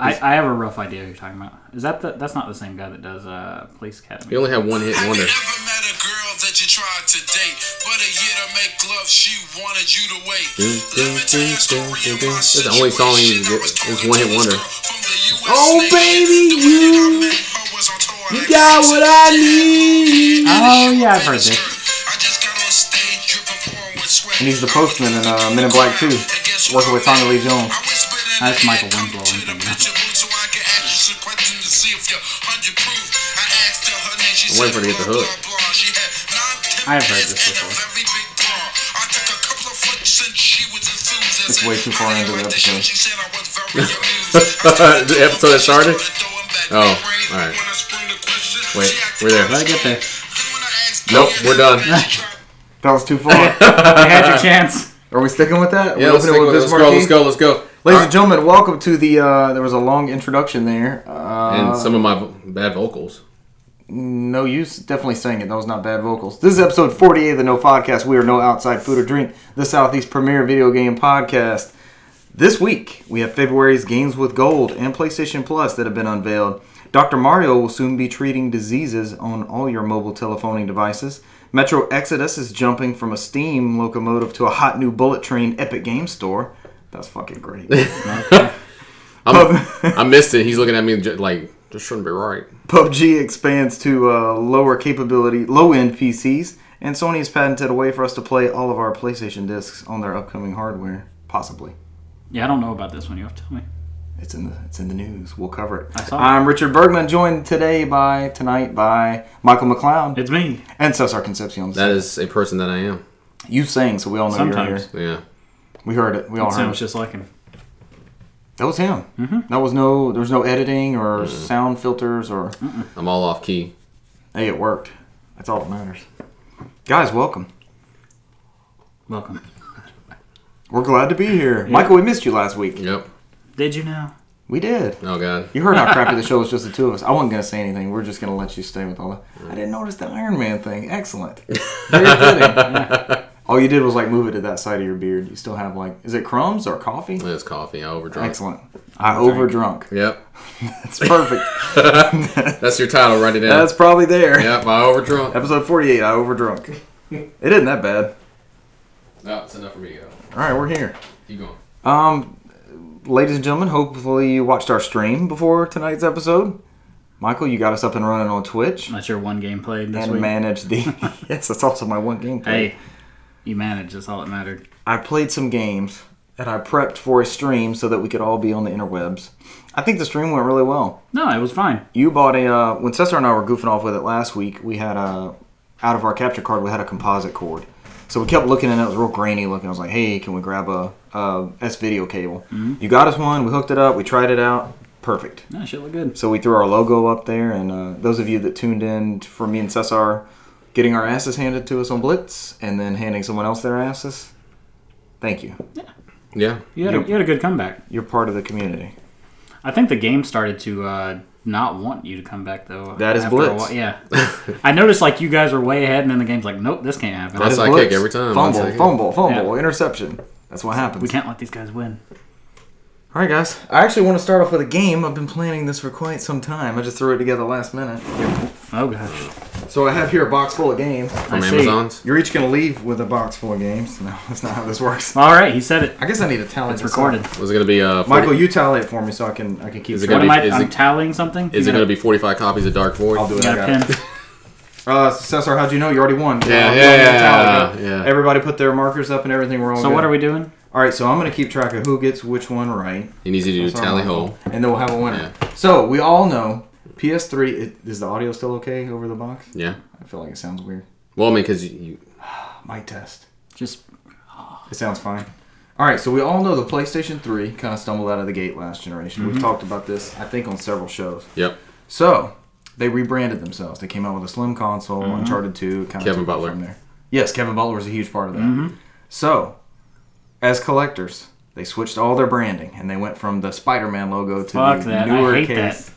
I, I have a rough idea who you're talking about. Is that the, that's not the same guy that does uh, Police Academy? He only had one hit Have wonder. you ever met a girl that you tried to date, but a year to make love, she wanted you to wait? Let me tell you a story in my That's the only song he was- situation. I was it's talking one hit to this wonder. girl from the USA. Oh, baby, The way that I you- made her was on tour like got this. what I need. Oh yeah, I've heard this. I just got on stage, dripping pouring with sweat. And he's the postman in uh, Men in Black 2, working with Tommy Lee Jones. That's Michael Winslow I'm thinking of. I'm waiting for her to get the hook. I have heard this before. It's way too far into the episode. The episode has started? Oh, alright. Wait, we're there. Let it get there. Nope, we're done. That was too far. You had your chance. Are we sticking with that? Yeah, we let's, opening stick with it. Biz let's go, Markie? let's go, Uh, let's go. Ladies and gentlemen, welcome to the. Uh, there was a long introduction there. Uh, and some of my vo- bad vocals. no use, definitely sang it. That was not bad vocals. This is episode 48 of the No Podcast. We are no outside food or drink, the Southeast premier video game podcast. This week, we have February's Games with Gold and PlayStation Plus that have been unveiled. Dr. Mario will soon be treating diseases on all your mobile telephoning devices. Metro Exodus is jumping from a steam locomotive to a hot new bullet train Epic Game Store. That's fucking great. I'm, Oh. I missed it. He's looking at me ju- like, this shouldn't be right. PUBG expands to uh, lower capability, low end PCs, and Sony has patented a way for us to play all of our PlayStation discs on their upcoming hardware. Possibly, Yeah, I don't know about this one. You have to tell me. it's in the it's in the news. We'll cover it. I saw it. I'm Richard Bergman, joined today by tonight by Michael McLeod It's me. and Cesar Concepcion. That is a person that I am. you sang, so we all know you're Sometimes. here. Yeah. We heard it. We all It heard it. sounds just like him. Mm-hmm. that was him. That was no. There was no editing or sound filters or. Mm. I'm all off key. Hey, it worked. That's all that matters. Guys, welcome. Welcome. We're glad to be here. Michael, we missed you last week. Yep. Did you know? We did. Oh, God. You heard how crappy the show was, just the two of us. I wasn't going to say anything. We're just going to let you stay with all that. I didn't notice the Iron Man thing. Excellent. Very fitting. All you did was like move it to that side of your beard. You still have like, is it crumbs or coffee? It's coffee. I overdrank. Excellent. I overdrunk. Yep. That's perfect. That's your title. Write it down. That's probably there. yep, I overdrunk. Episode 48, I overdrunk. It isn't that bad. That's Oh, enough for me to go. All right, we're here. Keep going. Um, ladies and gentlemen, hopefully you watched our stream before tonight's episode. Michael, you got us up and running on Twitch. That's your one game played this and week. manage the. yes, that's also my one game play. Hey, you managed. That's all that mattered. I played some games and I prepped for a stream so that we could all be on the interwebs. I think the stream went really well. No, it was fine. You bought a uh, when Cesar and I were goofing off with it last week. We had a out of our capture card. We had a composite cord, so we kept looking and it was real grainy looking. I was like, "Hey, can we grab a, a S video cable?" You got us one. We hooked it up. We tried it out. Perfect. No, shit looked good. So we threw our logo up there, and uh, those of you that tuned in for me and Cesar getting our asses handed to us on Blitz and then handing someone else their asses, thank you. Yeah. You had, a, Yep. you had a good comeback. You're part of the community. I think the game started to uh, not want you to come back though. That is after a blitz. while. Yeah, I noticed like you guys were way ahead, and then the game's like, nope, this can't happen. That's That is like Blitz. kick every time. Fumble, That's like- fumble, fumble, interception. That's what happens. we can't let these guys win. All right, guys. I actually want to start off with a game. I've been planning this for quite some time. I just threw it together last minute. Oh gosh, So I have here a box full of games. From I see. Amazon's. You're each going to leave with a box full of games. No, that's not how this works. All right, he said it. I guess I need to tally It's this up. recorded. Was it going to be uh, 40, Michael, you tally it for me so I can I can keep Is it track. What am I? is I'm it- tallying something. Is You it got going to be 45 copies of Dark Void? I'll do a- it. You I got got it. a pin. Uh, Cesar, how'd you know? You already won. Yeah, I'm yeah, doing the yeah, tally. yeah. Everybody put their markers up and everything. We're all So good. what are we doing? All right, so I'm gonna keep track of who gets which one right. He needs you to do Sorry, tally Michael. hole. and then we'll have a winner. So we all know PS3. It, is the audio still okay over the box? Yeah. I feel like it sounds weird. Well, I mean, because you, you, Mic test. Just It sounds fine. All right, so we all know the PlayStation 3 kind of stumbled out of the gate last generation. Mm-hmm. We've talked about this, I think, on several shows. yep. So they rebranded themselves. They came out with a slim console, Mm-hmm. Uncharted Two. Kind Kevin of Butler. From there. Yes, Kevin Butler was a huge part of that. Mm-hmm. So, as collectors, they switched all their branding and they went from the Spider-Man logo to fuck the that. newer I hate case. that.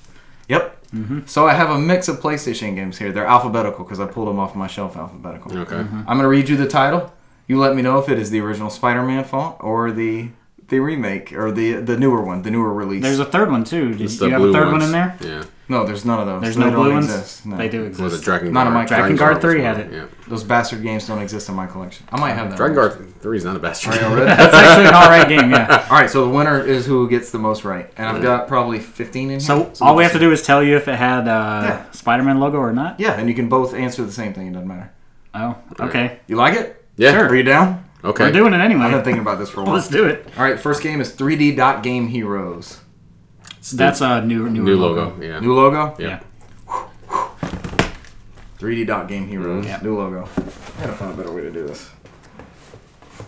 Yep. So I have a mix of PlayStation games here. They're alphabetical because I pulled them off my shelf alphabetical. Okay. I'm gonna read you the title. You let me know if it is the original Spider-Man font or the the remake or the the newer one, the newer release. There's a third one too. Do It's you the have a blue third one ones. in there? Yeah. no, there's none of those. There's They no don't blue ones. exist. No. They do Or the exist. Dragon Not Guard. in my- Dragon Guard was 3 one. had it. Yeah. Those bastard games don't exist in my collection. I might have that. Dragon Guard 3 is not a bastard. All game. right, That's actually an alright game. Yeah. All right, so the winner is who gets the most right, and I've got probably 15 in here. So all we have to do is tell you if it had uh, Yeah. Spider-Man logo or not. Yeah, and you can both answer the same thing. It doesn't matter. Oh, okay. You like it? Yeah. Sure. Are you down? Okay. We're doing it anyway. I've been thinking about this for a while. Let's do it. All right, first game is 3D Dot Game Heroes. That's a new new, New logo. Yeah. New logo. Yeah. 3D Dot Game Heroes. Yep. New logo. I gotta find a better way to do this.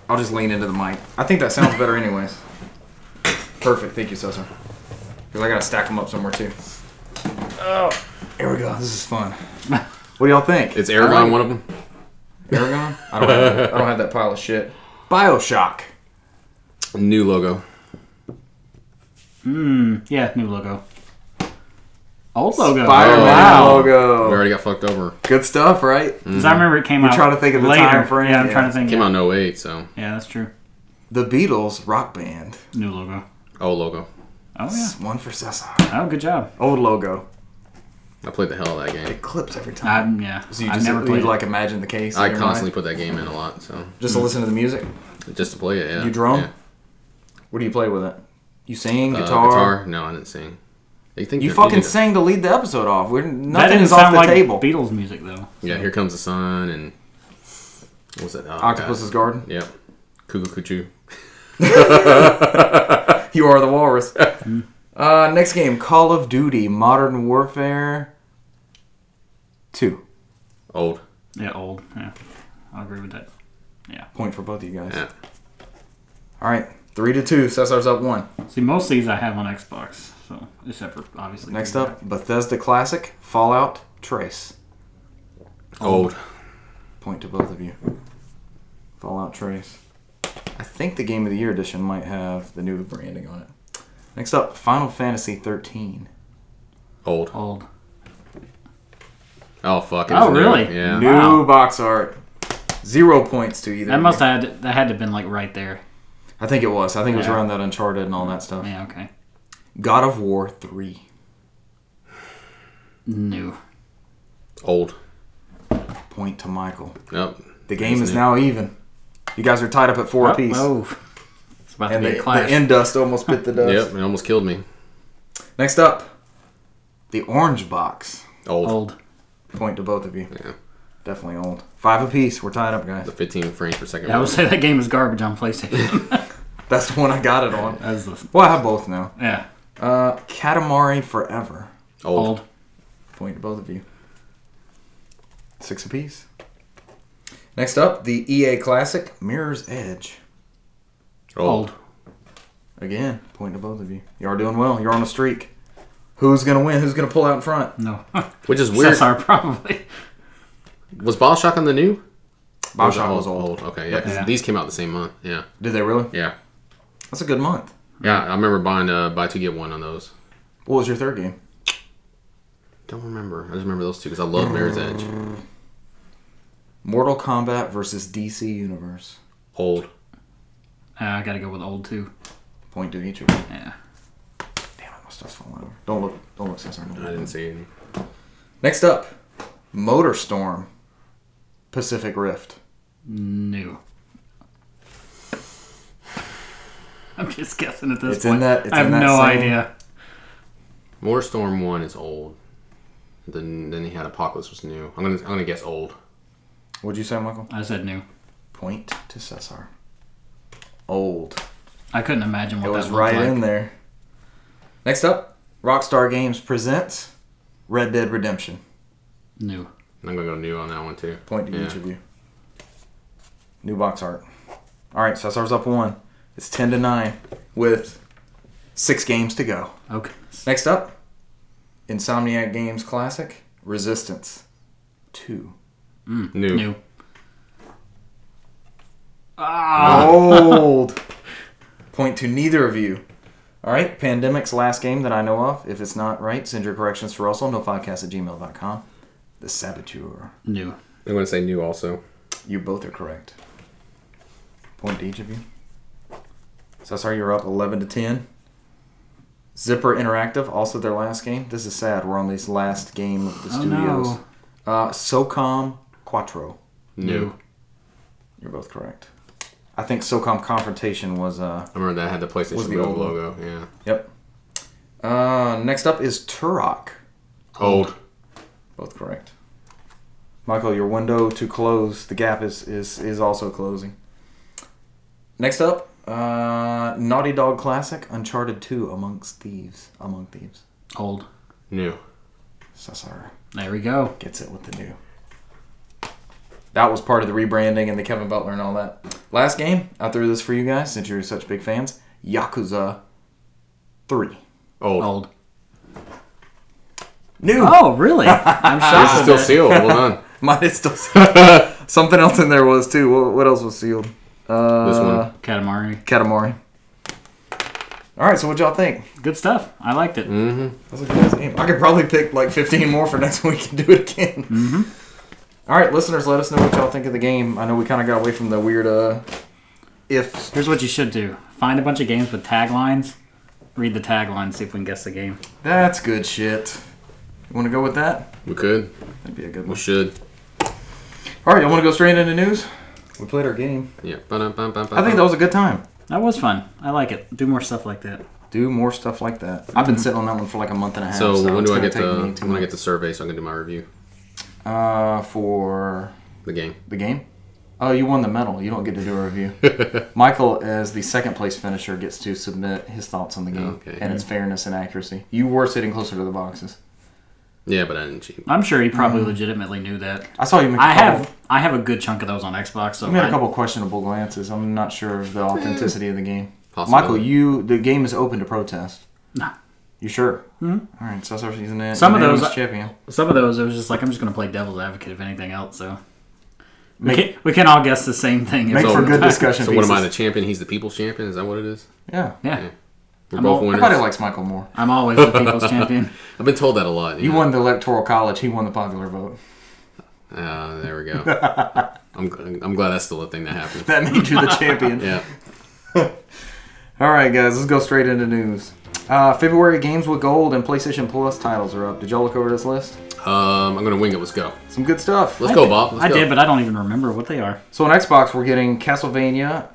I'll just lean into the mic. I think that sounds better, anyways. Perfect. Thank you, Cesar. Because I gotta stack them up somewhere too. Oh, here we go. This is fun. What do y'all think? It's Aragon, one of them? Aragon? I don't, have that. I don't have that pile of shit. Bioshock. New logo. Hmm, Yeah, new logo. Old logo. Spider-Man Oh, Wow. We logo. already got fucked over. Good stuff, right? 'Cause I remember it came out. trying to think of the later. time frame, Yeah, I'm yeah. trying to think. Came out in 08, so. Yeah, that's true. The Beatles rock band. New logo. Old logo. Oh yeah. One for Cesar. Oh, good job. Old logo. I played the hell out of that game. It clips every time. I, yeah. so you I've just never played. you like imagine the case. in I your constantly mind? put that game in a lot, so. just to listen to the music. Just to play it, yeah. You drum? Yeah. What do you play with it? You sing Uh, guitar. guitar? No, I didn't sing. You think You they're- fucking think- sang to lead the episode off. We're that nothing didn't is off sound the like table. Beatles music though. Yeah, here comes the sun and what was that? Oh, Octopus's Garden. God. Yep. Cuckoo Cuckoo. You are the walrus. Mm. uh, next game, Call of Duty: Modern Warfare Two. Old. Yeah, old. Yeah, I'll agree with that. Point for both of you guys. Yeah. All right, three to two. Cesar's up one. See, most of these I have on Xbox, so except for obviously. Next Dreamcast. up, Bethesda Classic: Fallout Trace. Old. Point to both of you. Fallout Trace. I think the Game of the Year edition might have the new branding on it. Next up, Final Fantasy 13. Old. Old. Oh fuck. it Oh, was new. really? Yeah. New Wow. box art. Zero points to either. That of must you. have had that had to have been like right there. I think it was. I think it was Yeah. around that Uncharted and all that stuff. Yeah. Okay. God of War 3. New. Old. Point to Michael. Yep. The game That's is new. now even. You guys are tied up at four apiece. Oh. It's about And to the, be a the clash. end dust almost bit the dust. Yep. It almost killed me. Next up, the orange box. Old. old. Point to both of you. Yeah. Definitely old. Five apiece. We're tied up, guys. The 15 frames per second. Yeah, I would rule. say that game is garbage on PlayStation. That's the one I got it on. That's the, Well, I have both now. yeah. Uh, Katamari Forever. Old. Old. Point to both of you. Six apiece. Next up, the EA Classic Mirror's Edge. Old. Old. Again, point to both of you. You are doing well. You're on a streak. Who's gonna win? Who's gonna pull out in front? No. Which is weird. Cesar probably. Was Bioshock on the new? Bioshock Oh, was old. Okay. Yeah. 'cause Yeah. These came out the same month. Yeah. Did they really? Yeah. That's a good month. Yeah. I remember buying uh, buy two get one on those. What was your third game? Don't remember. I just remember those two because I love Mirror's Edge. Mortal Kombat versus DC Universe. Old. Uh, I gotta go with old too. Point to each of you. Yeah. Damn it, my stuff's falling over. Don't look. Don't look, Cesar. Don't I look. didn't see any. Next up, Motor Storm, Pacific Rift. New. I'm just guessing at this It's in point. that- it's I have in that no same- idea. More Storm One is old. Then then he had Apocalypse was new. I'm gonna I'm gonna guess old. What'd you say, Michael? I said new. Point to Cesar. Old. I couldn't imagine what It that was looked right like. in there. Next up, Rockstar Games presents Red Dead Redemption. New. I'm gonna go new on that one too. Point to Yeah. each of you. New box art. All right, Cesar's up one. It's ten to nine with six games to go. Okay. Next up, Insomniac Games Classic Resistance Two. New. New. Old. Point to neither of you. All right, Pandemic's last game that I know of. If it's not right, send your corrections to Russell, nofodcast at gmail.com. The Saboteur. New. I'm gonna say new also. You both are correct. Point to each of you. So I saw you're up 11 to 10. Zipper Interactive, also their last game. This is sad. We're on these last game of the Oh, studios. no. Uh, SOCOM Quattro. No. You're both correct. I think SOCOM Confrontation was. Uh, I remember that had the Was PlayStation the Move old one. logo. Yeah. yep. Uh, next up is Turok. Old. Both correct. Michael, your window to close the gap is is is also closing. Next up, uh, Naughty Dog classic Uncharted Two Amongst Thieves. Among Thieves. Old. New. Cesar There we go. gets it with the new. That was part of the rebranding and the Kevin Butler and all that. Last game, I threw this for you guys since you're such big fans. Yakuza Three. Old. Old. New. Oh, really? I'm Yours is shocked. still sealed. Well done. Mine is still sealed. Something else in there was too. What, what else was sealed? Uh, This one. Katamari. Katamari. All right, so what y'all think? Good stuff. I liked it. That's a good ass game. I could probably pick like 15 more for next week and do it again. Mm-hmm. right, listeners, let us know what y'all think of the game. I know we kind of got away from the weird uh ifs. Here's what you should do: find a bunch of games with taglines, read the tagline, see if we can guess the game. That's good shit. You want to go with that? We could. That'd be a good We one. should. All right, y'all want to go straight into news? We played our game. Yeah. I I think that was a good time. That was fun. I like it. Do more stuff like that. Do more stuff like that. I've been sitting on that one for like a month and a half. So, when it's do I gonna get take the me two when I get the months. survey so I can do my review? uh for The game. the game? Oh, you won the medal. You don't get to do a review. Michael, as the second place finisher, gets to submit his thoughts on the game Okay. and its fairness and accuracy. You were sitting closer to the boxes. Yeah, but I didn't cheat. I'm sure he probably Mm. legitimately knew that. I saw you make a I couple, have I have a good chunk of those on Xbox. So you made a I- couple questionable glances. I'm not sure of the Hmm. authenticity of the game. Possibly. Michael, you the game is open to protest. Nah. Hmm? You sure? Mm-hmm. All right, Cesar, he's an Some of unanimous those- uh, champion. some of those, I was just like, I'm just gonna play devil's advocate if anything else. So we Make- can we can all guess the same thing. Make It's for all- good discussion So what am I, pieces. the champion? He's the people's champion. Is that what it is? Yeah, Yeah, We're I'm both all- winners. everybody likes Michael more. I'm always the people's champion. I've been told that a lot. You yeah. won the electoral college. He won the popular vote. Ah, there we go. I'm gl- I'm glad that's still a thing that happened. That made you the champion. Yeah. All right, guys, let's go straight into news. Uh, February games with gold and PlayStation Plus titles are up. Did y'all look over this list? Um, I'm gonna wing it. Let's go. Some good stuff. Let's go, Bob. Let's I go. did, but I don't even remember what they are. So on Xbox, we're getting Castlevania.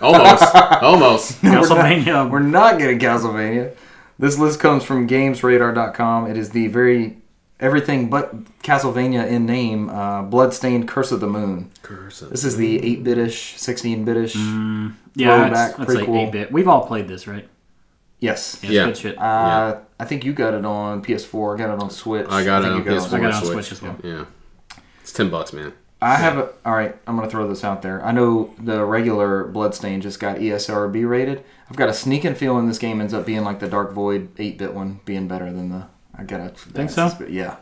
Uh, Almost. Almost. Castlevania. we're not getting Castlevania. This list comes from GamesRadar.com. It is the very everything but Castlevania in name, uh, Bloodstained Curse of the Moon. Curse of- This is the 8-bit-ish, 16-bit-ish. Mm. yeah, throwback it's, that's like prequel. eight bit. We've all played this, right? Yes. it's Yeah. good shit. Uh, I think you got it on PS4. I got it on Switch. I got it think on you it PS4. I got it on Switch. Switch as well. Yeah. It's ten bucks, man. I have a. All right, I'm gonna throw this out there. I know the regular Bloodstain just got E ESRB rated. I've got a sneaking feeling this game ends up being like the Dark Void 8-bit one, being better than the. I gotta think so? Yeah,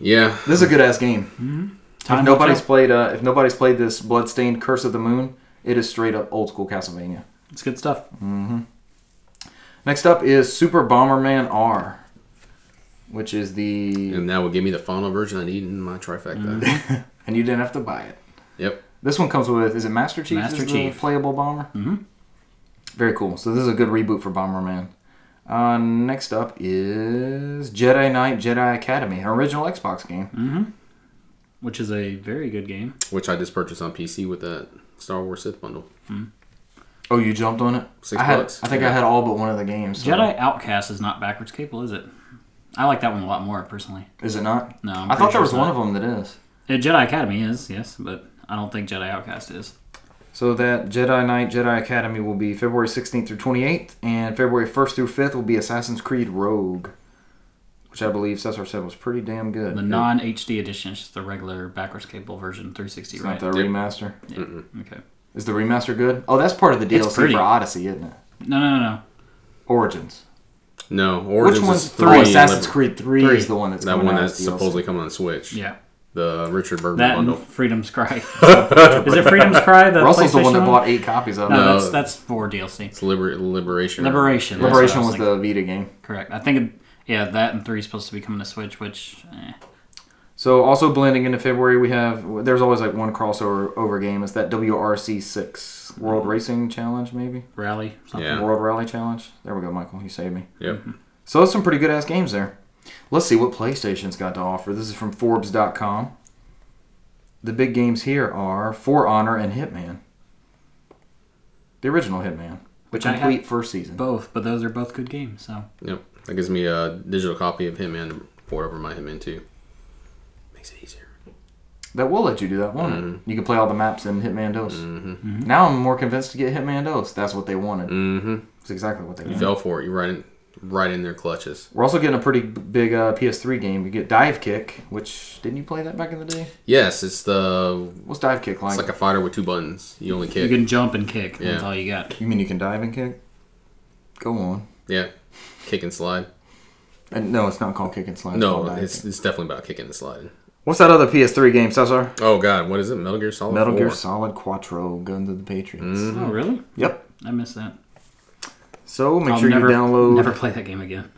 Yeah. this is a good ass game. If Time will nobody's tell. played, uh, if nobody's played this Bloodstained Curse of the Moon, it is straight up old school Castlevania. It's good stuff. Next up is Super Bomberman R, which is the And that will give me the final version I need in my trifecta. and you didn't have to buy it. Yep. This one comes with is it Master Chief? Master is the Chief. playable bomber. Mm-hmm. Very cool. So this is a good reboot for Bomberman. Uh, next up is Jedi Knight Jedi Academy, an original Xbox game. Mm. Which is a very good game. Which I just purchased on PC with that Star Wars Sith bundle. Oh, you jumped on it. Six I had, bucks. I think I Yeah. had all but one of the games. so- Jedi Outcast is not backwards capable, is it? I like that one a lot more personally. Is it not? No, I'm I thought pretty there sure was it's one not. of them that is. Yeah, Jedi Academy is yes, but I don't think Jedi Outcast is. So that Jedi Knight Jedi Academy will be February 16th through 28th, and February 1st through 5th will be Assassin's Creed Rogue, which I believe Cesar said was pretty damn good. The non HD edition is just the regular backwards capable version, 360, It's right? not the remaster. Yeah. Okay. Is the remaster good? Oh, that's part of the It's DLC pretty. for Odyssey, isn't it? No, no, no, no. Origins. No. Origins Which one's is three? three. Oh, Assassin's Liber- Creed 3, is the one that's that coming one out that's as DLC. supposedly coming on Switch. Yeah. The Richard Burton That and bundle. Freedom's Cry. is it Freedom's Cry? The Russell's the PlayStation one that bought eight copies of No, it. No. that's that's for DLC. It's liber- liberation. Liberation. Yeah. that's what I Liberation was thinking. the Vita game. correct. I think it, yeah, that and three is supposed to be coming to Switch, which eh. So also blending into February, we have there's always like one crossover over game. It's that WRC six World Racing Challenge, maybe Rally. Something. Yeah. World Rally Challenge. There we go, Michael. You saved me. Yep. So that's some pretty good ass games there. Let's see what PlayStation's got to offer. This is from Forbes.com. The big games here are For Honor and Hitman. The original Hitman, the Which I have- complete first season. Both, but those are both good games. So Yep. That gives me a digital copy of Hitman to pour over my Hitman 2. Makes it easier. That will let you do that, won't it? Mm-hmm. You can play all the maps in Hitman DOS. Now I'm more convinced to get Hitman DOS. That's what they wanted. Mm-hmm. That's exactly what they You wanted. fell for it. You're right in, right in their clutches. We're also getting a pretty b- big uh, PS3 game. You get Dive Kick, which didn't you play that back in the day? Yes, it's the What's Dive Kick like? it's like a fighter with two buttons. You only kick. you can jump and kick. That's Yeah. all you got. you mean you can dive and kick? Go on. yeah, kick and slide. And no, it's not called Kick and Slide. it's called No, Dive it's Kick. it's definitely about kicking and sliding. What's that other PS3 game, Cesar? Oh God, what is it? Metal Gear Solid. Metal Gear 4. Solid Quattro: Guns of the Patriots. Mm-hmm. Oh really? Yep. I missed that. So make I'll sure never you download. never play that game again.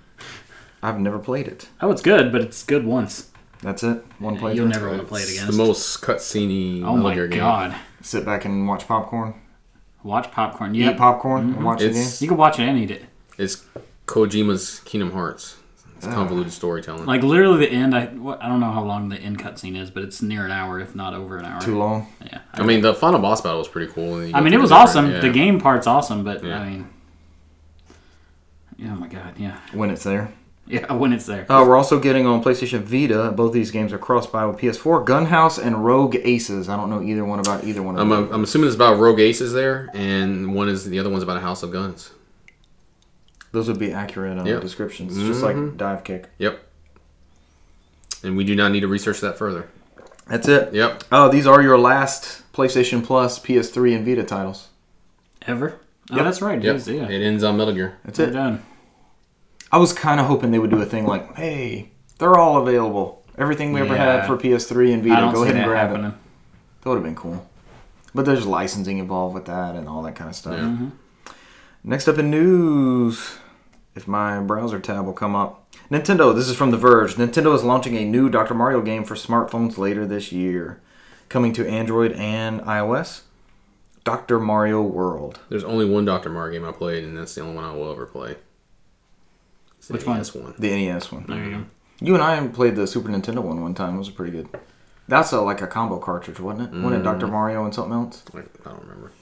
I've never played it. Oh, it's good, but it's good once. That's it. One playthrough. You'll never want to play it It's again. the most cutscene oh Metal my Gear game. god! Sit back and watch popcorn. Watch popcorn. Eat Yep. Mm-hmm. popcorn and watch the game. It's you can watch it and eat it. it's Kojima's Kingdom Hearts. It's convoluted storytelling. Like literally the end. I what, I don't know how long the end cutscene is, but it's near an hour, if not over an hour. Too long. Yeah. I mean, the final boss battle was pretty cool. and you I go mean, through it was different- awesome. yeah. The game part's awesome, but Yeah. I mean, oh my god, yeah, when it's there. yeah. When it's there, Uh, we're also getting on PlayStation Vita. Both these games are cross-buy with PS4. Gunhouse and Rogue Aces. I don't know either one about either one of I'm, them. I'm assuming it's about rogue aces there, and one is the other one's about a house of guns. Those would be accurate uh, Yeah. descriptions, just Mm-hmm. like Dive Kick. Yep. And we do not need to research that further. That's it. Yep. Oh, these are your last PlayStation Plus, PS3, and Vita titles. ever. Oh, Yep. that's right. it Yep. is, yeah. It ends on Metal Gear. That's We're it. done. I was kind of hoping they would do a thing like, "Hey, they're all available. Everything we ever had Yeah. for PS3 and I Vita. don't Go see ahead and that grab happening. it." That would have been cool. But there's licensing involved with that and all that kind of stuff. Yeah. Mm-hmm. Next up in news, if my browser tab will come up. Nintendo, this is from The Verge. Nintendo is launching a new Dr. Mario game for smartphones later this year, coming to Android and iOS. Dr. Mario World. There's only one Dr. Mario game I played, and that's the only one I will ever play. It's the Which one? NES one. The NES one. There you go. You and I played the Super Nintendo one one time. It was pretty good. That's a, like a combo cartridge, wasn't it? Wasn't it Dr. Mario and something else? Like, I don't remember.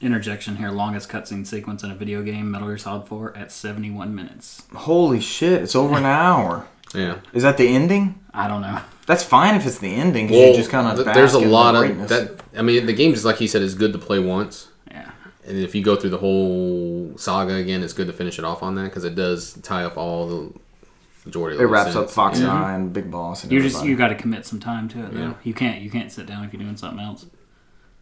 Interjection here: longest cutscene sequence in a video game, Metal Gear Solid 4, at 71 minutes. Holy shit, it's over an hour. Yeah. Is that the ending? I don't know. That's fine if it's the ending. 'cause you just kind of th- there's a lot of that. I mean, the game, just like he said, is good to play once, Yeah, and if you go through the whole saga again, it's good to finish it off on that because it does tie up all the majority. of It the wraps up sins. Fox Yeah. Nine, Big Boss, and you everybody. just you got to commit some time to it. Though. Yeah. You can't you can't sit down if you're doing something else.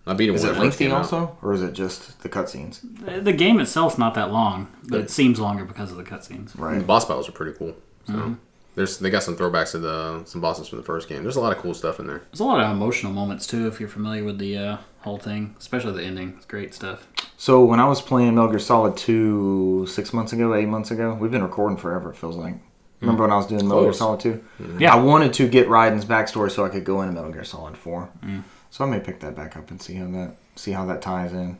I beat it. Is when it first lengthy came out. also, or is it just the cutscenes? The the game itself's not that long, but it seems longer because of the cutscenes. And the Right. boss battles are pretty cool. So Mm-hmm. there's they got some throwbacks to the some bosses from the first game. There's a lot of cool stuff in there. There's a lot of emotional moments too, if you're familiar with the uh, whole thing, especially the ending. It's great stuff. So when I was playing Metal Gear Solid Two six months ago, eight months ago, we've been recording forever. It feels like. Remember when I was doing Metal Gear Close. Solid Two? Yeah. I wanted to get Raiden's backstory so I could go into Metal Gear Solid Four. Mm. So I may pick that back up and see how that see how that ties in.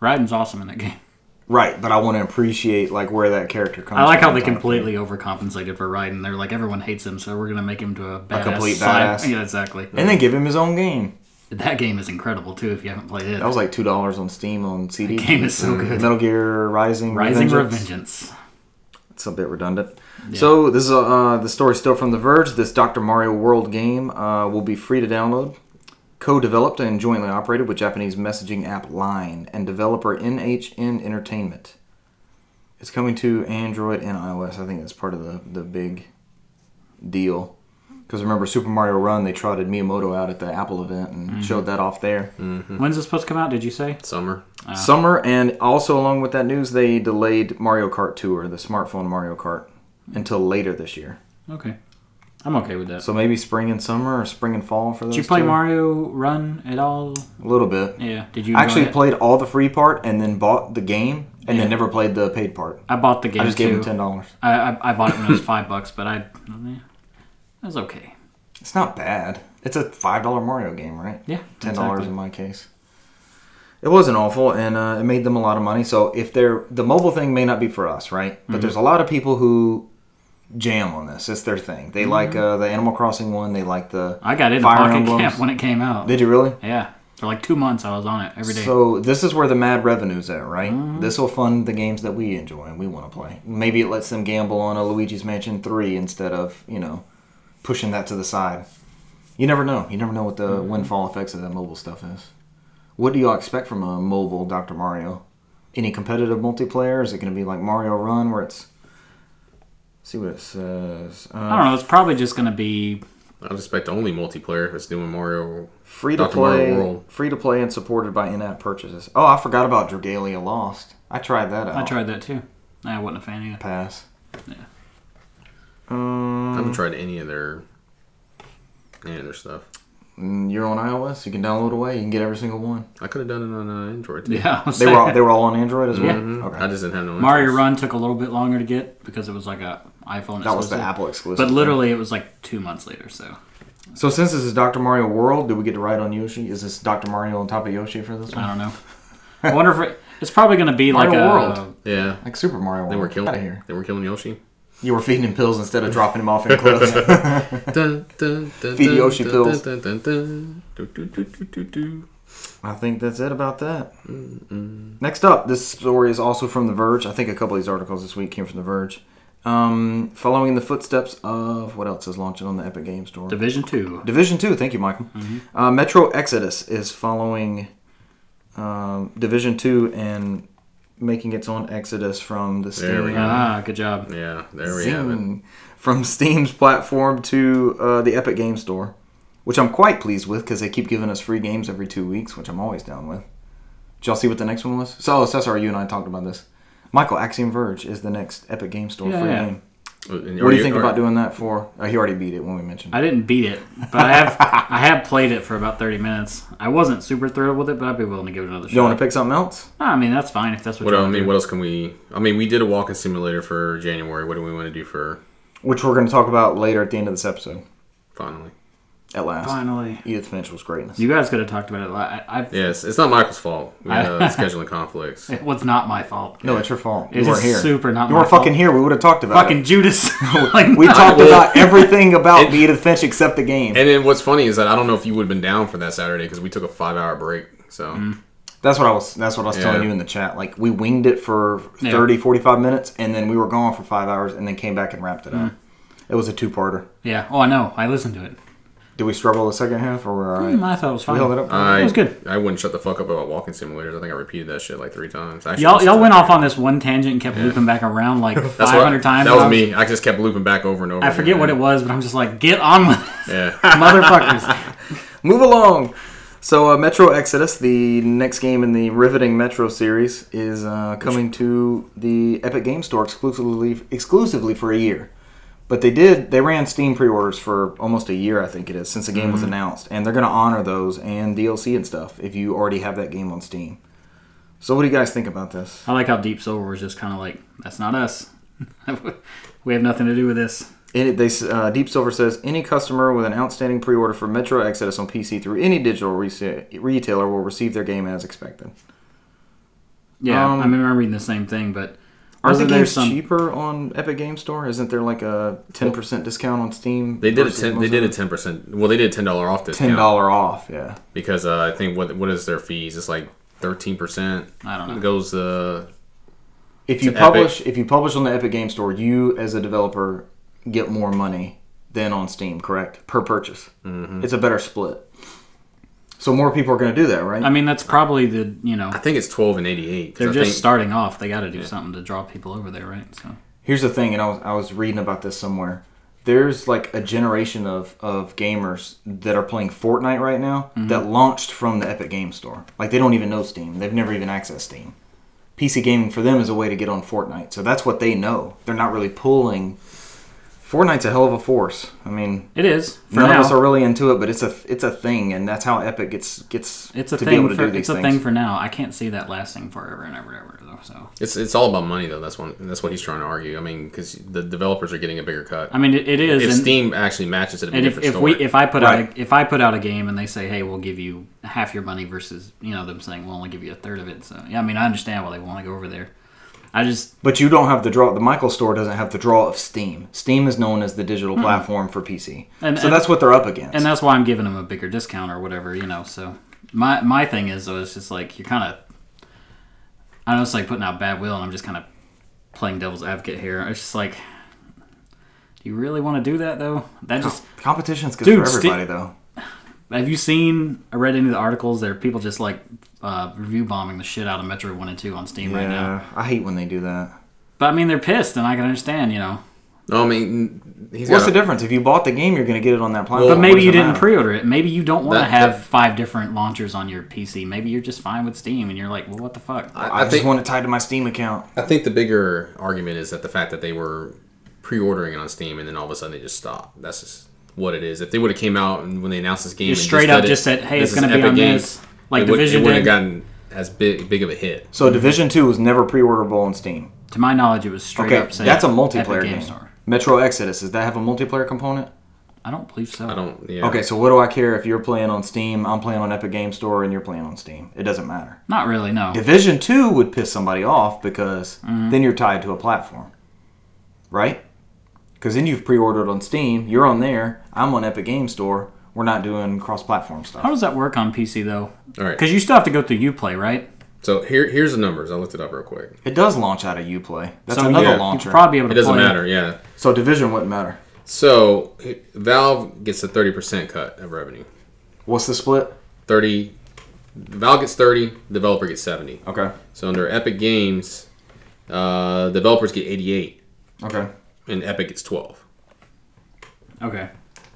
Raiden's awesome in that game. Right, but I want to appreciate like where that character comes. I like how from they type of thing. completely overcompensated for Raiden. They're like everyone hates him, so we're gonna make him to a, badass complete side- badass. Yeah, exactly. And then give him his own game. that game is incredible too. If you haven't played it, That was like two dollars on Steam on CD. the game is so good. Metal Gear Rising. Rising Revengeance. Revengeance. It's a bit redundant. So this is uh, the story still from The Verge. This Dr. Mario World game uh, will be free to download, co-developed and jointly operated with Japanese messaging app Line and developer NHN Entertainment. It's coming to Android and iOS. I think that's part of the the big deal. Because remember Super Mario Run, they trotted Miyamoto out at the Apple event and showed that off there. When's it supposed to come out? Did you say? Summer. Summer and also along with that news, they delayed Mario Kart Tour, the smartphone Mario Kart, until later this year. Okay, I'm okay with that. So maybe spring and summer or spring and fall for those. Did you play two? Mario Run at all? A little bit. Yeah. Did you I enjoy actually it? played all the free part and then bought the game and Yeah. then never played the paid part. I bought the game I just too. gave him ten dollars. I, I I bought it when it was five bucks, but I, I mean, it was okay. It's not bad. It's a five dollar Mario game, right? Yeah, ten dollars exactly. in my case. It wasn't awful, and uh, it made them a lot of money. So if they're the mobile thing may not be for us, right? Mm-hmm. But there's a lot of people who jam on this. It's their thing. They like uh, the Animal Crossing one. They like the Mm-hmm. I got it in Fire Pocket Emblems. Camp when it came out. Did you really? Yeah, for like two months I was on it every day. Mm-hmm. So this is where the mad revenue's at, right? This will fund the games that we enjoy and we want to play. Maybe it lets them gamble on a Luigi's Mansion three instead of you know pushing that to the side. You never know. You never know what the Mm-hmm. windfall effects of that mobile stuff is. What do y'all expect from a mobile Dr. Mario? Any competitive multiplayer? Is it going to be like Mario Run where it's see what it says? Uh, I don't know. It's probably just gonna be I would expect only multiplayer if it's doing Mario. Free to Dr. Mario play, World. free to play, and supported by in-app purchases. Oh, I forgot about Dragalia Lost. I tried that out. I tried that too. I wasn't a fan of it. Pass. Yeah. I Um, haven't tried any of their any of their stuff. you're on iOS. You can download away. You can get every single one. I could have done it on uh, Android. Too. Yeah, I was They were all, saying. they were all on Android as well. Mhm. Okay, I just didn't have no. Mario interest. Run took a little bit longer to get because it was like a iPhone. that was the exclusive. Apple exclusive. But literally, it was like two months later. So so since this is Dr. Mario World, do we get to ride on Yoshi? Is this Dr. Mario on top of Yoshi for this one? I don't know. I wonder if it, it's probably gonna be like Mario a World. Yeah, Like Super Mario World. they were killing. Outta here. They were killing Yoshi. You were feeding him pills instead of dropping him off in cliffs. Dun, dun, dun, Feed dun, Yoshi dun, pills. dun, dun, dun. Do, do, do, do, do, do. I think that's it about that. Next up, this story is also from The Verge. I think a couple of these articles this week came from The Verge. Um, following the footsteps of what else is launching on the Epic Games Store? Division Two. Division Two. Thank you, Michael. Mm-hmm. Uh, Metro Exodus is following um, Division Two and making its own exodus from the There we Steam Ah, good job. Yeah, there we have it. Zing. from Steam's platform to uh, the Epic Game Store, which I'm quite pleased with because they keep giving us free games every two weeks, which I'm always down with. Did y'all see what the next one was? So, Cesar, you and I talked about this. Michael Axiom Verge is the next Epic Game Store Yeah, free yeah. game. And What are do you think are- about doing that for? Uh, he already beat it when we mentioned. it. I didn't beat it, but I have I have played it for about thirty minutes. I wasn't super thrilled with it, but I'd be willing to give it another You shot. want to pick something else? No, I mean that's fine if that's what, What you I want mean, to what else can we? I mean, we did a walking simulator for January. What do we want to do for which we're going to talk about later at the end of this episode. finally? At last, do. Finally, Edith Finch was greatness. you guys could have talked about it. a lot. I, I, Yes, it's not Michael's fault. We had uh, scheduling conflicts. It was not my fault. no, it's your fault. You It weren't is here. super not you my weren't fucking fault. here. We would have talked about Fucking it. Judas. like, We no. talked Well- about everything about It- the Edith Finch except the game. And then what's funny is that I don't know if you would have been down for that Saturday because we took a five-hour break. So Mm. that's what I was. That's what I was telling Yeah. you in the chat. Like we winged it for Yeah. 30, 45 minutes, and then we were gone for five hours, and then came back and wrapped it Mm. up. It was a two-parter. Yeah. Oh, I know. I listened to it. Did we struggle the second half, or were we all Mm, right? I thought it was We fine. held it up. I It was good. I wouldn't shut the fuck up about walking simulators. I think I repeated that shit like three times. I actually Y'all, listened y'all to went it. off on this one tangent and kept looping back around like That's what- 500 times. That was I me. I just kept looping back over and over. I forget what it was, but I'm just like, get on with it, Yeah. motherfuckers. Move along. So, uh, Metro Exodus, the next game in the riveting Metro series, is uh, coming to the Epic Game Store exclusively exclusively for a year. But they did they ran Steam pre-orders for almost a year, I think it is, since the game was announced, and they're going to honor those and DLC and stuff if you already have that game on Steam. So, what do you guys think about this? I like how Deep Silver was just kind of like, that's not us. we have nothing to do with this. Any, they, s- uh, Deep Silver says any customer with an outstanding pre-order for Metro Exodus on PC through any digital rese- retailer will receive their game as expected. Yeah, Um, I remember reading the same thing, but Aren't the wasn't there games some? cheaper on Epic Game Store? Isn't there like a ten percent discount on Steam? They did a versus ten. They most did a other- ten percent. Well, they did a ten dollar off discount ten dollar off. Yeah, because uh, I think what what is their fees? It's like thirteen percent. I don't know. Goes uh, if you To Epic. publish if you publish on the Epic Game Store, you as a developer get more money than on Steam, correct? Per purchase, mm-hmm. it's a better split. So more people are going to do that, right? I mean, that's probably the you know I think it's twelve and eighty eight. they're I just think, starting off. They got to do something to draw people over there, right? So Here's the thing, and I was I was reading about this somewhere. There's like a generation of, of gamers that are playing Fortnite right now Mm-hmm. that launched from the Epic Game Store. Like they don't even know Steam. They've never even accessed Steam. PC gaming for them is a way to get on Fortnite. So that's what they know. They're not really pulling Fortnite's a hell of a force. I mean, It is. For none now. of us are really into it, but it's a it's a thing, and that's how Epic gets gets it's a to be thing able to for do these it's a things. thing for now. I can't see that lasting forever and ever and ever though. So It's it's all about money though. That's one. That's what he's trying to argue. I mean, because the developers are getting a bigger cut. I mean, it, it is. if and- Steam actually matches it, it'd be a And if, different if story. we if I put Right. out a, if I put out a game and they say, hey, we'll give you half your money versus you know them saying we'll only give you a third of it. So yeah, I mean I understand why they want to go over there. I just But you don't have the draw. The Michael store doesn't have the draw of Steam. Steam is known as the digital platform for PC, Hmm. And- so and- that's what they're up against. and that's why I'm giving them a bigger discount or whatever you know. So my my thing is though it's just like you're kind of I know it's like putting out bad will and I'm just kind of playing devil's advocate here. It's just like do you really want to do that though? That just Competition's good Dude, for Ste- everybody, though. Have you seen? I read any of the articles there. are People just like uh, review bombing the shit out of Metro One and Two on Steam right now. Yeah, I hate when they do that. But I mean, they're pissed, and I can understand, you know. no, I mean, he's What's got the a- difference? If you bought the game, you're going to get it on that platform. But Well, maybe What you does it didn't matter? pre-order it. Maybe you don't want to That- have that- five different launchers on your PC. Maybe you're just fine with Steam, and you're like, well, what the fuck? I, I, I just think want it tied to my Steam account. I think the bigger argument is that the fact that they were pre-ordering it on Steam and then all of a sudden they just stopped. That's just what it is. If they would have came out and when they announced this game, you and straight just up said just it, said, hey, this it's going to is be on Epic Games, this. Like it would- Division it wouldn't have did. gotten as big big of a hit. So Division Two was never pre-orderable on Steam. to my knowledge, it was straight Okay, up. saying that's a Epic multiplayer Games game. Store. Metro Exodus does that have a multiplayer component? I don't believe so. I don't. Yeah. Okay, so what do I care if you're playing on Steam, I'm playing on Epic Game Store, and you're playing on Steam? It doesn't matter. Not really. No. Division Two would piss somebody off because Mm-hmm. then you're tied to a platform, right? Because then you've pre-ordered on Steam, you're on there, I'm on Epic Game Store. We're not doing cross-platform stuff. How does that work on PC though? All right. Because you still have to go through UPlay, right? So here here's the numbers. I looked it up real quick. It does launch out of UPlay. That's So another yeah, launcher. You'd probably be able It to. doesn't play matter. Yeah. so division wouldn't matter. So Valve gets a thirty percent cut of revenue. What's the split? Thirty. Valve gets thirty. Developer gets seventy. Okay. So under Epic Games, uh, developers get eighty-eight, Okay. and Epic gets twelve. Okay.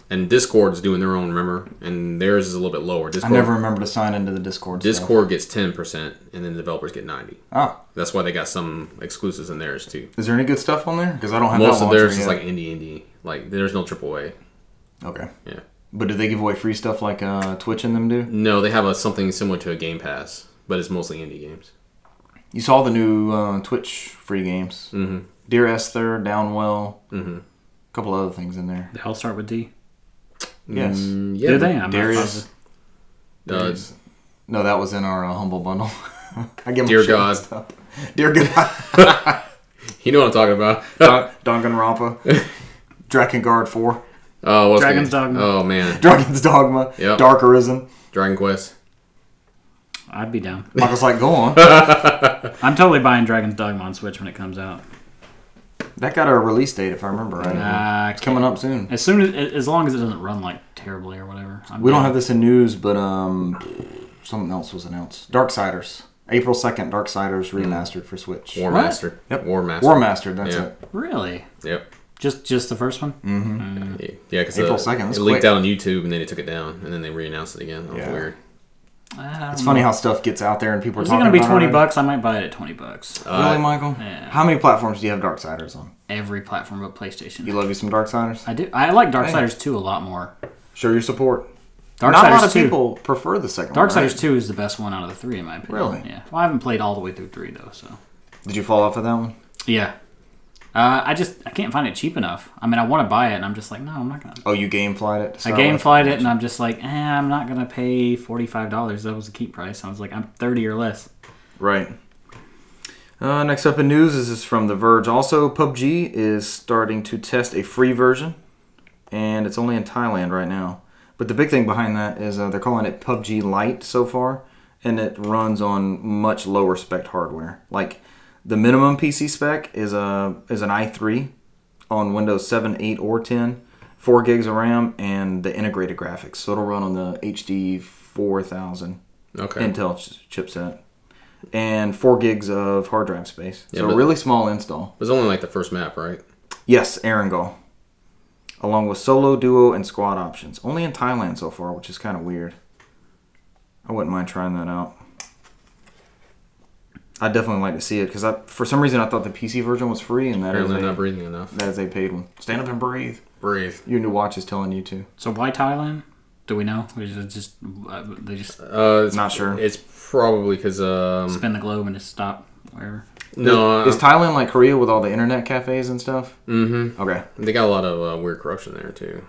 And Discord's doing their own, remember? And theirs is a little bit lower. I Discord, never remember to sign into the Discord. stuff. Discord gets ten percent, and then developers get ninety. Ah, That's why they got some exclusives in theirs too. is there any good stuff on there? Because I don't have Most that of launcher theirs is yet. like indie, indie. Like there's no AAA. okay. Yeah. But do they give away free stuff like uh, Twitch and them do? No, they have a, something similar to a Game Pass, but it's mostly indie games. You saw the new uh, Twitch free games. Mm-hmm. Dear Esther, Downwell, mm-hmm. a couple other things in there. The hell start with D. Yes. Mm, yeah. Do they? I'm not Darius. Uh, Darius. No, that was in our uh, humble bundle. I get my Dear shit God. mixed up. Dear God. you know what I'm talking about. Dun- Danganronpa, Drakengard 4, Oh, what's Dragon's the name? Dogma. Oh man, Dragon's Dogma, Yep. Dark Arisen. Dragon Quest. I'd be down. Michael's like, go on. I'm totally buying Dragon's Dogma on Switch when it comes out. that got a release date, if I remember right. Nah, Mm-hmm. it's coming up soon. Uh, As soon as, as long as it doesn't run like terribly or whatever. I'm We don't down. have this in news, but um, something else was announced. Darksiders. April 2nd, Darksiders remastered for Switch. War What? Master. Yep. War Master. War Mastered, that's Yeah. it. really Yep. just just the first one. Yeah, because April uh, 2nd, it that's leaked quick. out on YouTube and then they took it down and then they reannounced it again. That was Yeah. weird. It's funny how stuff gets out there and people are Is it Mm-hmm. talking gonna be about twenty already. bucks? I might buy it at twenty bucks. Really, Michael? yeah. How many platforms do you have Darksiders on? Every platform but You PlayStation. love you some Darksiders? I do. I like Darksiders two a lot more. Show your support. Not a lot Darksiders of two. people prefer the second one. Darksiders right? two is the best one out of the three in my opinion. Really? Yeah. Well, I haven't played all the way through three though, so Did you fall off of that one? yeah. Uh, I just I can't find it cheap enough. I mean, I want to buy it, and I'm just like, no, I'm not gonna. Oh, you gameflied it? to I start with? gameflied it, and I'm just like, eh, I'm not gonna pay forty five dollars. That was a keep price. I was like, I'm thirty or less. Right. Uh, next up in news is, is from The Verge. Also, PUBG is starting to test a free version, and it's only in Thailand right now. But the big thing behind that is uh, they're calling it PUBG Lite so far, and it runs on much lower spec hardware. Like the minimum PC spec is a is an i3 on Windows 7, 8, or 10, four gigs of RAM, and the integrated graphics. So it'll run on the HD 4000 Okay. Intel ch- chipset and four gigs of hard drive space. Yeah, so a but- really small install. It was only like the first map, right? Yes, Erangel, along with solo, duo, and squad options. Only in Thailand so far, which is kind of weird. I wouldn't mind trying that out. I definitely like to see it because I, for some reason, I thought the PC version was free, and that is, Apparently, a, not breathing enough. that is a paid one. Stand up and breathe. Breathe. Your new watch is telling you to. So why Thailand? Do we know? Or is it just uh, they just Uh, it's, Not sure. It's probably because um. spin the globe and just stop wherever? No, uh, is Thailand like Korea with all the internet cafes and stuff? mm-hmm. Okay. They got a lot of uh, weird corruption there too.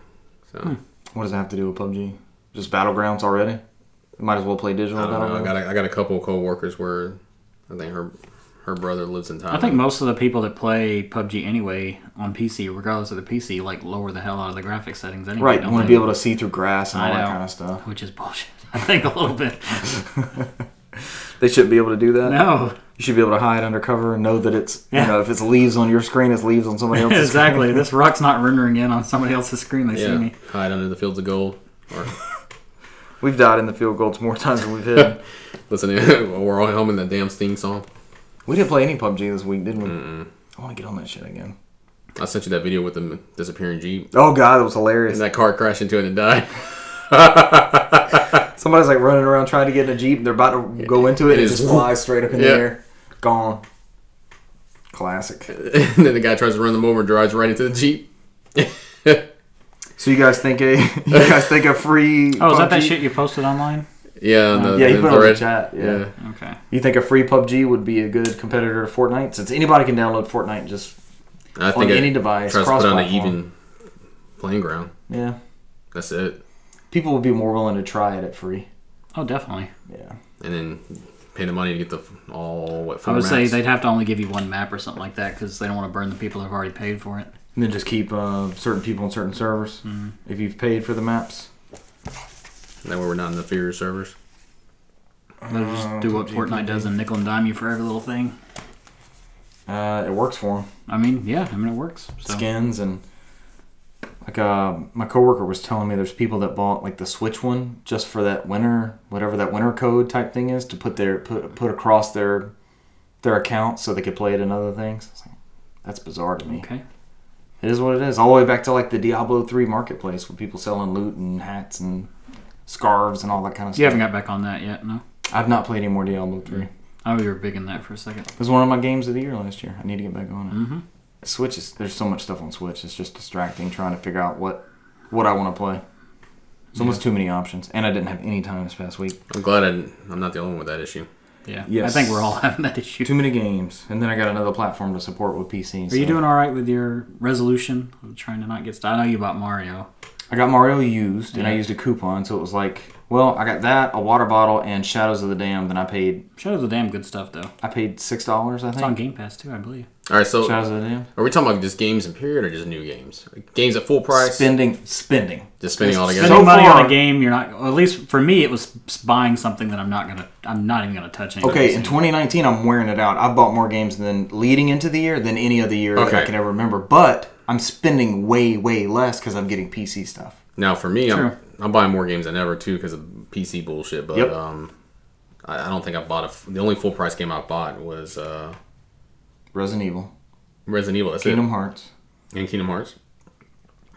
So What does that have to do with PUBG? Just battlegrounds already. Might as well play digital. I don't know. I Battlegrounds. got a, I got a couple of coworkers where I think her her brother lives in Thailand. I think most of the people that play PUBG anyway on PC, regardless of the PC, like lower the hell out of the graphic settings anyway. Right, you don't want to they? be able to see through grass and all I that know. kind of stuff. Which is bullshit. I think a little bit. They shouldn't be able to do that. No, You should be able to hide under cover and know that it's you know if it's leaves on your screen, it's leaves on somebody else's. exactly. This rock's not rendering in on somebody else's screen. They see yeah, me. hide under the fields of gold or screen. We've died in the field goals more times than we've hit. listen to we're all humming that damn Sting song. we didn't play any PUBG this week, did we? I want to get on that shit again. I sent you that video with the disappearing jeep Oh god, that was hilarious. and that car crashed into it and died. Somebody's like running around trying to get in a jeep. They're about to go into it, It and it is- just flies straight up in the Yeah. air. Gone. Classic. and then the guy tries to run them over and drives right into the jeep. So you guys think a you guys think a free? Oh, is that that PUBG shit you posted online? Yeah, the, Yeah, you the, put the it on the red- chat. Yeah. yeah. Okay. You think a free PUBG would be a good competitor to Fortnite? Since anybody can download Fortnite, just I think On it any device, tries to put on an cross-platform. even playing ground. yeah, That's it. people would be more willing to try it at free. Oh, definitely. Yeah, And then pay the money to get the f- all what four I would say maps? they'd have to only give you one map or something like that because they don't want to burn the people who've already paid for it. and then just keep uh, certain people on certain servers Mm-hmm. if you've paid for the maps. that way we're not in the fear servers. They'll just do what Fortnite does and nickel and dime you for every little thing. Uh, it works for them. I mean, yeah, I mean it works. So. Skins and like uh, my coworker was telling me, there's people that bought like the Switch one just for that winter, whatever that winter code type thing is, to put their put put across their their account so they could play it in other things. It's like, That's bizarre to me. Okay. It is what it is. All the way back to like the Diablo three marketplace with people selling loot and hats and scarves and all that kind of You stuff. haven't got back on that yet, no? I've not played any more Diablo three. Oh, you were big in that for a second. It was one of my games of the year last year. I need to get back on it. Mm-hmm. Switch is there's so much stuff on Switch. It's just distracting trying to figure out what what I want to play. It's almost too many options, and I didn't have any time this past week. I'm glad I, I'm not the only one with that issue. Yeah. Yes. I think we're all having that issue. Too many games, and then I got another platform to support with PC. Are you doing all right with your resolution? I'm trying to not get stuck. I know you bought Mario. I got Mario used, and I used a coupon, so it was like, well, I got that, a water bottle, and Shadows of the Dam. Then I paid Shadow's a damn good stuff, though. I paid six dollars, I It's on think. Game Pass, too, I believe. All right, so Shadows of the Dam. are we talking about just games in period or just new games? Like, games at full price, Spending, spending. just spending all together. Spending So money on far- a game, you're not. Well, at least for me, it was buying something that I'm not gonna. I'm not even gonna touch. anytime Okay, soon. in 2019, I'm wearing it out. I bought more games than leading into the year than any other year that I Okay. can ever remember. But I'm spending way, way less because I'm getting PC stuff. now for me, I'm, Sure. I'm buying more games than ever too because of PC bullshit. But Yep. um, I, I don't think I bought a. f- The only full price game I bought was uh, Resident Evil, Resident Evil. That's Kingdom Hearts. it. And Kingdom Hearts.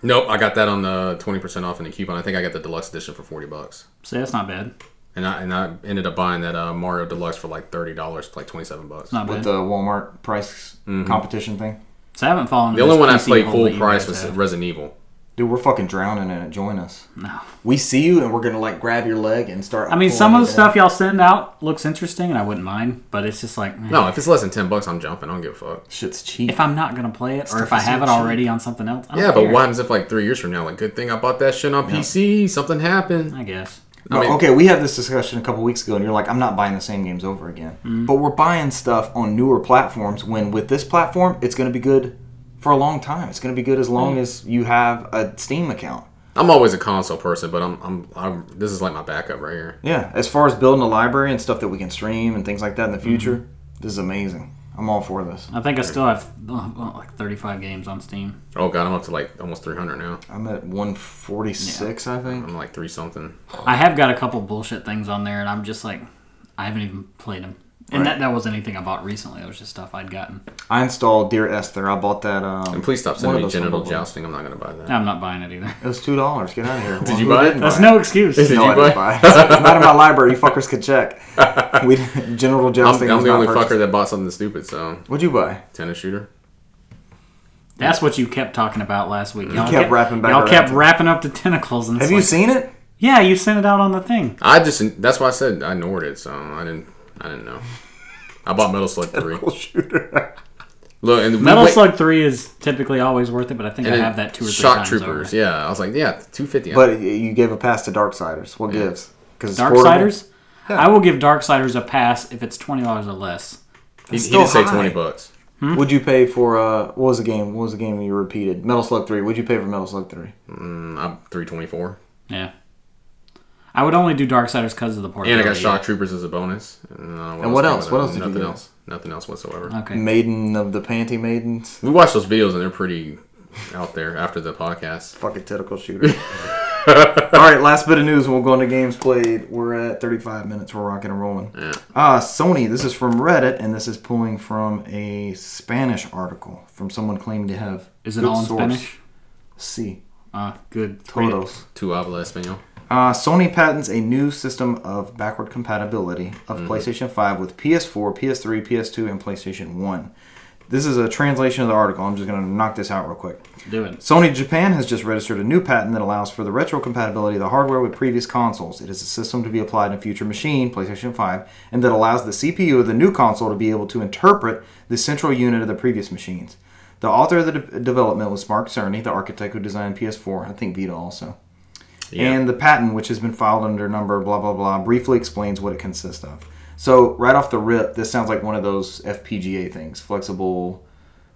Nope, I got that on the twenty percent off in the coupon. I think I got the deluxe edition for forty bucks. See, that's not bad. And I and I ended up buying that uh, Mario Deluxe for like thirty dollars, like twenty seven bucks. Not With bad. the Walmart price competition thing. so I haven't fallen. The into only this one I PC played hole full that you price guys was have. Resident Evil. Dude, we're fucking drowning in it. Join us. No. We see you, and we're gonna like grab your leg and start. I mean, pulling some you of the down. stuff y'all send out looks interesting, and I wouldn't mind. But it's just like, eh. No, if it's less than ten bucks, I'm jumping. I don't give a fuck. shit's cheap. If I'm not gonna play it, or if Stuff I is so have it cheap. already on something else, I don't Yeah, but care. what happens if like three years from now, like good thing I bought that shit on PC, something happened. I guess. I No, mean- okay, we had this discussion a couple weeks ago, and you're like, I'm not buying the same games over again. Mm-hmm. But we're buying stuff on newer platforms when with this platform, it's going to be good for a long time. It's going to be good as Mm. long as you have a Steam account. I'm always a console person, but I'm, I'm I'm this is like my backup right here. Yeah, as far as building a library and stuff that we can stream and things like that in the future, Mm-hmm. this is amazing. I'm all for this. I think I still have uh, well, like 35 games on Steam. Oh god, I'm up to like almost 300 now. I'm at 146, I think. I'm like three something. I have got a couple bullshit things on there, and I'm just like, I haven't even played them. And Right. that, that wasn't anything I bought recently. It was just stuff I'd gotten. I installed Dear Esther. I bought that. Um, And please stop one of sending me those genital humble- jousting. I'm not gonna buy that. I'm not buying it either. It was two dollars. Get out of here. Well, you who buy it? didn't That's no excuse. Did no, you I didn't buy buy it. it's not in my library. You fuckers could check. We genital I'm, jousting. I'm was the not only purchased. fucker that bought something stupid. So What'd you buy? tennis shooter. That's what you kept talking about last week. Y'all kept wrapping back Y'all around kept to- wrapping up the tentacles. And Have it's you like, seen it? Yeah, you sent it out on the thing. I just that's why I said I ignored it. So I didn't I didn't know. I bought Metal Slug three. shooter. Look, and we Metal wait- Slug Three is typically always worth it, but I think I and have that two or three Shock times Troopers. over. Yeah, I was like, yeah, two fifty. But you gave a pass to Darksiders. What gives? Because it's portable. Darksiders. I will give Darksiders a pass if it's twenty dollars or less. he, he still did say high. twenty bucks. Hmm? Would you pay for uh? What was the game? What was the game you repeated? Metal Slug Three. Would you pay for Metal Slug Three? Mm, I'm three twenty four. Yeah, I would only do Darksiders because of the part. And I got Shock Troopers as a bonus. And, uh, And what came else? with What it? else did you Nothing get? else. Nothing else whatsoever. Okay. Maiden of the Panty Maidens. We watched those videos and they're pretty out there after the podcast. Fucking tentacle shooter. All right, last bit of news. We'll go into games played. We're at 35 minutes. We're rocking and rolling. Yeah. Uh, Sony, this is from Reddit, and this is pulling from a Spanish article from someone claiming to have. Is it good all in source. Spanish? Si, Ah, good. todos. Two habla español. Uh, Sony patents a new system of backward compatibility of Mm-hmm. PlayStation 5 with PS4, PS3, PS2, and PlayStation 1. This is a translation of the article. I'm just going to knock this out real quick. Do it. Sony Japan has just registered a new patent that allows for the retrocompatibility of the hardware with previous consoles. It is a system to be applied in a future machine, PlayStation 5, and that allows the CPU of the new console to be able to interpret the central unit of the previous machines. The author of the de- development was Mark Cerny, the architect who designed PS4, I think Vita also. And the patent, which has been filed under number blah blah blah, briefly explains what it consists of. So right off the rip, this sounds like one of those FPGA things, flexible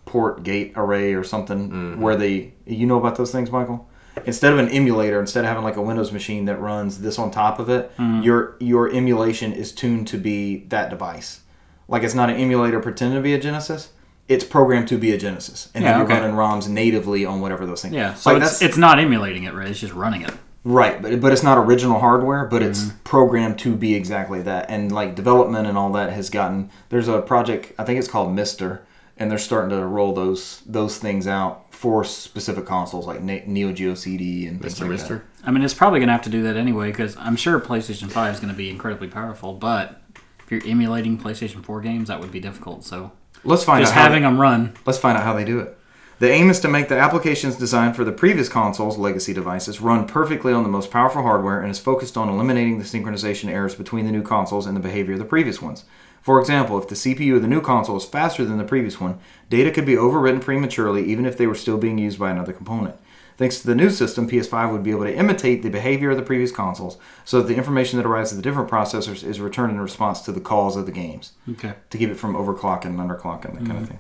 port gate array or something, Mm-hmm. where they you know about those things, Michael. Instead of an emulator, instead of having like a Windows machine that runs this on top of it, Mm-hmm. your your emulation is tuned to be that device. Like it's not an emulator pretending to be a Genesis. It's programmed to be a Genesis, and Yeah, then you're okay. running ROMs natively on whatever those things. Yeah. So Like, it's, it's not emulating it, right? It's just running it. Right, but but it's not original hardware, but it's programmed to be exactly that. And like development and all that has gotten there's a project I think it's called Mister, and they're starting to roll those those things out for specific consoles like Ne- Neo Geo CD and things Mr. like Mister. I mean, it's probably going to have to do that anyway because I'm sure PlayStation 5 is going to be incredibly powerful, but if you're emulating PlayStation 4 games, that would be difficult. So that. Let's find just out. how having them run. Let's find out how they do it. The aim is to make the applications designed for the previous console's legacy devices run perfectly on the most powerful hardware and is focused on eliminating the synchronization errors between the new consoles and the behavior of the previous ones. For example, if the CPU of the new console is faster than the previous one, data could be overwritten prematurely even if they were still being used by another component. Thanks to the new system, PS5 would be able to imitate the behavior of the previous consoles so that the information that arrives at the different processors is returned in response to the calls of the games Okay. to keep it from overclocking and underclocking, that Mm-hmm. kind of thing.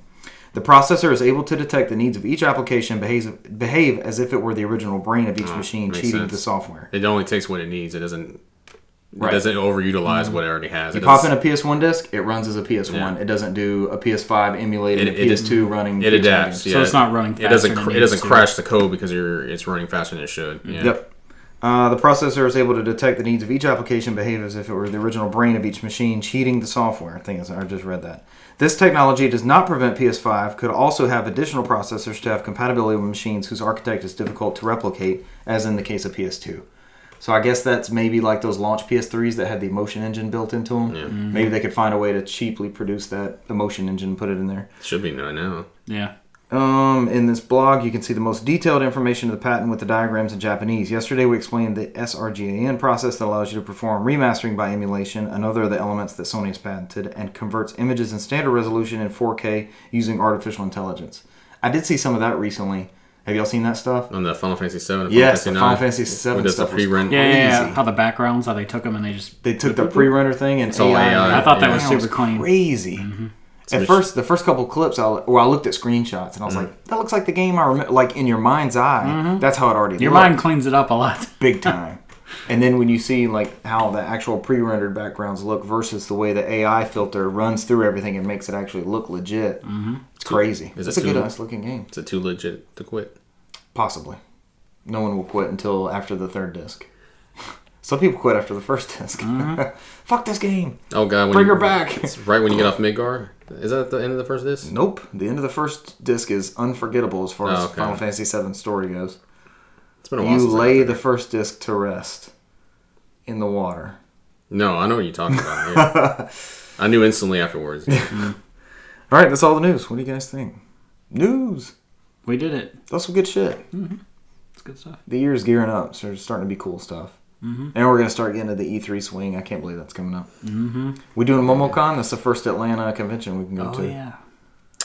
The processor is able to detect the needs of each application, behaves, behave as if it were the original brain of each machine, Ah, makes cheating sense. the software. It only takes what it needs. It doesn't. Right. Mm-hmm. It doesn't overutilize what it already has. It You pop in doesn't- a PS1 disc, it runs as a PS1. Yeah. It doesn't do a PS5 emulating It- a it is- PS2 running. It PS1 adapts. games. yeah. it's not running It doesn't. faster than Cr- it it doesn't needs to. crash the code because you're. It's running faster than it should. Yeah. Mm-hmm. Yep. Uh, the processor is able to detect the needs of each application, behave as if it were the original brain of each machine, cheating the software. I think it's- I just read that. This technology does not prevent PS5, could also have additional processors to have compatibility with machines whose architect is difficult to replicate, as in the case of PS2. So I guess that's maybe like those launch PS3s that had the emotion engine built into them. Maybe they could find a way to cheaply produce that emotion engine and put it in there. Should be no now. Yeah. Um, in this blog, you can see the most detailed information of the patent with the diagrams in Japanese. Yesterday, we explained the sRGAN process that allows you to perform remastering by emulation, another of the elements that Sony has patented, and converts images in standard resolution in 4K using artificial intelligence. I did see some of that recently. Have y'all seen that stuff? On the Final Fantasy Seven. and Yes, the Final 9, Fantasy where VII does the stuff was pre-run- Yeah, yeah, Easy. How the backgrounds, how they took them and they just. They took the pre-render thing and all AI, I Mm-hmm. thought that yeah. was That was super clean. crazy. At first, the first couple clips, I well, I looked at screenshots and I was Mm-hmm. like, "That looks like the game I remember." Like in your mind's eye, that's how it already Your looked. mind cleans it up a lot. big time. and then when you see like how the actual pre-rendered backgrounds look versus the way the AI filter runs through everything and makes it actually look legit, it's crazy. Mm-hmm. Is it it's a good, too- nice looking game. Is it too legit to quit? Possibly, no one will quit until after the third disc. Some people quit after the first disc. Mm-hmm. Fuck this game. Oh god, when Bring you- her back. It's right when you get off Midgar. Is that the end of the first disc? Nope. The end of the first disc is unforgettable as far as Oh, okay. Final Fantasy VII story goes. It's been a while. You since I- lay the first disc to rest in the water. No, I know what you're talking about. yeah. I knew instantly afterwards. All right, that's all the news. What do you guys think? News. We did it. That's some good shit. It's good stuff. The year's gearing up, so it's starting to be cool stuff. Mm-hmm. And we're gonna start getting to the E3 swing. I can't believe that's coming up. Mm-hmm. We doing MomoCon. That's the first Atlanta convention we can go Oh to. yeah.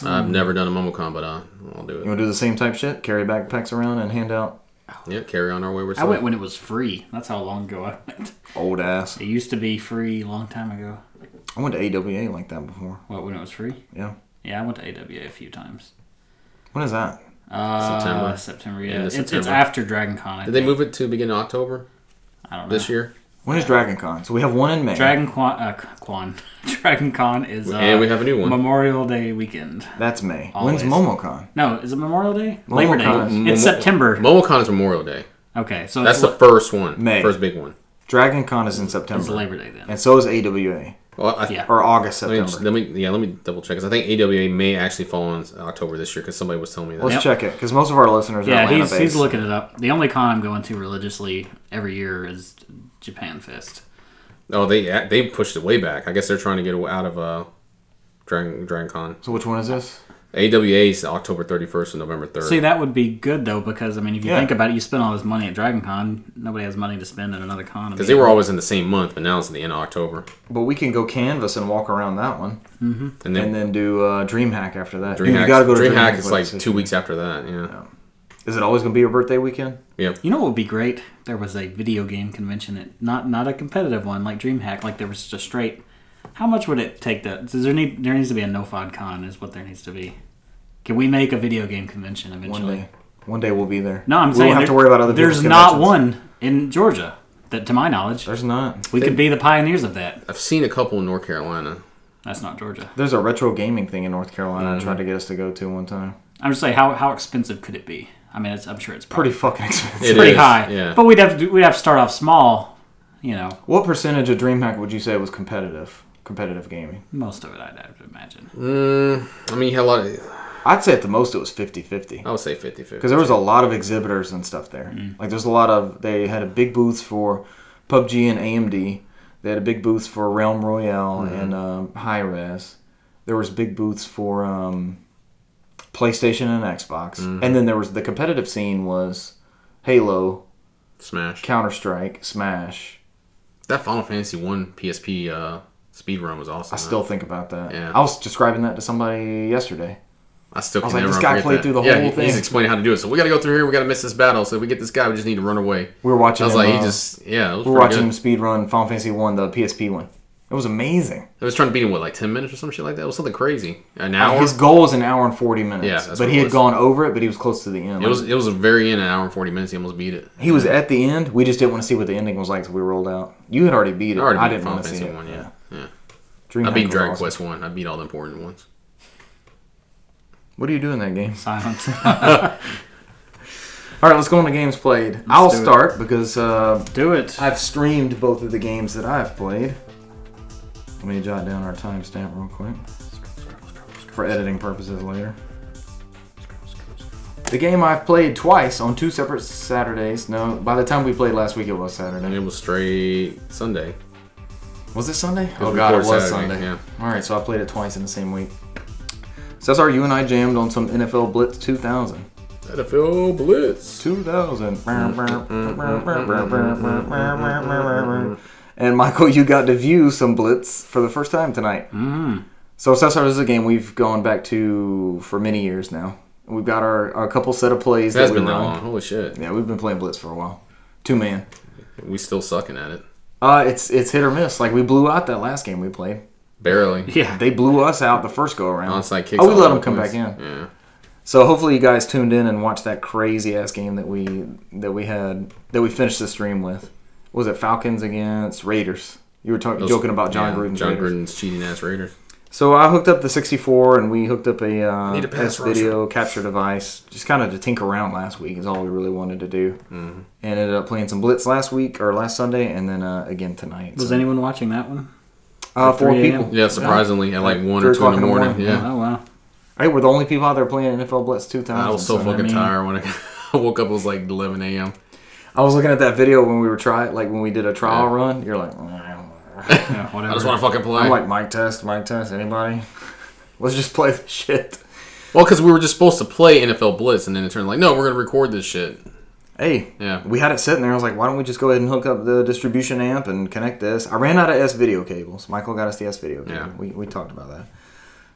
I've never done a MomoCon, but uh, I'll do You it. want to do the same type shit? Carry backpacks around and hand out Yeah, carry on our wayward. I self. went when it was free. That's how long ago I went. old ass. It used to be free a long time ago. I went to AWA like that before. What when it was free? Yeah. Yeah, I went to AWA a few times. When is that? Uh, September. September. September. Yeah, End of it's, it's September. after Dragon Con. I Did they think. move it to beginning of October I don't know. this year? When is Dragon Con? So we have one in May. Dragon Quan, uh, Quan. Dragon Con is uh, And we have a new one. Memorial Day weekend. That's May. When's Always. MomoCon? No, is it Memorial Day? Labor Day. Con is- Momo- It's September. MomoCon is Memorial Day. okay, so That's it's, the la- first one, May. first big one. Dragon Con is in it's September, Labor Day then. and so is AWA Well, I, Yeah. or August Let me, September. just- let me yeah, let me double check because I think AWA may actually fall on October this year because somebody was telling me that. Let's Yep. check it because most of our listeners are Yeah, Atlanta he's, based. he's looking it up. The only con I'm going to religiously every year is Japan Fest. Oh, they they pushed it way back. I guess they're trying to get out of uh, Dragon Dragon Con. So which one is this? AWA is October 31st and November 3rd. See, that would be good though, because I mean, if you Yeah. think about it, you spend all this money at Dragon Con. Nobody has money to spend at another con. because they were always in the same month, but now it's in the end of October. But we can go canvas and walk around that one, And then and then do uh, DreamHack after that. Dude, DreamHack you got to go to DreamHack with is like us this two year. weeks after that. Yeah, Is it always going to be your birthday weekend? yeah. You know what would be great? There was a video game convention that not not a competitive one like DreamHack. Like there was just a straight. How much would it take? That does there need there needs to be a no-fod con is what there needs to be. Can we make a video game convention One eventually? day, one day we'll be there. No, I'm we saying won't have there- to worry about other. There's people's not conventions. one in Georgia that, to my knowledge, There's not. we could be the pioneers of that. I've seen a couple in North Carolina. That's not Georgia. There's a retro gaming thing in North Carolina. Mm-hmm. I tried to get us to go to one time. I'm just saying, how how expensive could it be? I mean, it's, I'm sure it's Pretty fucking expensive. It pretty is, high. Yeah, But we'd have to, we'd have to start off small. You know, What percentage of DreamHack would you say was competitive? Competitive gaming. most of it I'd have to imagine. mm, I mean, you had a lot. Of, I'd say at the most it was 50-50. I would say 50 50. because there was a lot of exhibitors and stuff there. Mm. Like there's a lot of they had a big booth for PUBG and AMD. They had a big booth for Realm Royale Mm-hmm. and um, High Res. There was big booths for um, PlayStation and Xbox. Mm-hmm. And then there was the competitive scene was Halo, Smash. Counter Strike, Mm-hmm. Smash. That Final Fantasy 1 PSP uh, speed run was awesome. I still think about that. Yeah. I was describing that to somebody yesterday. I still was can like, never this guy forget played that. through the yeah, whole he- He's thing. explaining how to do it. So we got to go through here. We got to miss this battle. So if we get this guy, we just need to run away. We were watching. I was him, like, he uh, just yeah. It was we were watching watching. him speedrun Final Fantasy One, the PSP one. It was amazing. I was trying to beat him what like ten minutes or some shit like that. It was something crazy. An Uh, hour. His goal was an hour and forty minutes. Yeah, that's but what he it had was. gone over it, but he was close to the end. it Like, was it was a very in an hour and forty minutes. He almost beat it. he was at the end. We just didn't want to see what the ending was like, so we rolled out. You had already beat it. I I, already beat didn't Final want to see Fantasy it. one. Yeah, yeah. Dream I beat Hack Dragon was awesome. Quest one. I beat all the important ones. What do you do in that game? Silence. All right, let's go on to games played. I'll do it. start because uh, Do it. I've streamed both of the games that I've played. Let me jot down our timestamp real quick for editing purposes later. The game I've played twice on two separate Saturdays. No, by the time we played last week, it was Saturday. And it was straight Sunday. Was it Sunday? was Oh god, it was before Saturday, Sunday. yeah. All right, so I played it twice in the same week. Cesar, you and I jammed on some NFL Blitz 2000. NFL Blitz. 2000. And Michael, you got to view some Blitz for the first time tonight. Mm. So Cesar, this is a game we've gone back to for many years now. We've got our, our couple set of plays It has that we been that run. long. Holy shit. Yeah, we've been playing Blitz for a while. Two man. We still sucking at it. Uh, it's it's hit or miss. Like we blew out that last game we played. Barely. yeah. They blew us out the first go around. Onside kicks. Oh, we all let over them come the back place. in. Yeah. So hopefully you guys tuned in and watched that crazy ass game that we that we had that we finished the stream with. Was it Falcons against Raiders? You were talking Those- joking about John yeah, Gruden's John Raiders. Gruden's cheating ass Raiders. So I hooked up the 64, and we hooked up a uh, Need a pass S video capture device, just kind of to tinker around last week is all we really wanted to do, Mm-hmm. and ended up playing some Blitz last week or last Sunday, and then uh, again tonight. Was So- anyone watching that one? uh, four 3 a.m.? people? Yeah, surprisingly, at like Like one three or two in o'clock the morning. Yeah, Oh wow. Hey, we're the only people out there playing NFL Blitz two times. I was so I fucking mean- tired when I I woke up. It was like 11 a.m. I was looking at that video when we were try like when we did a trial Yeah. run. You're like, "Mm." Yeah, whatever. I just want to fucking play. I'm like Mike Test, Mike Test, anybody? Let's just play this shit. well, because we were just supposed to play NFL Blitz, and then it turned like, no, we're gonna record this shit. Hey, Yeah. we had it sitting there. I was like, why don't we just go ahead and hook up the distribution amp and connect this? I ran out of S video cables. Michael got us the S video cable. Yeah. We, we talked about that.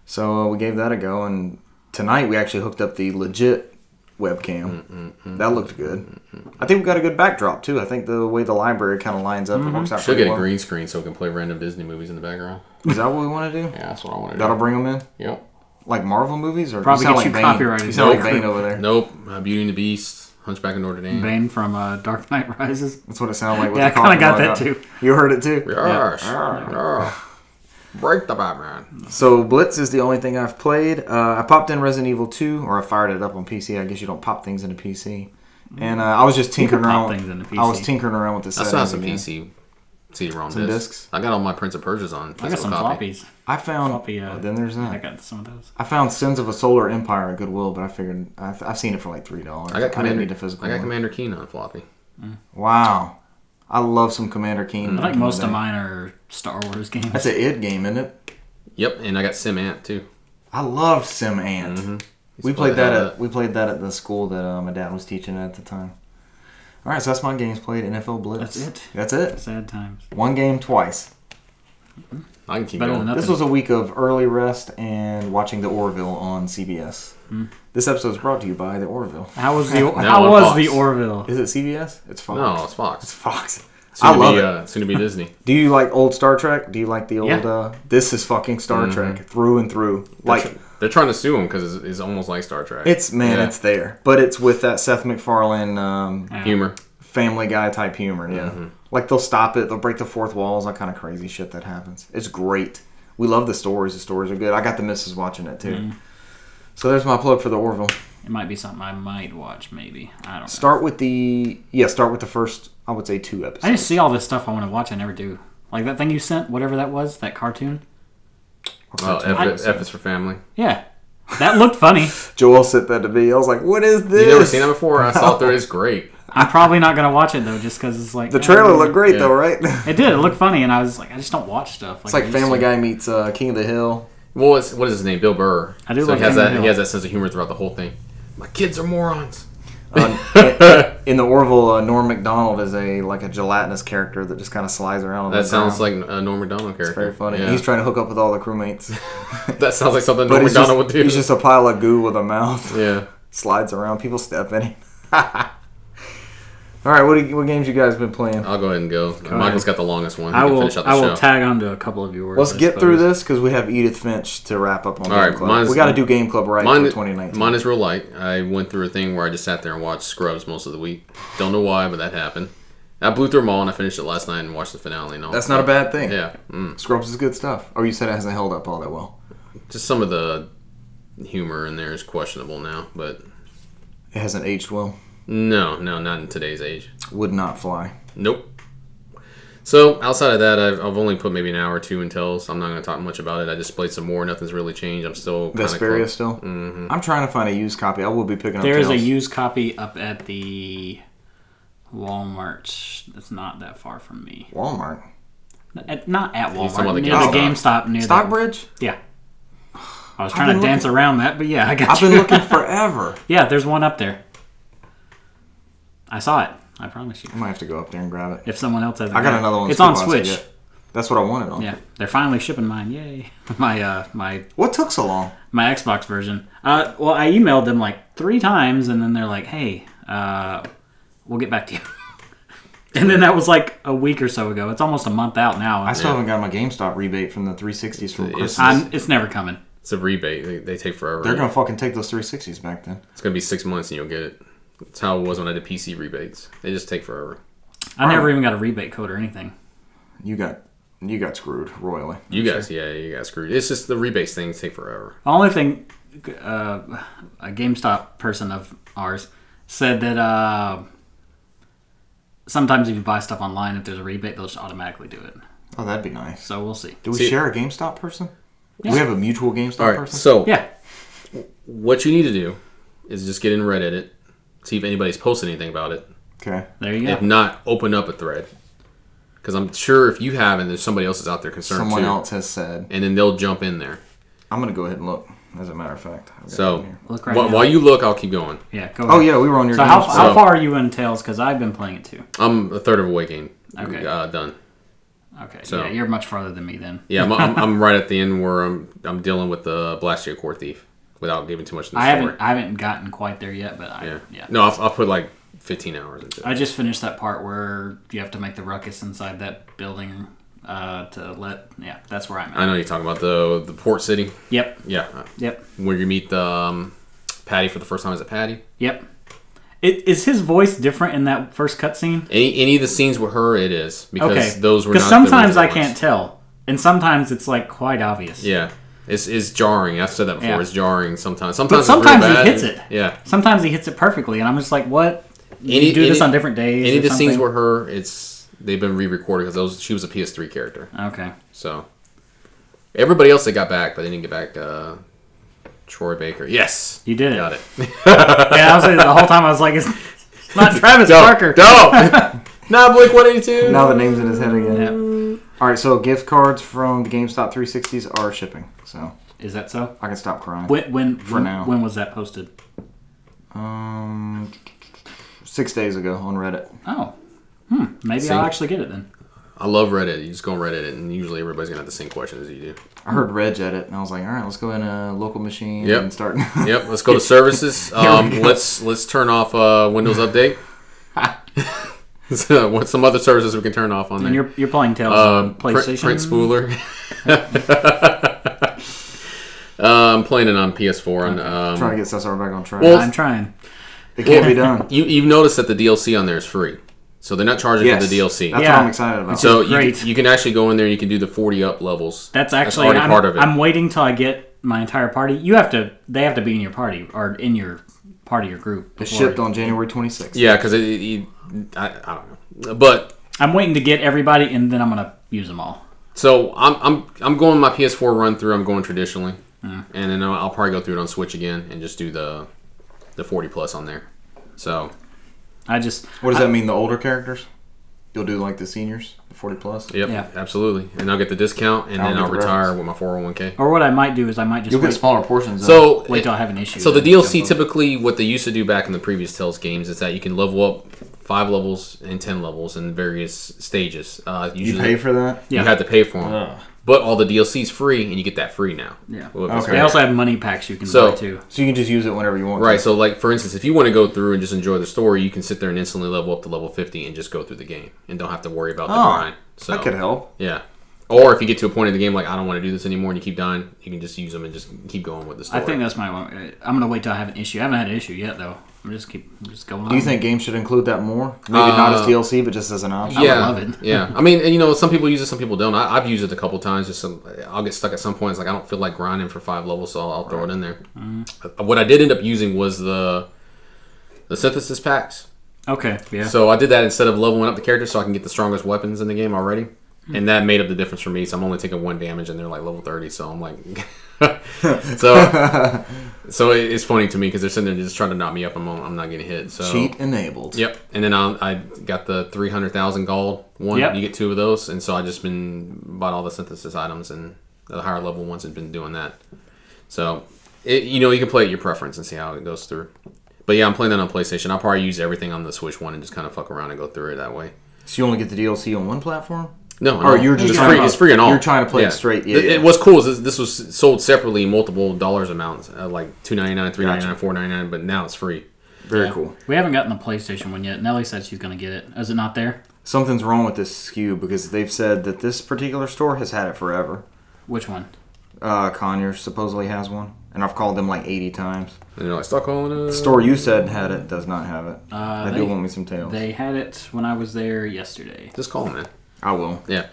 So uh, we gave that a go, and tonight we actually hooked up the legit Mm, webcam. That looked good. I think we got a good backdrop too. I think the way the library kind of lines up and works out Should Mm-hmm. pretty get a well. green screen so we can play random Disney movies in the background. Is that what we want to do? Yeah, that's what I want to do. That'll bring them in, Yep. like Marvel movies, or Probably you sound get like you Bane. copyrighted. You sound like Nope. Bane over there. Nope. Uh, Beauty and the Beast, Hunchback of Notre Dame. Bane from uh, Dark Knight Rises. That's what it sounded like. With Yeah, the I kinda coffee got mug that up. too. You heard it too. Yes. Yeah. Yeah. Break the Batman. So Blitz is the only thing I've played. Uh, I popped in Resident Evil 2, or I fired it up on PC. I guess you don't pop things into PC. And uh, I was just tinkering pop around. things into I was PC. tinkering around with the settings. That's not some again. PC. CD-ROM Some discs. discs. I got all my Prince of Persia's on I got physical some copy. floppies. I found. Floppy, uh, oh, then there's I that. got some of those. I found Sins of a Solar Empire at Goodwill, but I figured I've, I've seen it for like three dollars. I got didn't Commander. need a physical. I got one. Commander Keen on floppy. Wow, I love some Commander Keen. I back think in the most day. of mine are Star Wars games. That's an id game, isn't it? Yep, and I got Sim Ant too. I loved Sim Ant. We Play played that the hell out at we played that at the school that uh, my dad was teaching at the time. All right, so that's my games played. NFL Blitz. That's it. That's it. Sad times. One game twice. I can keep Better going. than nothing. This was a week of early rest and watching the Orville on CBS. This episode is brought to you by the Orville. How was the on How was Fox. the Orville? Is it CBS? It's Fox. No, it's It's Fox. Fox. Soon I to love be, it. Uh, soon to be Disney. Do you like old Star Trek? Do you like the old? Yeah. uh This is fucking Star Trek through and through. Like they're, tr- they're trying to sue him because it's, it's almost like Star Trek. it's man, Yeah. it's there, but it's with that Seth MacFarlane um, Yeah. humor. Family Guy type humor. Yeah, Mm-hmm. like they'll stop it, they'll break the fourth walls, that kind of crazy shit that happens. It's great. We love the stories. The stories are good. I got the missus watching it too. Mm-hmm. So there's my plug for the Orville. It might be something I might watch. Maybe I don't. know. Start with the yeah. Start with the first. I would say two I episodes. just see all this stuff I want to watch. I never do. Like that thing you sent, whatever that was, that cartoon. Oh, F, I- F is for family. Yeah, that looked funny. Joel sent that to me. I was like, "What is this?" You never seen it before? I saw it through. It's great. I'm probably not gonna watch it though, just because it's like The trailer oh. looked great Yeah. though, right? It did. It looked funny, and I was like, I just don't watch stuff. it's like Family Guy meets uh, King of the Hill. Well, it's, what is his name? Bill Burr. I do so like he has Henry that. Hill. He has that sense of humor throughout the whole thing. My kids are morons. Uh, in, in the Orville, uh, Norm Macdonald is a like a gelatinous character that just kind of slides around. on That the sounds ground. like a Norm Macdonald character. very funny. Yeah. He's trying to hook up with all the crewmates, that sounds like something but Norm he's Macdonald just, would do. he's just a pile of goo with a mouth. yeah. Slides around, people step in him. all right, what, what games you guys been playing? I'll go ahead and go. Michael's got the longest one. He I can will. finish out the I will show. tag on to a couple of yours. Let's I get through suppose. this because we have Edith Finch to wrap up on All Game right, Club. mine's- We got to do Game Club right Mine, for 2019. mine is real light. I went through a thing where I just sat there and watched Scrubs most of the week. Don't know why, but that happened. I blew through them all and I finished it last night and watched the finale and all. That's not a bad thing. Yeah, mm. Scrubs is good stuff. Oh, you said it hasn't held up all that well. just some of the humor in there is questionable now, but It hasn't aged well. no, no, not in today's age. Would not fly. Nope. So outside of that, I've, I've only put maybe an hour or two in tells. I'm not going to talk much about it. I just played some more. Nothing's really changed. I'm still kinda Vesperia close. still. Mm-hmm. I'm trying to find a used copy. I will be picking up. There is a Tales. used copy up at the Walmart. That's not that far from me. Walmart. At, not at talking about Walmart. the near the GameStop. GameStop near the, Stockbridge. Yeah. I was been trying to dance around that, but yeah, I got I've you. been looking forever. yeah, there's one up there. I saw it. I promise you. I might have to go up there and grab it. If someone else has, I got another one. It's on Scoop I Switch. should get. That's what I wanted on. Yeah, they're finally shipping mine. Yay! My uh, my What took so long? my Xbox version. Uh, well, I emailed them like three times, and then they're like, "Hey, uh, we'll get back to you." and then that was like a week or so ago. It's almost a month out now. I still haven't got my GameStop rebate from the 360s from Christmas. I'm, it's never coming. It's a rebate. They, they take forever. They're gonna fucking take those 360s back then. It's going to be six months and you'll get it. That's how it was when I did PC rebates. They just take forever. I never even got a rebate code or anything. You got You got screwed royally. You guys, yeah, you guys screwed. It's just the rebase things take forever. Only thing, uh, a GameStop person of ours said that uh, sometimes if you buy stuff online, if there's a rebate, they'll just automatically do it. Oh, that'd be nice. So we'll see. Do we See- share a GameStop person? Do we have a mutual GameStop All right, person? so Yeah, what you need to do is just get in Reddit it, see if anybody's posted anything about it. okay. there you If go. not, open up a thread because I'm sure if you haven't, there's somebody else that's out there concerned Someone too, else has said. and then they'll jump in there. I'm gonna go ahead and look. As a matter of fact. I've got it So here. Look right wh- now. while you look, I'll keep going. Yeah, go. Oh ahead. yeah, we were on your. So how, GameStop. how far are you in Tails? Because I've been playing it too. I'm a third of a weight gain. Okay. Uh, done. Okay, So- yeah, you're much farther than me then. Yeah, I'm, I'm, I'm right at the end where I'm I'm dealing with the Blastio Core Thief without giving too much of the I story. haven't I haven't gotten quite there yet, but I yeah. yeah. No, I'll, I'll put like 15 hours into it. I just finished that part where you have to make the ruckus inside that building uh, to let yeah, that's where I'm at. I know you're talking about the the port city. Yep. Yeah. uh, Yep. Where you meet the um, Patty for the first time as a Patty. Yep. It, is his voice different in that first cutscene? Any any of the scenes with her, it is because Okay. those were because not the sometimes original I ones. can't tell, and sometimes it's like quite obvious. Yeah, it's it's jarring. I've said that before. Yeah. It's jarring sometimes. Sometimes it's sometimes really he bad. hits it. Yeah. Sometimes he hits it perfectly, and I'm just like, what? You Any- do this any- on different days. Any or of the scenes something? where her, it's they've been re-recorded because those she was a PS3 character. Okay. So everybody else that got back, but they didn't get back. Uh, Troy Baker. Yes, You did it. got it. Yeah, I was like, the whole time I was like, it's it's not Travis No, Barker. No, not Blink One Eighty Two. Now the name's in his head again. Yeah. All right, so gift cards from the GameStop 360s are shipping, so Is that so? I can stop crying. When when when, now. when was that posted? Um, six days ago on Reddit. Oh, hmm. Maybe See? I'll actually get it then. I love Reddit. You just go on Reddit, and usually everybody's gonna have the same questions as you do. I heard Reg at it, and I was like, all right, let's go in a local machine Yep. and start. Yep. Let's go to services. Um, let's let's turn off uh, Windows Update. so, what some other services we can turn off on And there? you're you're playing Tales Um, on print, PlayStation. print spooler. um, playing it on PS4 and um, trying to get Cesar back on track. Well- I'm trying. it can't be done. You, you've noticed that the DLC on there is free, so they're not charging Yes, for the DLC. That's Yeah. what I'm excited about. so you, great. can- you can actually go in there and you can do the forty up levels. That's actually already I'm, part of it. I'm waiting till I get my entire party. You have to. They have to be in your party or in your part of your group. it's before- shipped on January 26th. yeah, because it, it, you- I, I don't know, but I'm waiting to get everybody, and then I'm gonna use them all. so I'm I'm I'm going my PS4 run through. I'm going traditionally, Mm. and then I'll, I'll probably go through it on Switch again and just do the the forty plus on there. So I just What does that mean? The older characters? You'll do like the seniors, the 40 plus. yep, Yeah. absolutely, and I'll get the discount, and I'll then get I'll the retire reference. with my four hundred one k. or what I might do is I might just You'll wait, get smaller portions. of So wait it- till I have an issue. So the then DLC jump over. typically what they used to do back in the previous Tales games is that you can level up five levels and ten levels in various stages. Uh, it. Ah. you usually pay for that. you Yeah. had to pay for them, but all the DLC is free and you get that free now. Yeah. Well, that's Okay. They great. also have money packs you can So- buy too. So you can just use it whenever you want. to. Right, so like for instance, if you want to go through and just enjoy the story, you can sit there and instantly level up to level fifty and just go through the game and don't have to worry about the Oh, grind. So That could help. yeah, or if you get to a point in the game like I don't want to do this anymore and you keep dying, you can just use them and just keep going with the I story. think that's my one. Uh, I'm gonna wait till I have an issue. I haven't had an issue yet though. I'm just keep I'm just going. Do you think games should include that more? Maybe not as Um, Uh, DLC, but just as an option. would yeah, love it. yeah. I mean, and you know, some people use it, some people don't. I, I've used it a couple times. Just some, I'll get stuck at some points. Like I don't feel like grinding for five levels, so I'll, I'll throw it in there. Uh, Mm-hmm. What I did end up using was the the synthesis packs. Okay. Yeah. So I did that instead of leveling up the character, so I can get the strongest weapons in the game already. And that made up the difference for me. So I'm only taking one damage, and they're like level thirty. So I'm like, so so it, it's funny to me because they're sitting there just trying to knock me up. I'm on- I'm not getting hit. So Cheat enabled. Yep, and then I, I got the three hundred thousand gold one. Yep. You get two of those, and so I just been bought all the synthesis items and the higher level ones and been doing that. So, it, you know, you can play at your preference and see how it goes through. But yeah, I'm playing that on PlayStation. I'll probably use everything on the Switch one and just kind of fuck around and go through it that way. So you only get the DLC on one platform? No, Or no, you're just it's trying free. to- it's free and all. you're trying to play it straight, yeah, Th- yeah. It, what's cool is this, this was sold separately, multiple dollars amounts, uh, like two ninety nine, three ninety nine, four ninety nine. But now it's free. Very Yeah. cool. We haven't gotten the PlayStation one yet. Nelly said she's gonna get it. Is it not there? Something's wrong with this skew because they've said that this particular store has had it forever. Which one? Uh, Conyers supposedly has one, and I've called them like 80 times. And they're like, stop calling it. The store you said had it does not have it. Uh, I they- do want me some tails. They had it when I was there yesterday. Just call them, man. I will. Yeah.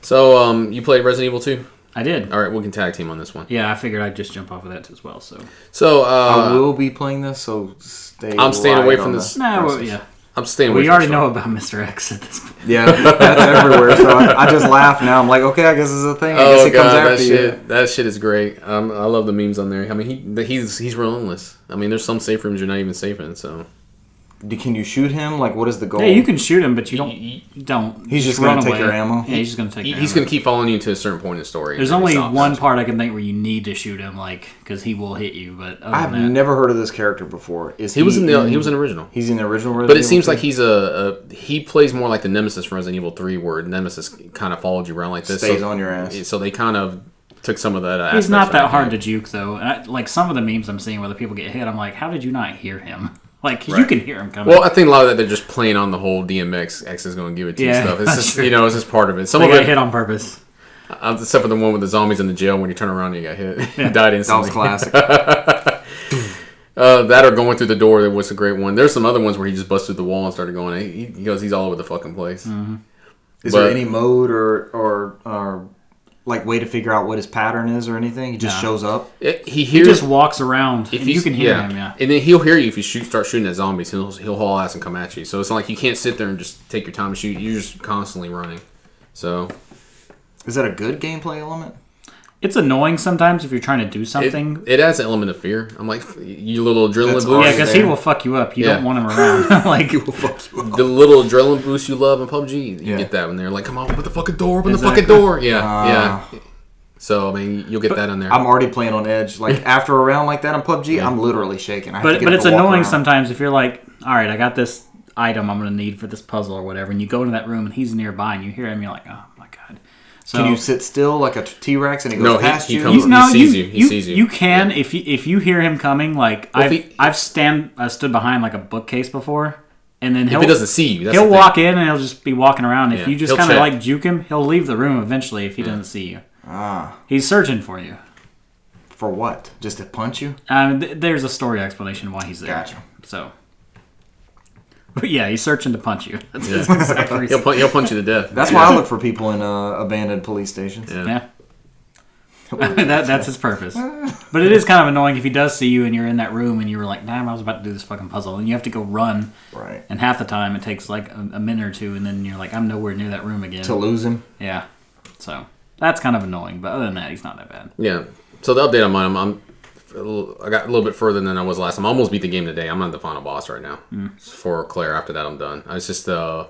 So um, you played Resident Evil 2? I did. Oh. All right, we can tag team on this one. Yeah, I figured I'd just jump off of that as well. So So I uh, will be playing this, so stay. I'm staying away light from on this. no, well, yeah, I'm staying. away we from already this one. know about Mr. X at this point. Yeah, that's everywhere. So I, I just laugh now. I'm like, okay, I guess it's a thing. I guess Oh it comes god, after that you. shit, that shit is great. Um, I love the memes on there. I mean, he the- he's he's relentless. I mean, there's some safe rooms you're not even safe in. So Do- Can you shoot him? Like, what is the goal? Yeah, you can shoot him, but you don't. He- You don't. Oh. He's just run gonna take away. your ammo? Yeah, he's just gonna take. your he's ammo. gonna keep following you to a certain point in the story. There's and then he only stops. one part I can think where you need to shoot him, like because he will hit you. But other I've than that, never heard of this character before. Is He was in the he was in the original. He's Mm-hmm. in the original. But it seems like he's a, a he plays more like the Nemesis from Resident Evil Three, where Nemesis kind of followed you around like this. stays so, on your ass. So they kind of took some of that. he's aspects not out that of hard him. to juke though. And I, like some of the memes I'm seeing where the people get hit, I'm like, how did you not hear him? Like you Right. can hear him coming. Well, I think a lot of that they're just playing on the whole DMX X is going to give it to you Yeah, stuff. It's just sure. you know it's just part of it. Some they of got it hit on purpose. Uh, except for the one with the zombies in the jail when you turn around and you got hit. you died That was instantly. classic. Uh, that or going through the door that was a great one. There's some other ones where he just busts through the wall and started going. He, he goes, he's all over the fucking place. Mm-hmm. Is But- there any mode or or or like way to figure out what his pattern is or anything? He just No. shows up. It- he He hears just walks around, and you can hear him. Yeah, and then he'll hear you if you shoot, start shooting at zombies. He'll he'll haul ass and come at you. So it's not like you can't sit there and just take your time and shoot. You're just constantly running. So Is that a good gameplay element? it's annoying sometimes if you're trying to do it, something. it adds an element of fear. I'm like, you little That's adrenaline Yeah, boost. yeah, already because he there. will fuck you up. You Yeah. don't want him around. like the little adrenaline boost you love in PUBG, you Yeah. get that when they're like, "Come on, open the fucking door, open Exactly. the fucking door." Yeah, yeah. So I mean, you'll get that in there. Ah. I'm already playing on edge. Like after a round like that on PUBG, I'm literally shaking. I have to But get but up it's and walk annoying around. sometimes if you're like, all right, I got this item I'm gonna need for this puzzle or whatever, and you go into that room and he's nearby and you hear him, you're like, oh my god. So Can you sit still like a T Rex and it goes No, he- past he you? comes- you know, He sees you, you, he you, sees you. you can if you if you hear him coming. Like Well, if I've he- I've stand I stood behind like a bookcase before, and then he'll if it doesn't see you, that's he'll the thing. walk in and he'll just be walking around. If Yeah, you just he'll kind of check. like juke him, he'll leave the room eventually if he doesn't see you. Ah, He's searching for you. for what? Just to punch you? Um, th- there's a story explanation why he's there. Gotcha. So, but yeah, he's searching to punch you. That's his Yeah. exact He'll, reason. punch, he'll punch you to death. That's why I look for people in uh, abandoned police stations. Yeah. Yeah, that, that's his purpose. But it is kind of annoying if he does see you and you're in that room and you were like, "Damn, I was about to do this fucking puzzle," and you have to go run. Right. And half the time it takes like a, a minute or two, and then you're like, "I'm nowhere near that room again." To lose him. yeah. So that's kind of annoying. But other than that, he's not that bad. Yeah. So the update on mine, I'm, I'm a little- I got a little bit further than I was last time. I almost beat the game today. I'm on the final boss right now. Hmm. For Claire, after that, I'm done. I was just uh,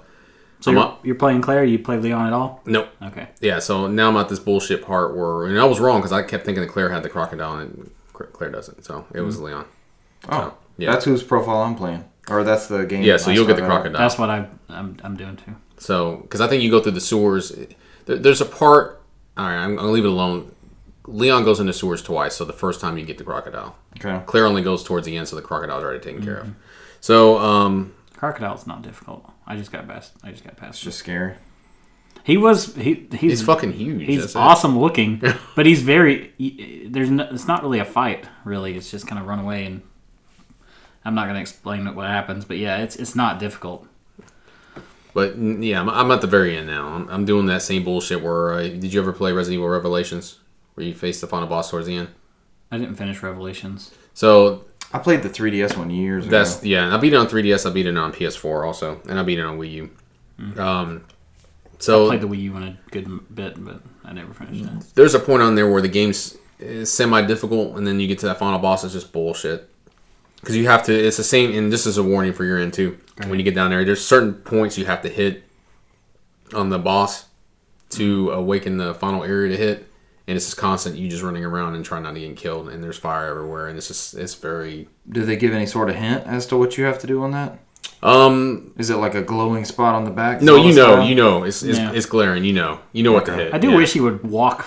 So I'm you're, up. you're playing Claire. You play Leon at all? nope. Okay. Yeah. So now I'm at this bullshit part where, and I was wrong because I kept thinking that Claire had the crocodile and Claire doesn't. So it Mm-hmm. was Leon. Oh, yeah. That's whose profile I'm playing, or that's the game. Yeah. So I you'll get saw the that. crocodile. That's what I I'm, I'm doing too. So, because I think you go through the sewers. There, there's a part. All right, I'm gonna leave it alone. Leon goes into sewers twice, so the first time you get the crocodile. Okay. Claire only goes towards the end, so the crocodile's already taken care Mm-hmm. of. So, um, Crocodile's not difficult. I just got past. I just got past. It's just scary. He was he he's he's fucking eh? huge. he's that's it. awesome looking, but he's very he- there's no, it's not really a fight really. It's just kind of run away and I'm not gonna explain what happens, but yeah, it's it's not difficult. But n- yeah, I'm, I'm at the very end now. I'm, I'm doing that same bullshit. Where uh, did you ever play Resident Evil Revelations, where you face the final boss towards the end? I didn't finish Revelations. So I played the 3DS one years ago. That's yeah. And I beat it on 3DS. I beat it on PS4 also, and I beat it on Wii U. Um, so Mm-hmm. Played the Wii U in a good m- bit, but I never finished it. there's a point on there where the game's semi difficult, and then you get to that final boss. It's just bullshit because you have to. It's the same, and this is a warning for your end too. When you get down there, there's certain points you have to hit on the boss to Mm-hmm. awaken the final area to hit, and it's just constant. You just running around and trying not to get killed, and there's fire everywhere, and it's just it's very. Do they give any sort of hint as to what you have to do on that? Um, Is it like a glowing spot on the back? no, Zelda you know, style? you know, it's it's, Yeah. it's glaring. You know, you know what to hit. I do yeah. wish he would walk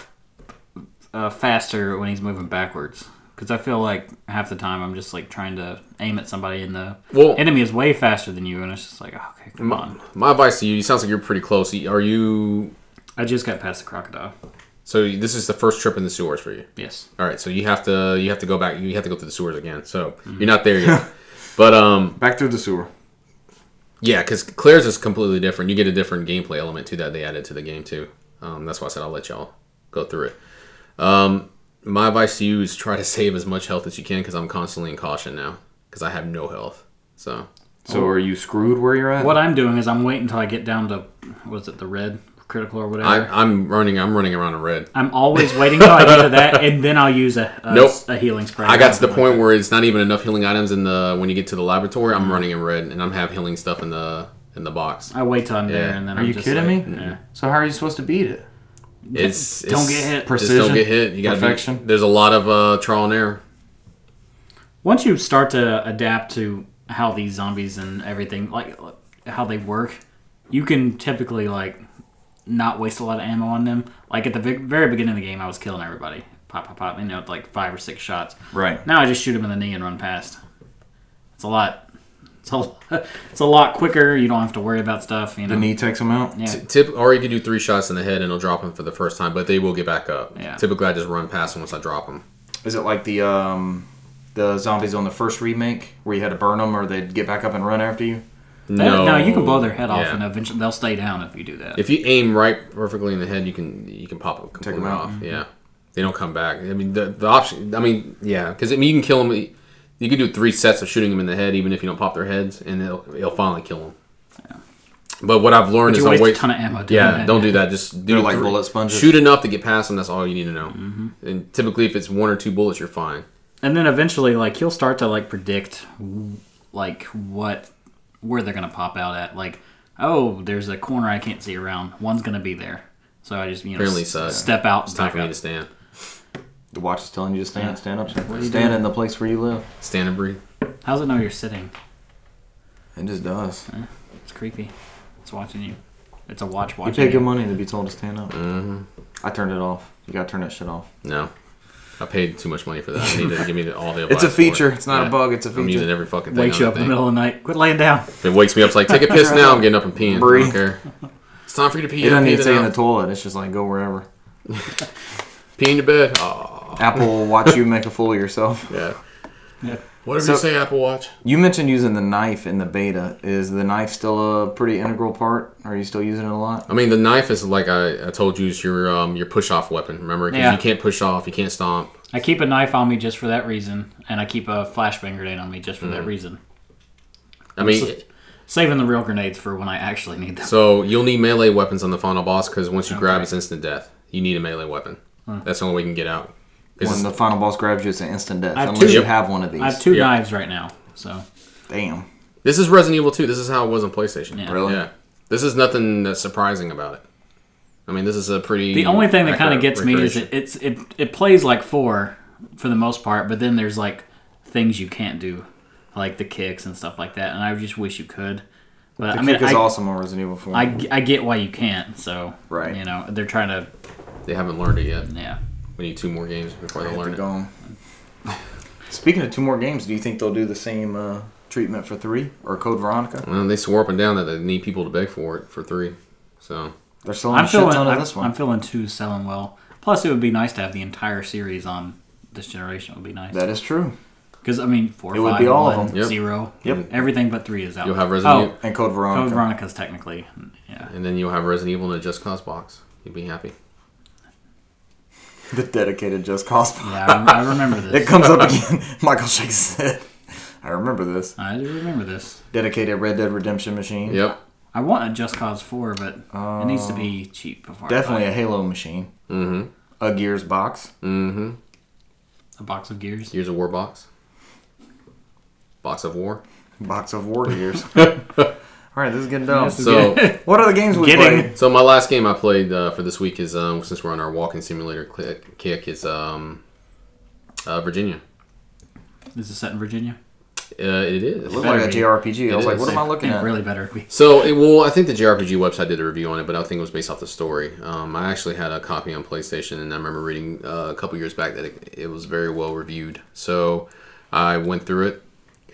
uh, faster when he's moving backwards. Because I feel like half the time I'm just like trying to aim at somebody, and the Well- enemy is way faster than you, and it's just like, okay, come on. My advice to you: You sounds like you're pretty close. Are you? I just got past the crocodile. So this is the first trip in the sewers for you. Yes. All right, so you have to you have to go back. You have to go through the sewers again. So Mm-hmm. you're not there yet. but um, Back through the sewer. yeah, because Claire's is completely different. You get a different gameplay element to that they added to the game too. Um, that's why I said I'll let y'all go through it. Um, my advice to you is try to save as much health as you can because I'm constantly in caution now because I have no health. So So are you screwed where you're at? What I'm doing is I'm waiting until I get down to was it the red critical or whatever. I, I'm running. I'm running around in red. I'm always waiting till I get to that, and then I'll use a a, Nope. a healing spray. I got to the point where it's not even enough healing items in the when you get to the laboratory. I'm running in red and I'm have healing stuff in the in the box. I wait till I'm there, Yeah. and then Are I'm you just kidding like, me? Yeah. So how are you supposed to beat it? It's, Don't it's- get hit. Just Precision, don't get hit. You got perfection. There's a lot of uh, trial and error. Once you start to adapt to how these zombies and everything, like how they work, you can typically like not waste a lot of ammo on them. Like at the ve- very beginning of the game, I was killing everybody, pop, pop, pop. You know, with, like five or six shots. Right. Now I just shoot them in the knee and run past. It's a lot. It's a, it's a lot quicker. You don't have to worry about stuff. You know. The knee takes them out. Yeah. T- Tip, or you could do three shots in the head and it'll drop them for the first time, but they will get back up. Yeah. Typically, I just run past them once I drop them. Is it like the um the zombies on the first remake where you had to burn them or they'd get back up and run after you? They- No, no, you can blow their head off, Yeah. and eventually they'll stay down if you do that. If you aim right perfectly in the head, you can you can pop it completely out. Mm-hmm. off. Yeah, they don't come back. I mean, the, the option. I mean, yeah, because I mean, you can kill them. You can do three sets of shooting them in the head, even if you don't pop their heads, and it'll, it'll finally kill them. But what I've learned you is I waste wait. a ton of ammo. Doing yeah, that. don't do that. Just do They're like three- bullet sponges. Mm-hmm. Shoot enough to get past them. That's all you need to know. And typically, if it's one or two bullets, you're fine. and then eventually like you'll start to like predict like what where they're gonna pop out at like oh there's a corner i can't see around one's gonna be there so i just you know Apparently s- so. step out It's time for me back to up. stand, The watch is telling you to stand, stand up, stand, What are up. you stand doing? in the place where you live. stand and breathe. how's it know you're sitting It just does. it's creepy it's watching you it's a watch You watching pay you good money to be told to stand up. I turned it off. You gotta turn that shit off. No. I paid too much money for that. I need to give me the, all the. It's a advice for it. feature. It's not a bug. It's a I'm feature. using every fucking thing. wakes on you that up in the thing. middle of the night quit laying down If It wakes me up. It's like, take a piss now. I'm getting up and peeing. I Breathe. don't care. It's time for you to pee. It doesn't Pee even it say in the out. toilet. It's just like go wherever. pee in your bed. Oh, Apple will watch you make a fool of yourself. yeah. Yeah. Whatever So- you say, Apple Watch. You mentioned using the knife in the beta. Is the knife still a pretty integral part? Are you still using it a lot? I mean, the knife is like I, I told you, is your um your push off weapon. Remember, 'Cause Yeah. you can't push off, you can't stomp. i keep a knife on me just for that reason and i keep a flashbang grenade on me just for Mm. that reason I mean, saving the real grenades for when i actually need them so you'll need melee weapons on the final boss because once you grab, it's instant death. You need a melee weapon. That's the only way you can get out. 'Cause When it's- the final boss grabs you, it's an instant death. have Unless two. you have one of these. i have two Yeah. knives right now so Damn. This is Resident Evil 2. This is how it was on PlayStation. Yeah. Really? Yeah. This is nothing that's surprising about it. I mean, this is a pretty. The only thing that kind of accurate gets me is recreation. it, it's it it plays like four for the most part, but then there's like things you can't do, like the kicks and stuff like that, and I just wish you could. But The I mean, kick is I, awesome on Resident Evil 4. I g- I get why you can't. So Right. you know, they're trying to They haven't learned it yet. yeah. We need two more games before I they have to learn it. go home. Speaking of two more games, do you think they'll do the same uh, treatment for three or Code Veronica? Well, they swore up and down that they need people to beg for it for three. So They're selling I'm a shit feeling ton of I'm, this one. I'm feeling two selling well. Plus, it would be nice to have the entire series on this generation. It would be nice that is true. because I mean, four, It would five, be all of one, them. Yep. zero, Yep. everything but three is out. you'll have Resident Evil, And Code Oh, Code Veronica. Veronica's technically yeah. and then you'll have Resident Evil in a Just Cause box. You'll be happy. The dedicated Just Cause. Yeah, I, rem- I remember this. It comes up again. Michael shakes his head. I remember this. I do remember this. Dedicated Red Dead Redemption machine. Yep. I want a Just Cause 4, but it needs to be cheap before Definitely I a buy it. Halo machine. Mm-hmm. A Gears box. Mm-hmm. a box of gears. Gears of War box. Box of War. Box of War Gears. All right, this is getting dumb. This is So. good. What are the games we Getting- played? So my last game I played uh, for this week is um, since we're on our walking simulator click, kick is um, uh, Virginia. This is set in Virginia. Uh, it is. It looked like a Better be. JRPG. I was like, is. what am I It- looking it at? really better be. So, it, well, I think the JRPG website did a review on it, but I think it was based off the story. Um, I actually had a copy on PlayStation, and I remember reading uh, a couple years back that it, it was very well reviewed. So, I went through it.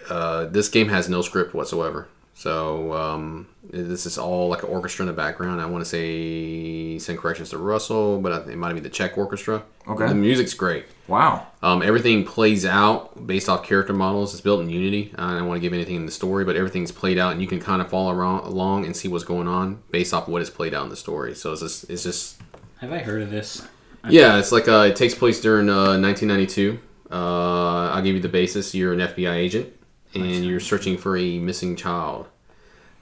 Uh, this game has no script whatsoever. So, um, this is all like an orchestra in the background. I want to say send corrections to Russell, but I think it might be the Czech orchestra. Okay. The music's great. Wow. Um, everything plays out based off character models. It's built in Unity. I don't want to give anything in the story, but everything's played out, and you can kind of follow around, along and see what's going on based off what is played out in the story. So it's just, it's just Have I heard of this? Yeah, it's like uh, it takes place during uh, 1992. Uh, I'll give you the basis. You're an FBI agent, and you're searching for a missing child.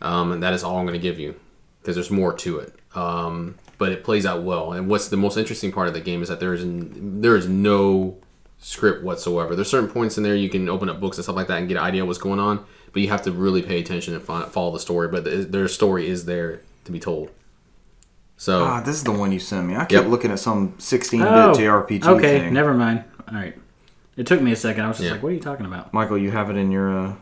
Um, and that is all I'm going to give you, because there's more to it. Um, but it plays out well. And what's the most interesting part of the game is that there is n- there is no script whatsoever. There's certain points in there you can open up books and stuff like that and get an idea of what's going on, but you have to really pay attention and fi- follow the story. But the, their story is there to be told. So Ah, this is the one you sent me. I kept Yep. looking at some 16-bit Oh, JRPG Okay, thing. never mind. All right. It took me a second. I was just Yeah. like, what are you talking about? Michael, you have it in your uh,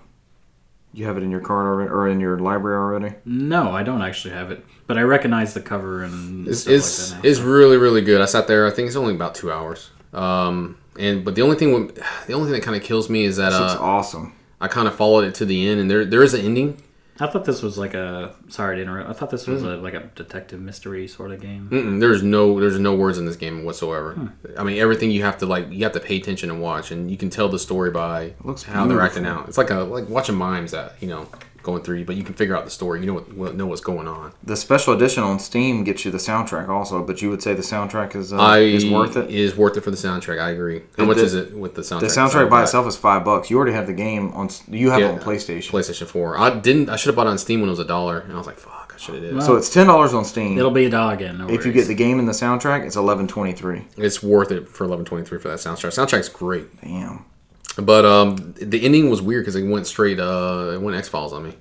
you have it in your card already, or in your library already. No, I don't actually have it, but I recognize the cover and It's stuff it's, like that. Now. it's really really good. I sat there. I think it's only about two hours. Um, and but the only thing wa- the only thing that kind of kills me is that This looks uh, awesome. I kind of followed it to the end, and there there is an ending. I thought this was like a sorry to interrupt. I thought this Hmm. was a, like a detective mystery sort of game. Mm-mm, there's no there's no words in this game whatsoever. Hmm. I mean everything you have to like you have to pay attention and watch, and you can tell the story by looks how they're acting beautiful. out. It's like a like watching mimes that you know going through, but you can figure out the story. You know what, what know what's going on. The special edition on Steam gets you the soundtrack also, but you would say the soundtrack is uh, I is worth it. It is worth it for the soundtrack. I agree. How It- much the- is it with the soundtrack? the soundtrack by Soundtrack. itself is five bucks. You already have the game on. s- You have Yeah. it on PlayStation, PlayStation Four. I didn't. I should have bought it on Steam when it was a dollar, and I was like, "Fuck, I should have did." it. so it's ten dollars on Steam. It'll be a dollar again. No if you worries. get the game and the soundtrack, it's eleven twenty three. It's worth it for eleven twenty three for that soundtrack. Soundtrack's great, Damn. but um, the ending was weird because it went straight. Uh, it went X Files on me.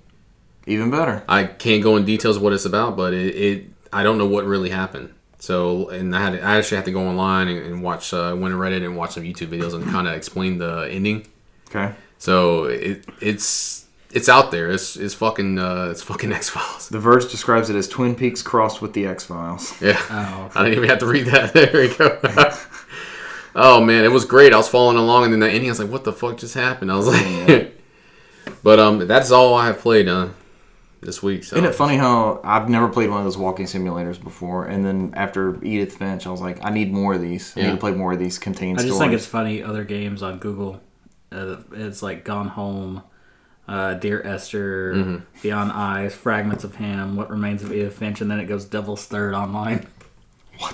Even better. I can't go in details of what it's about, but it, it I don't know what really happened. So, and I had to, I actually had to go online and, and watch. Uh, went to Reddit and watched some YouTube videos and kind of explain the ending. Okay. So it it's it's out there. It's it's fucking uh, it's fucking X Files. The Verge describes it as Twin Peaks crossed with the X Files. Yeah. Oh, okay. I didn't even have to read that. There we go. oh man, it was great. I was following along, and then the ending, I was like, "What the fuck just happened?" I was like, "But um, that's all I have played uh, this week." So Isn't it funny how I've never played one of those walking simulators before, and then after Edith Finch, I was like, I need more of these. I need Yeah. to play more of these contained I just stories. think it's funny. Other games on Google, uh, it's like Gone Home, uh, Dear Esther, Mm-hmm. Beyond Eyes, Fragments of Him, What Remains of Edith Finch, and then it goes double stirred online.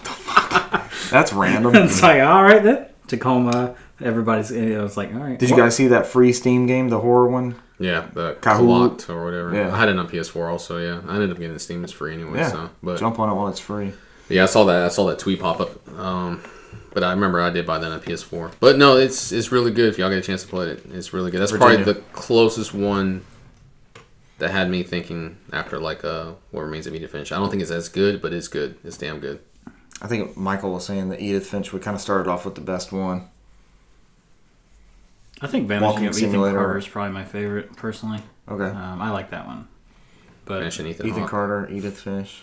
That's random. it's like, all right then, Tacoma. Everybody's. It was like, all right. Did you guys see that free Steam game, the horror one? yeah, the Kahoot. Kahoot or whatever. Yeah. I had it on PS4 also. Yeah, I ended up getting the Steam. It's free anyway. Yeah. So, but Jump on it while it's free. yeah, I saw that. I saw that tweet pop up. Um, but I remember I did buy that on PS4. But no, it's it's really good. If y'all get a chance to play it, it's really good. That's Virginia. probably the closest one that had me thinking after like uh, what remains of Edith Finch. I don't think it's as good, but it's good. It's damn good. I think Michael was saying that Edith Finch, we kind of started off with the best one. I think Vanishing Walking of Ethan Simulator. Carter is probably my favorite personally. Okay. Uh, Um, I like that one, but Finch and Ethan, Uh, Ethan Hawke. Carter, Edith Finch.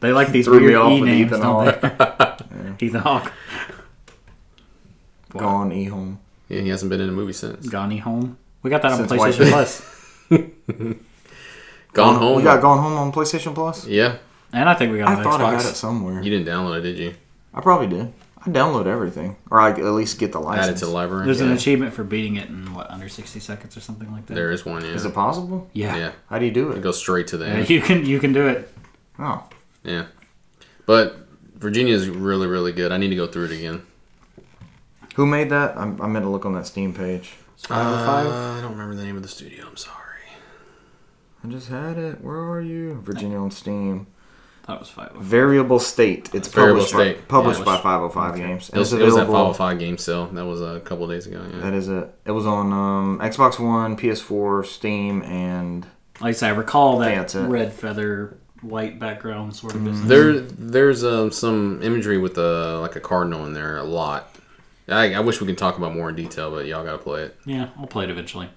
they like these Threw me weird off E with names, Ethan don't they? Ethan Hawke, Wow. Gone E Home. Yeah, he hasn't been in a movie since. Gone, Gone Home. We got that on Since White PlayStation Bit. Plus, home. We got Gone Home on PlayStation Plus? yeah, and I think we got it I on thought I Xbox. had it somewhere. you didn't download it, did you? I probably did. I download everything, or I at least get the license. Add it to the library. There's an Yeah. achievement for beating it in what under 60 seconds or something like that. There is one. Yeah. Is it possible? Yeah. yeah. How do you do It it? goes straight to the Yeah, end. You can you can do it. Oh, Yeah. But Virginia is really, really good. I need to go through it again. who made that? I'm, I meant to look on that Steam page. Uh, I don't remember the name of the studio. I'm sorry. I just had it. Where are you? Virginia on Steam. That was five. Variable State. It's Variable published by, State. published Yeah. by 505 Games. It And was, it's it was oh that available. 505 game sale. That was a couple days ago. Yeah. That is it. It was on um, Xbox One, PS4, Steam, and Like I said, I recall Yeah, it's that it. red feather, white background sort of business. There, there's um, some imagery with a like a cardinal in there a lot. I, I wish we could talk about more in detail, but y'all gotta play it. Yeah, I'll play it eventually.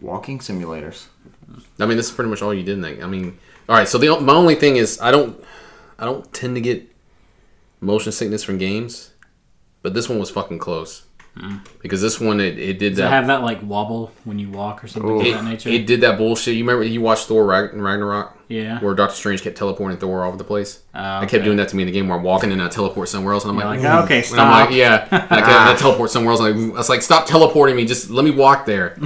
Walking Simulators. I mean, this is pretty much all you did. In that, I mean, all right. So the o- my only thing is I don't I don't tend to get motion sickness from games, but this one was fucking close because this one it, Hmm. it did Does that. it have that like wobble when you walk or something of it, that nature? it did that bullshit. You remember you watched Thor Rag- Ragnarok yeah. where Doctor Strange kept teleporting Thor all over the place. Oh, I okay. kept doing that to me in the game where I'm walking and I teleport somewhere else, and I'm You're like, like, "Ooh." okay, And stop. I'm like, yeah. And I, "Mm." Uh, and I teleport somewhere else. And I, I was like, stop teleporting me. Just let me walk there.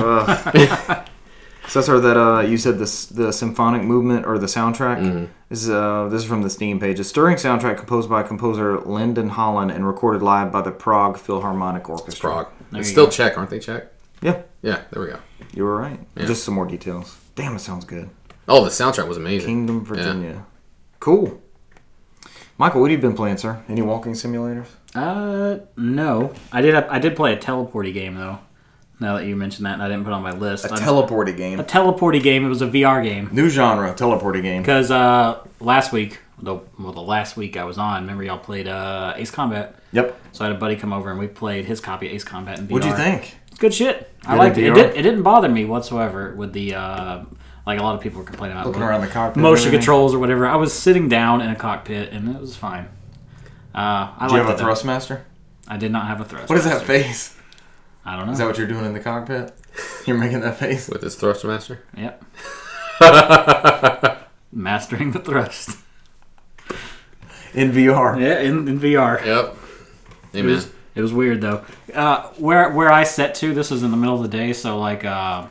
So that's heard that uh, you said this the symphonic movement or the soundtrack. Mm-hmm. This is uh, this is from the Steam page. A stirring soundtrack composed by composer Lyndon Holland and recorded live by the Prague Philharmonic Orchestra. Prague. There it's you still go. Czech, aren't they Czech? Yeah, Yeah, there we go. you were right. Just some more details. Damn, it sounds good. Oh, the soundtrack was amazing. Kingdom, Yeah. Virginia. Cool. Michael, what have you been playing, sir? Any walking simulators? Uh, no. I did. I did play a teleporty game though. Now that you mentioned that, and I didn't put it on my list. I'm- teleporting a game. teleporty game. It was a VR game New genre, teleporting game. because uh, last week, the, well, the last week I was on, remember y'all played uh, Ace Combat. Yep. So I had a buddy come over and we played his copy of Ace Combat in VR. What'd you think? It's good shit. I Good liked it. It, VR? did, it didn't bother me whatsoever with the uh, like a lot of people were complaining about Looking around the cockpit and motion everything. controls or whatever. I was sitting down in a cockpit and it was fine. Uh, I Do you liked have a it, though. thrustmaster? I did not have a thrust. What is that face? I don't know. Is that what you're doing in the cockpit? You're making that face. With his Thrustmaster? Yep. Mastering the thrust. In VR. Yeah, in, in VR. Yep. It Amen. was, it was weird though. Uh, where where I set to, this was in the middle of the day, so like uh,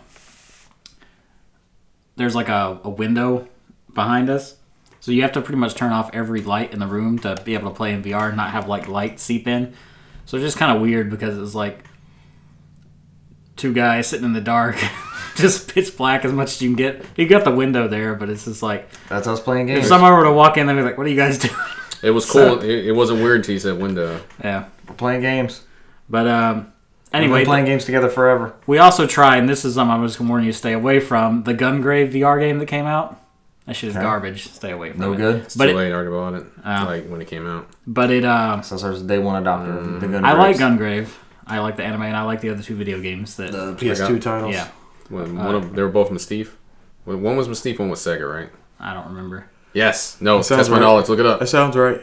there's like a, a window behind us, so you have to pretty much turn off every light in the room to be able to play in VR and not have like light seep in. So it's just kind of weird because it was like two guys sitting in the dark. Just pitch black as much as you can get. You got the window there, but it's just like That's us playing if games. someone were to walk in, they'd be like, "What are you guys doing?" It was cool. it, it wasn't weird until you said window. Yeah, We're playing games. but um, We've anyway, been playing games together forever. We also tried, and this is something I was going to warn you to stay away from, the Gungrave VR game that came out. That shit is garbage. Stay away from No it. good. It's But too it- Oh. late. I already bought it. like when it came out. But it, uh, So there's a day one adopter of the gun. I like Grapes. Gungrave. I like the anime, and I like the other two video games that, the PS2 titles. yeah, When Uh, one of, they were both Mystique. When One was Mystique, one was Sega, right? I don't remember. Yes. No, sounds test my right. knowledge. Look it up. sounds right.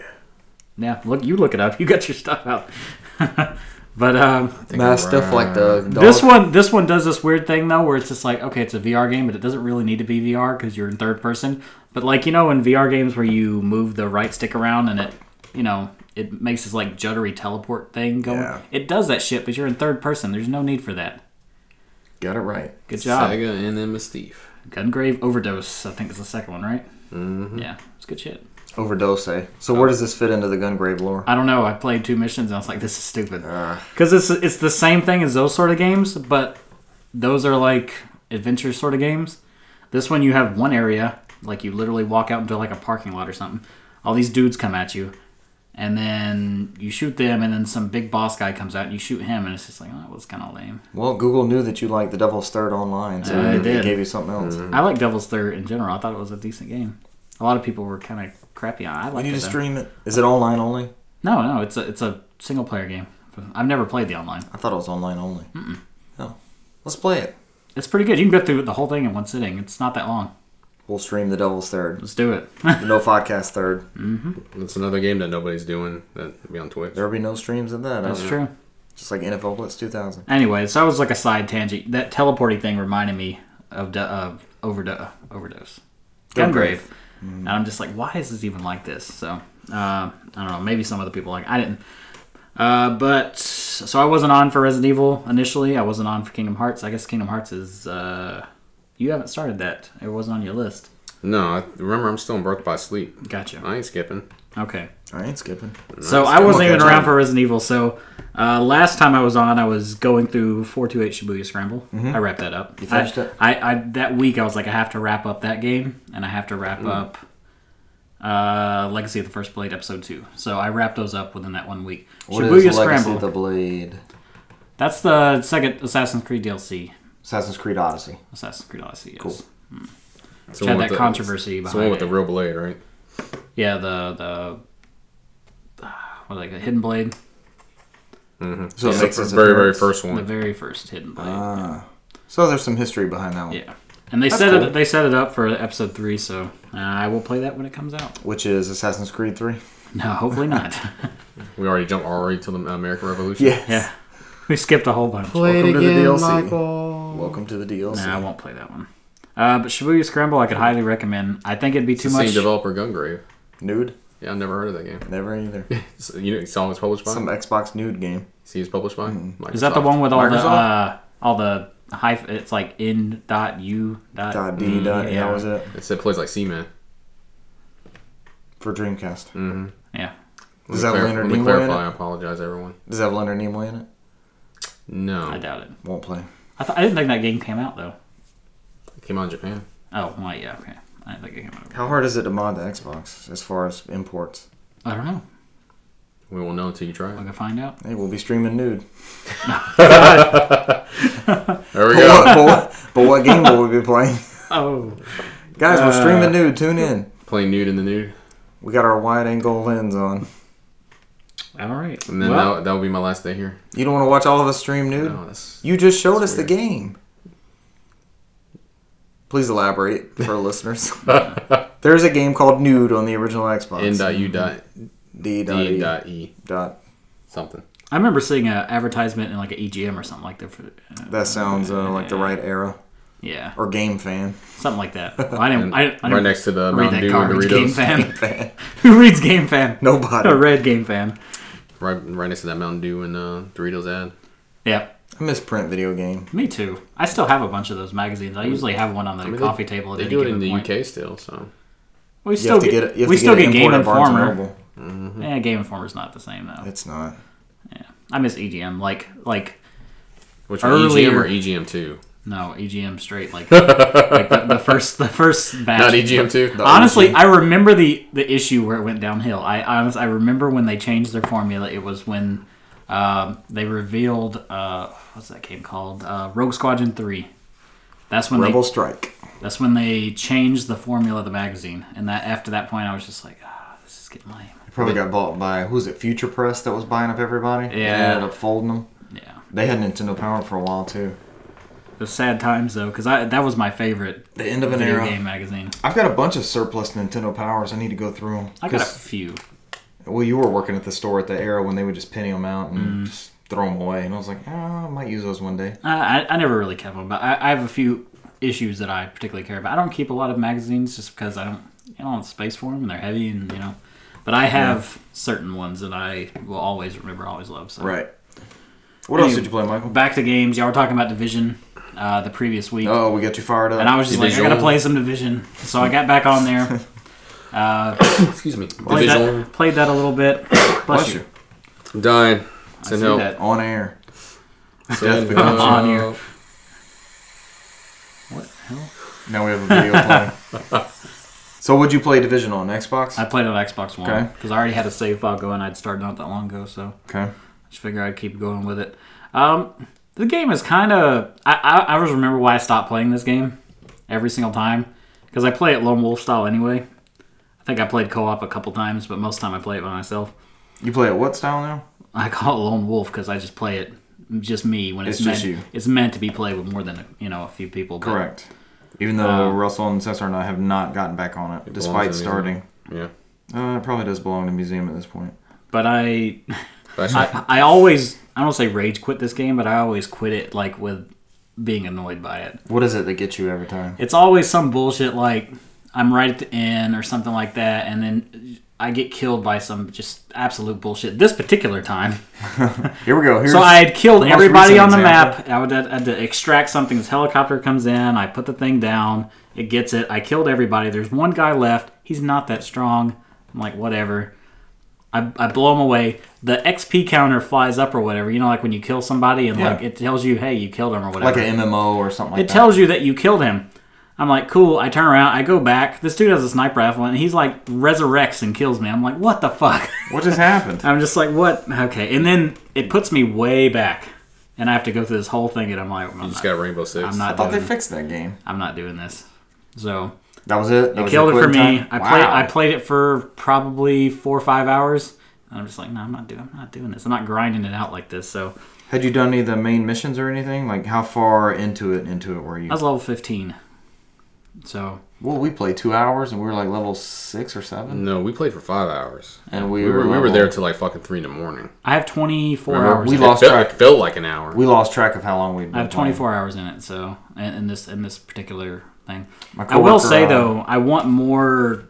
Yeah, look, you look it up. You got your stuff out. but um, Nah, stuff like the dog. this one, this one does this weird thing though, where it's just like, okay, it's a VR game, but it doesn't really need to be VR because you're in third person. But like you know, in VR games where you move the right stick around and it, you know, it makes this like juddery teleport thing going. Yeah. It does that shit, but you're in third person. There's no need for that. Got it right. Good job. Sega and then Mystique. Gungrave Overdose, I think is the second one, right? Mm-hmm. Yeah, it's good shit. Overdose. eh? So where does this fit into the gun grave lore? I don't know. I played two missions and I was like, this is stupid. Because it's, it's the same thing as those sort of games, but those are like adventure sort of games. This one, you have one area, like you literally walk out into like a parking lot or something. All these dudes come at you, and then you shoot them, and then some big boss guy comes out and you shoot him, and it's just like, oh, that's kind of lame. Well, Google knew that you liked The Devil's Third Online, so Uh, it it did. gave you something else. I like Devil's Third in general. I thought it was a decent game. A lot of people were kind of crappy on. it. I We like need it. to though. stream it. Is it online only? No, no, it's a it's a single player game. I've never played the online. I thought it was online only. mm No. Let's play it. It's pretty good. You can go through the whole thing in one sitting. It's not that long. We'll stream The Devil's Third. Let's do it. The No Podcast Third. It's another game that nobody's doing that would be on Twitch. There'll be no streams of that. I That's don't know. true. Just like NFL Blitz 2000. Anyway, so that was like a side tangent. That teleporting thing reminded me of du- of overdo- overdose. Gungrave. And I'm just like, why is this even like this? So uh, I don't know. Maybe some other people like I didn't. Uh, but so I wasn't on for Resident Evil initially. I wasn't on for Kingdom Hearts. I guess Kingdom Hearts is uh, you haven't started that. It wasn't on your list. No, I, remember I'm still in Broke by Sleep. Gotcha. I ain't skipping. Okay. I ain't skipping. So I wasn't Okay, even around John. for Resident Evil. So uh, last time I was on, I was going through four two eight Shibuya Scramble. I wrapped that up. You Mm-hmm. finished I, it? I, I that week I was like, I have to wrap up that game, and I have to wrap up uh, Legacy of the First Blade episode two. So I wrapped those up within that one week. What is Shibuya Legacy of Scramble. the Blade? That's the second Assassin's Creed DLC. Assassin's Creed Odyssey. Assassin's Creed Odyssey. Yes. Cool. It's Had that controversy It's behind the one with it. the real blade, right? Yeah, the the what like a hidden blade, So it It's makes the sense very, it very works. first the one. very first hidden blade. Ah. So there's some history behind that one, Yeah, and they That's set cool. it. They set it up for episode three, so uh, I will play that when it comes out. which is Assassin's Creed 3. No, hopefully not. We already jumped already to the American Revolution. Yes. yeah, we skipped a whole bunch. Welcome to the DLC. Welcome to the DLC. Nah, I won't play that one. Uh, but Shibuya Scramble, I could highly recommend. I think it'd be too It's the much. same developer, Gungrave. Nude? Yeah, I've never heard of that game. Never either. It's, you know, it's always published by. Some Xbox nude game. See, it's published by. Mm-hmm. Is that the Microsoft. one with all the Microsoft? uh, all the hyph- it's like n dot u Uh, dot, Dot D dot. Yeah, yeah. was it It said plays like Seaman. for Dreamcast? yeah. Does that clarify, Leonard Mm-hmm. let me Nimoy in clarify. I it? apologize, everyone. Does that have Leonard Nimoy in it? No, I doubt it. Won't play. I, th- I didn't think that game came out though. it came out in Japan. Oh, well, yeah, okay. I didn't think it came out. How hard is it to mod the Xbox as far as imports? I don't know. We won't know until you try I it. can find out. Hey, we'll be streaming nude. There we But go. what, but what- but what game will we be playing? Oh, Guys, Uh, we're streaming nude. Tune in. Playing nude in the nude, We got our wide angle lens on. all right. and then well, that that will be my last day here. You don't want to watch all of us stream nude? No, that's You just showed us That's the game. Please elaborate for listeners. There's a game called Nude on the original Xbox. n dot u dot D dot d E dot e dot. something. I remember seeing an advertisement in like an EGM or something like that. For, uh, That sounds uh, like the Yeah. right era yeah, or game fan. something like that. Well, I didn't. And I, I didn't right next to the read Mountain that Dew and garbage game Doritos. fan. fan. Who reads game fan? Nobody. A red game fan. Right, right next to that Mountain Dew and uh, Doritos ad. Yeah, I miss print video game. me too. I still have a bunch of those magazines. I usually have one on the mean, they- coffee table. At They any do it given in the point. UK still, so We You still have to get, get it. You have we to still get, get, it Game imported at Barnes and Informer. Noble. Yeah, Game Informer's not the same though. It's not. I miss EGM. Like like which one, EGM or Earlier- EGM two? no EGM straight like, like the, the first the first batch. Not E EGM two. Oh, Honestly, I remember the the issue where it went downhill. I honestly I remember when they changed their formula. It was when um, they revealed uh, what's that game called uh, Rogue Squadron Three. That's when Rebel they Strike. that's when they changed the formula of the magazine. And that after that point, I was just like, ah, this is getting lame. Probably got bought by who was it? Future Press that was buying up everybody. They Yeah. ended up folding them. Yeah, They had Nintendo Power for a while too. it was sad times though, because I that was my favorite The end of an video era. game magazine. I've got a bunch of surplus Nintendo Powers. I need to go through them. I got a few. Well, you were working at the store at the era when they would just penny them out and Mm. just throw them away, and I was like, ah, I might use those one day. I, I- I never really kept them, but I, I have a few issues that I particularly care about. I don't keep a lot of magazines just because I don't I don't have space for them and they're heavy and you know. But I have certain ones that I will always remember, always love. So What else Anyway, did you play, Michael? Back to games. Y'all were talking about Division uh, the previous week, Oh, we got you fired up. and I was just like, I gotta Division. play some Division, so I got back on there. Uh, Excuse me. Played Division. that, played that a little bit. Bless, Bless you. you. I'm dying. I Send see help. that. on air. Send Death becomes on here. help. What the hell? Now we have a video playing. So, would you play Division on Xbox? I played it on Xbox One Okay. because I already had a save file going. I'd started not that long ago, so. okay. Just figure I'd keep going with it. Um, the game is kind of. I, I, I always remember why I stopped playing this game every single time because I play it lone wolf style anyway. I think I played co op a couple times, but most time I play it by myself. You play it what style now? I call it lone wolf because I just play it just me when it's, It's meant. just you. It's meant to be played with more than you know a few people. but- uh, Correct. Even though Russell and Cesar and I have not gotten back on it, despite belongs in the starting. Yeah. Uh, it probably does belong in a museum at this point. But I That's right. I, I always I don't say rage quit this game, but I always quit it like with being annoyed by it. What is it that gets you every time? it's always some bullshit like I'm right at the end or something like that, and then I get killed by some just absolute bullshit. This particular time, Here we go. Here's so I had killed the most everybody recent on the example. map. I would I had to extract something. This helicopter comes in. I put the thing down. It gets it. I killed everybody. There's one guy left. He's not that strong. I'm like whatever. I, I blow him away. The XP counter flies up or whatever. You know, like when you kill somebody and Yeah. like it tells you, hey, you killed him or whatever like an MMO or something like it that. tells you that you killed him. I'm like, cool. I turn around, I go back. This dude has a sniper rifle, and he's like resurrects and kills me. I'm like, what the fuck? what just happened? I'm just like, what? Okay. And then it puts me way back, and I have to go through this whole thing, and I'm like, I'm Just not, got Rainbow Six. I'm I not thought they doing. fixed that game. I'm not doing this. So That was it. That was killed it your for me. quitting time? I Wow. played. I played it for probably four or five hours. And I'm just like, no, I'm not doing. I'm not doing this. I'm not grinding it out like this. So Had you done any of the main missions or anything? Like how far into it into it were you? I was level 15. So well, we played two hours and we were like level six or seven, No, we played for five hours. and we, We were, we were level- there till like fucking three in the morning. I have 24 Remember? hours. We in It it. lost felt- track. It felt like an hour. We lost track of how long we'd. Been I have playing. 24 hours in it, so in in this in this particular thing. My I will coworker, say uh, though, I want more.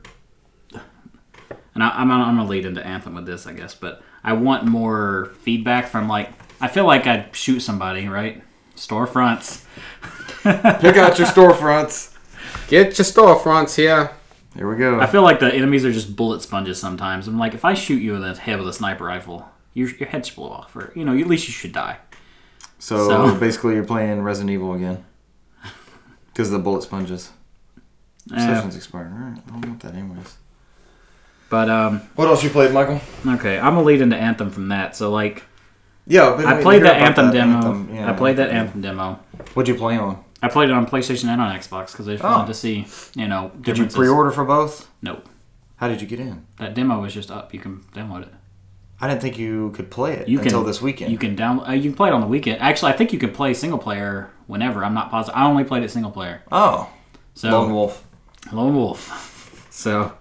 And I, I'm I'm gonna lead into Anthem with this, I guess, but I want more feedback from like I feel like I'd shoot somebody, right? Storefronts. Pick out your storefronts. Get your storefronts here. Here we go. I feel like the enemies are just bullet sponges sometimes. I'm like, if I shoot you in the head with a sniper rifle, your, your head should blow off, or you know, at least you should die. So, So- basically, you're playing Resident Evil again because of the bullet sponges. Eh, Sessions expired. All right, I don't want that anyways. but um, What else you played, Michael? okay, I'm gonna lead into Anthem from that. So like, Yeah, I've been waiting I to played hear that about Anthem demo. Anthem, yeah. I played that Anthem demo. What'd you play on? I played it on PlayStation and on Xbox because I just Oh. wanted to see, you know, Did you differences. pre-order for both? No, How did you get in? that demo was just up. You can download it. I didn't think you could play it You can- until this weekend. You can download. Uh, you can play it on the weekend. Actually, I think you can play single player whenever. I'm not positive. I only played it single player. oh, So Lone Wolf. Lone wolf. So,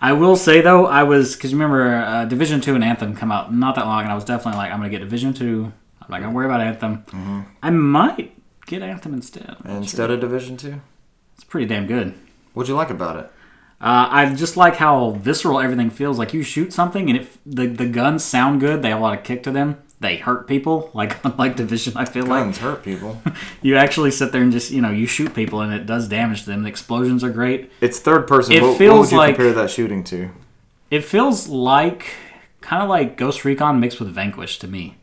I will say though, I was because remember uh, Division Two and Anthem come out not that long, and I was definitely like, I'm gonna get Division Two. I'm not gonna worry about Anthem. Mm-hmm. I might get Anthem instead. I'm not And sure. Instead of Division Two, it's pretty damn good. what'd you like about it? Uh, I just like how visceral everything feels. Like you shoot something, and if the the guns sound good, they have a lot of kick to them. They hurt people, like unlike Division. I feel like Guns hurt people. you actually sit there and just you know you shoot people, and it does damage to them. The explosions are great. It's third person. It what, what would feels you like- compare that shooting to? It feels like kind of like Ghost Recon mixed with Vanquish to me.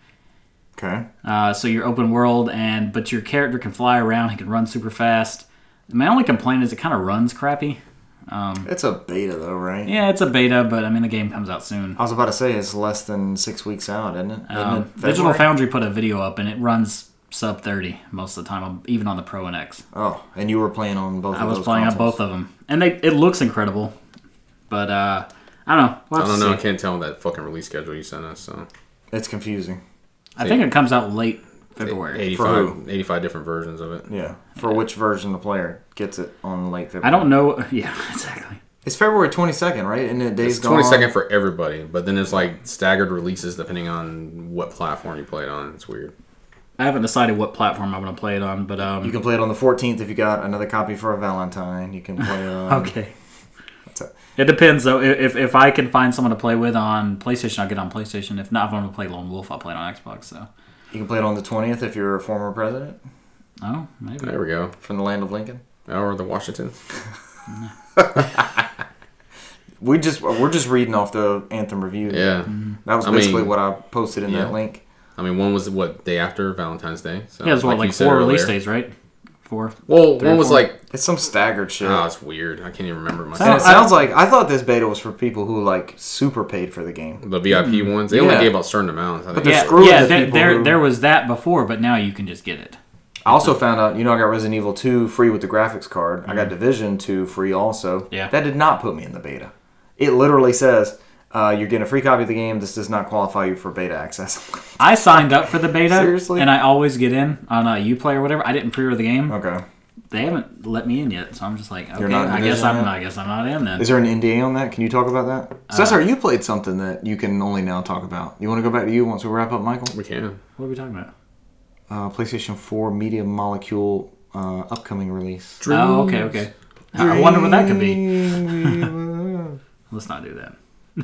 Okay. Uh, so you're open world, and but your character can fly around. He can run super fast. My only complaint is it kind of runs crappy. Um, It's a beta though, right? Yeah, it's a beta, but I mean the game comes out soon. I was about to say it's less than six weeks out, isn't it? Isn't Um, it Digital February? Foundry put a video up, and it runs sub 30 most of the time, um, even on the Pro and X. Oh, and you were playing on both. I of was those playing on consoles. both of them, and they it looks incredible. But uh, I don't know. We'll I have don't to know. I see. can't tell that fucking release schedule you sent us. So It's confusing. I think it comes out late February. 85, 85 different versions of it. Yeah. For which version the player gets it on late February? I don't know. Yeah, exactly. It's February twenty second, right? And the days It's gone. twenty second for everybody, but then it's like staggered releases depending on what platform you play it on. It's weird. I haven't decided what platform I'm going to play it on, but um, You can play it on the fourteenth if you got another copy for a Valentine. You can play it on. okay. a- It depends though. If if- if I can find someone to play with on PlayStation, I'll get on PlayStation. If not, if I'm going to play Lone Wolf, I'll play it on Xbox. So, You can play it on the twentieth if you're a former president oh, maybe. There we go. from the land of Lincoln. Or the Washingtons. We just we're just reading off the anthem review. Yeah. That was I basically mean- what I posted in Yeah. that link. I mean, one was what day after Valentine's Day. So, Yeah, it's what you like said four earlier. release days, right? Four. Well, or one was four. like, It's some staggered shit. oh, it's weird. I can't even remember And it myself. Oh, I- sounds like I thought this beta was for people who like super paid for the game. The VIP ones. They only Yeah. gave out certain amounts. I think. Mm-hmm. They're yeah, screwing yeah. the There, people there, who- there was that before, but now you can just get it. I also found out, you know, I got Resident Evil 2 free with the graphics card. I got Division 2 free also. Mm-hmm. Yeah. That did not put me in the beta. It literally says, uh, you're getting a free copy of the game. This does not qualify you for beta access. I signed up for the beta, Seriously? and I always get in on uh, UPlay or whatever. I didn't pre-order the game. okay. They haven't let me in yet, so I'm just like, okay, not in I guess Division I'm, yet? I guess I'm not in then. Is there an NDA on that? Can you talk about that? Uh, Cesar, you played something that you can only now talk about. You want to go back to you once we wrap up, Michael? we can. What are we talking about? Uh, PlayStation 4 Media Molecule uh, upcoming release. Oh, okay, okay. I wonder what that could be. be. Let's not do that.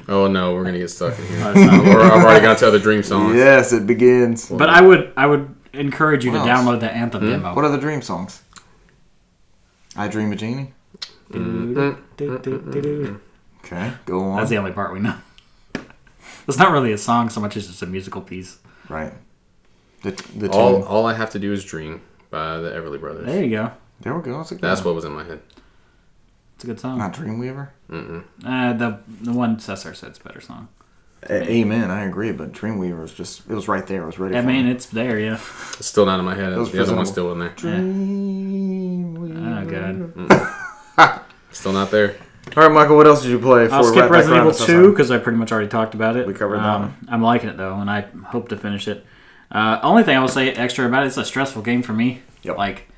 Oh no, we're gonna get stuck in here. Uh, Let's not- Or I've already got to other dream songs. Yes, it begins. But I would I would encourage you to What else? Hmm? download the Anthem demo. What are the dream songs? I Dream a Genie. Okay, go on. That's the only part we know. It's not really a song so much as it's a musical piece. Right. The, the All tune. all I have to do is dream by the Everly Brothers. There you go. There we go. That's a good That's one. what was in my head. It's a good song. Not Dreamweaver? Uh, the the one Cesar said's a better song. A- Amen, I agree, but Dreamweaver was just, it was right there. It was ready I for mean, me. it's there, yeah. It's still not in my head. was The other one's still in there. Dreamweaver. Oh god. Still not there. All right, Michael, what else did you play? I'll before we skip wrap back Resident around Evil to Two Cesar? because I pretty much already talked about it. Um, We covered that one. I'm liking it though, and I hope to finish it. Uh, only thing I will say extra about it, it's a stressful game for me. Yep. Like.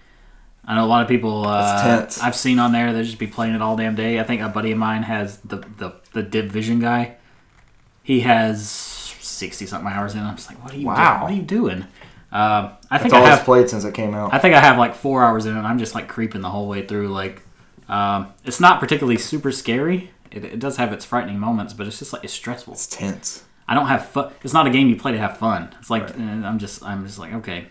I know a lot of people. Uh, It's tense. I've seen on there they just be playing it all damn day. I think a buddy of mine has the the, the division guy. He has sixty something hours in. I'm just like, what are you? Wow. Wow. What are you doing? Uh, I think It's I all have it's played since it came out. I think I have like four hours in, and I'm just like creeping the whole way through. Like, um, it's not particularly super scary. It, it does have its frightening moments, but it's just like it's stressful. it's tense. I don't have fun. It's not a game you play to have fun. It's like uh, I'm just I'm just like okay,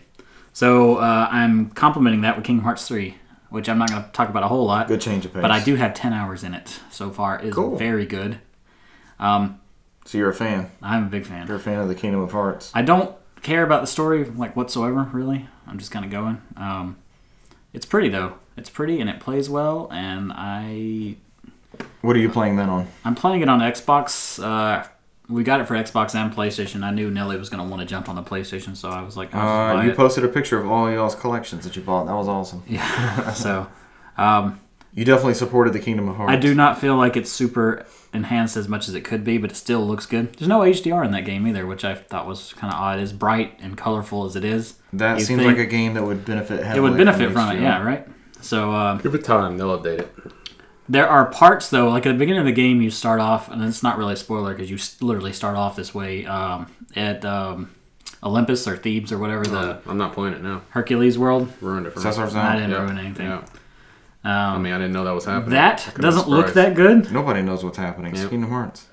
So uh, I'm complementing that with Kingdom Hearts 3, which I'm not going to talk about a whole lot. Good change of pace. But I do have 10 hours in it so far. It's Cool. very good. So you're a fan. I'm a big fan. You're a fan of the Kingdom of Hearts. I don't care about the story like whatsoever, really. I'm just kind of going. Um, it's pretty though. It's pretty and it plays well, and I What are you playing that on? I'm playing it on Xbox. Uh, we got it for Xbox and PlayStation. I knew Nelly was gonna want to jump on the PlayStation, so I was like, I'll Uh, just you buy posted a picture of all y'all's collections that you bought. That was awesome. it. so um, You definitely supported the Kingdom of Hearts. I do not feel like it's super enhanced as much as it could be, but it still looks good. There's no HDR in that game either, which I thought was kind of odd. As bright and colorful as it is, That you'd seems think like a game that would benefit heavily. it would benefit from it. HDR. Yeah, right. So. Um, Give it time; they'll update it. There are parts though, like at the beginning of the game, you start off, and it's not really a spoiler because you s- literally start off this way um, at um, Olympus or Thebes or whatever the I'm not playing it now. Hercules world. Ruined it for So that's me. what I'm saying. I didn't Yeah, ruin anything. Um, yeah. I mean, I didn't know that was happening. I That could've been doesn't look surprised. that good. Nobody knows what's happening. It's Yep. Kingdom Hearts.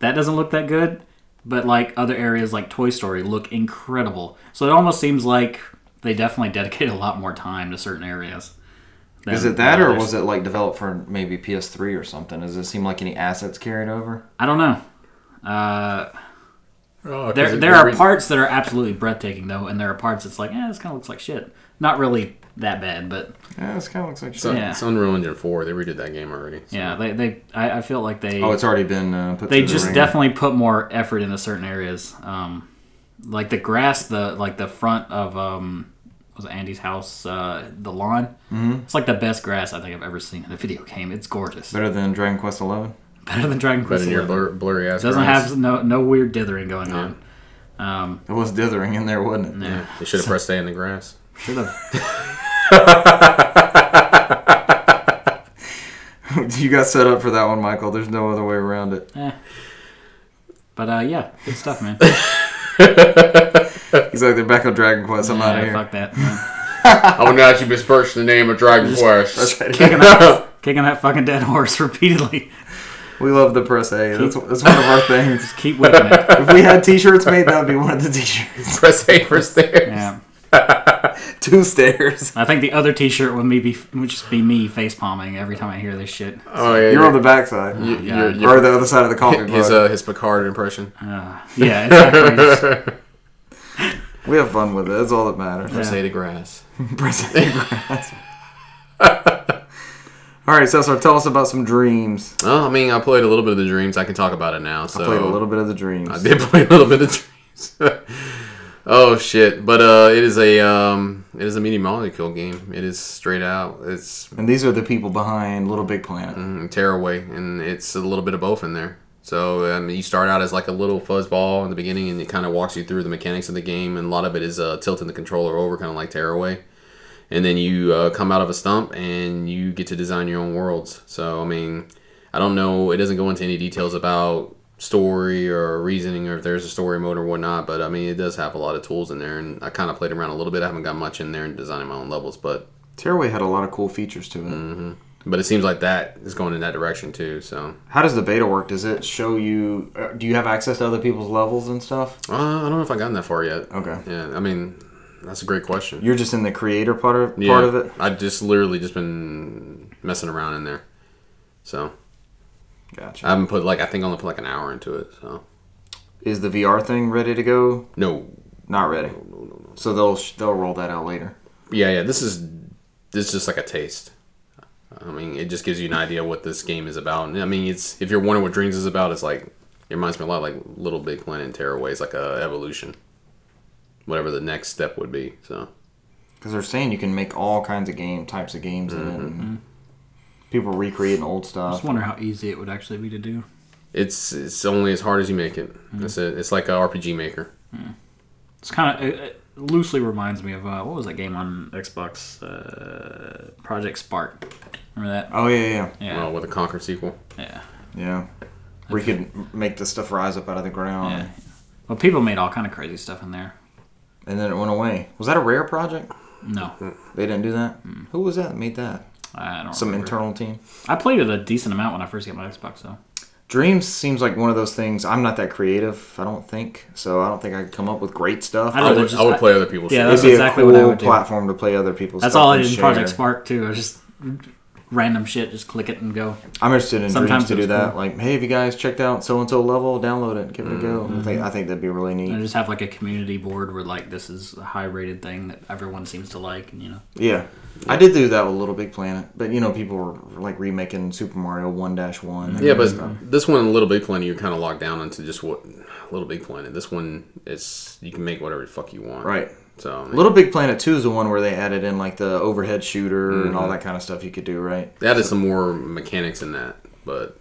That doesn't look that good. But like other areas, like Toy Story, look incredible. So it almost seems like they definitely dedicate a lot more time to certain areas. than Is it that, or others. was it like developed for maybe PS3 or something? Does it seem like any assets carried over? I don't know. Uh, Oh, 'cause There, it- there are every- parts that are absolutely breathtaking though, and there are parts that's like, eh, this kind of looks like shit. Not really that bad, but Yeah, this kind of looks like So, shit. Yeah. It's Unreal Engine Four. They redid that game already. so- yeah, they, they I, I feel like they Oh, it's already been uh, put. they through the just ringer. definitely put more effort into certain areas. Um, like the grass, the like the front of um was it Andy's house, uh, the lawn. Mm-hmm. It's like the best grass I think I've ever seen in a video game. It's gorgeous, better than Dragon Quest Eleven. better than Dragon Better Quest. than your 11. blur, blurry ass. Doesn't grinds. have no no weird dithering going on. It was dithering in there, wasn't it? Yeah, They should have pressed A in the grass. should have. you got set up for that one, Michael. There's no other way around it. eh. But uh, yeah, good stuff, man. He's like, they're back on Dragon Quest. I'm out Yeah, of here. fuck that. man. I would not you besmirch the name of Dragon Quest. kicking that, kicking that fucking dead horse repeatedly. We love the press A. That's, that's one of our things. Keep whipping it. If we had T-shirts made, that would be one of the T-shirts. Press A for stairs. Yeah. Two stairs. I think the other T-shirt would me be would just be me face palming every time I hear this shit. Oh yeah. You're yeah. on the backside, You- you're- God. you're- or the other side of the coffee his mug. uh, his Picard impression. Uh, yeah, exactly. Just- We have fun with it. That's all that matters. Press A to grass. Press A grass. All right, Cesar, tell us about some dreams. Well, I mean, I played a little bit of the dreams. I can talk about it now. So Played a little bit of the dreams. Oh. I did play a little bit of dreams. oh shit! But uh, it is a um, it is a media molecule game. It is straight out. It's And these are the people behind Little Big Planet. mm, tearaway, and it's a little bit of both in there. So um, you start out as like a little fuzzball in the beginning, and it kind of walks you through the mechanics of the game, and a lot of it is uh, tilting the controller over, kind of like tearaway. And then you uh, come out of a stump, and you get to design your own worlds. So I mean, I don't know. It doesn't go into any details about story or reasoning or if there's a story mode or whatnot. But I mean, it does have a lot of tools in there, and I kind of played around a little bit. I haven't got much in there in designing my own levels, but Tearaway had a lot of cool features to it. Mm-hmm. but it seems like that is going in that direction too. So. How does the beta work? Does it show you? uh, Do you have access to other people's levels and stuff? Uh, I don't know if I gotten that far yet. Okay. Yeah, I mean, that's a great question. You're just in the creator part of, yeah, part of it. I just literally just been messing around in there, so Gotcha. I haven't put like I think I only put like an hour into it. So Is the VR thing ready to go? no, Not ready. So they'll sh- they'll roll that out later. yeah, yeah, this is this is just like a taste. I mean, it just gives you an idea what this game is about. And I mean, it's if you're wondering what Dreams is about, it's like it reminds me a lot like Little Big Planet and Tearaway. It's like a evolution, whatever the next step would be. So Because they're saying you can make all kinds of game types of games in Mm-hmm. it. And people recreating I old just stuff. wonder how easy it would actually be to do. it's it's only as hard as you make it. Mm-hmm. That's it. It's like a RPG maker. It's kind of it, it loosely reminds me of uh, what was that game on Xbox? Uh, Project Spark. Remember that? Oh yeah, yeah, Yeah, Well, with a Conquer sequel. yeah, yeah. We could make the stuff rise up out of the ground, yeah. Well, people made all kind of crazy stuff in there. and then it went away. Was that a rare project? No, They didn't do that. Who was that? that Made that Mm. I don't. some remember. internal team. I played it a decent amount when I first got my Xbox, though. Dreams seems like one of those things. I'm not that creative, I don't think. So I don't think I could come up with great stuff. I I don't- would, Oh, I would play other people's Yeah, shit. that's It'd be exactly a what I cool would do. platform to play other people's That's stuff all I and did in share. Project Spark too. I was just random shit, just click it and go. I'm interested in Sometimes dreams to do it's that. cool. Like, hey, have you guys checked out so and so level? Download it, give it a go. Mm-hmm. I think I think that'd be really And I neat. just have like a community board where like this is a high rated thing that everyone seems to like, and you know. Yeah. I did do that with Little Big Planet, but you know, people were like remaking Super Mario One Dash One. Yeah, but this one, Little Big Planet, you're kind of locked down into just what Little Big Planet. This one, it's you can make whatever the fuck you want. right. So I mean, Little Big Planet Two is the one where they added in like the overhead shooter and Mm-hmm. all that kind of stuff you could do, right? they added some more mechanics in that, but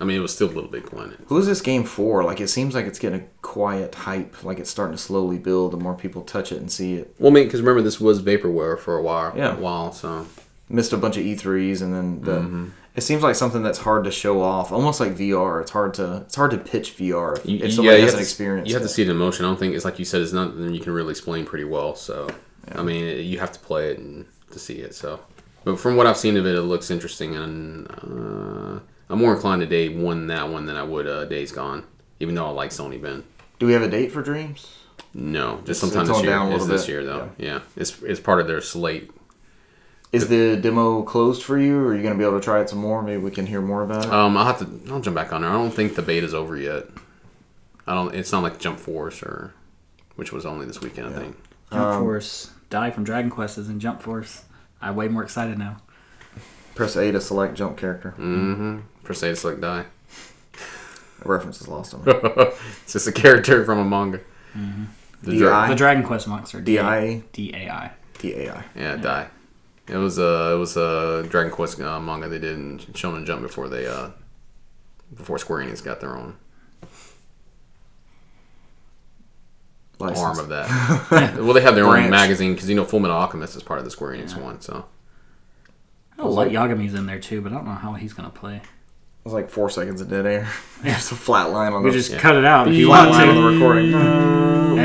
I mean, it was still Little Big Planet. Who is this game for? Like, it seems like it's getting a quiet hype. Like, it's starting to slowly build. The more people touch it and see it, Well, I mean, because remember this was vaporware for a while. Yeah. A while. So missed a bunch of E3s, and then the. Mm-hmm. It seems like something that's hard to show off, almost like VR. It's hard to it's hard to pitch VR if, if you somebody have hasn't to- experienced You have it. to see it in motion. I don't think it's like you said. It's not you can really explain pretty well. So I mean, it, you have to play it and to see it. So, but from what I've seen of it, it looks interesting, and uh, I'm more inclined to day one that one than I would uh, Days Gone. Even though I like Sony Ben. Do we have a date for Dreams? No, It's- just sometime it's this on year. down a It's little this bit. year though. Yeah. it's it's part of their slate. Is the demo closed for you? Or are you going to be able to try it some more? Maybe we can hear more about it. Um, I'll have to. I'll jump back on there. I don't think the beta's over yet. I don't. It's not like Jump Force or, which was only this weekend. I think. Jump Um, Force, die from Dragon Quest is in Jump Force. I'm way more excited now. Press A to select jump character. Mm. Mm-hmm. For say it's like die. Reference is lost on me. it's just a character from a manga. Mm-hmm. The DI? jerk. The Dragon Quest monster. DIA? DAI. T-A-I. Yeah, die. It was a it was a Dragon Quest uh, manga they did in Shonen Jump before they uh before Square Enix got their own License. arm of that. well, they have their Branch. own magazine because you know Fullmetal Alchemist is part of the Square Enix one. So I like Yagami's in there too, but I don't know how he's gonna play. It was like four seconds of dead air. There's a flat line Oh, on the We just cut it out if you flat want line on the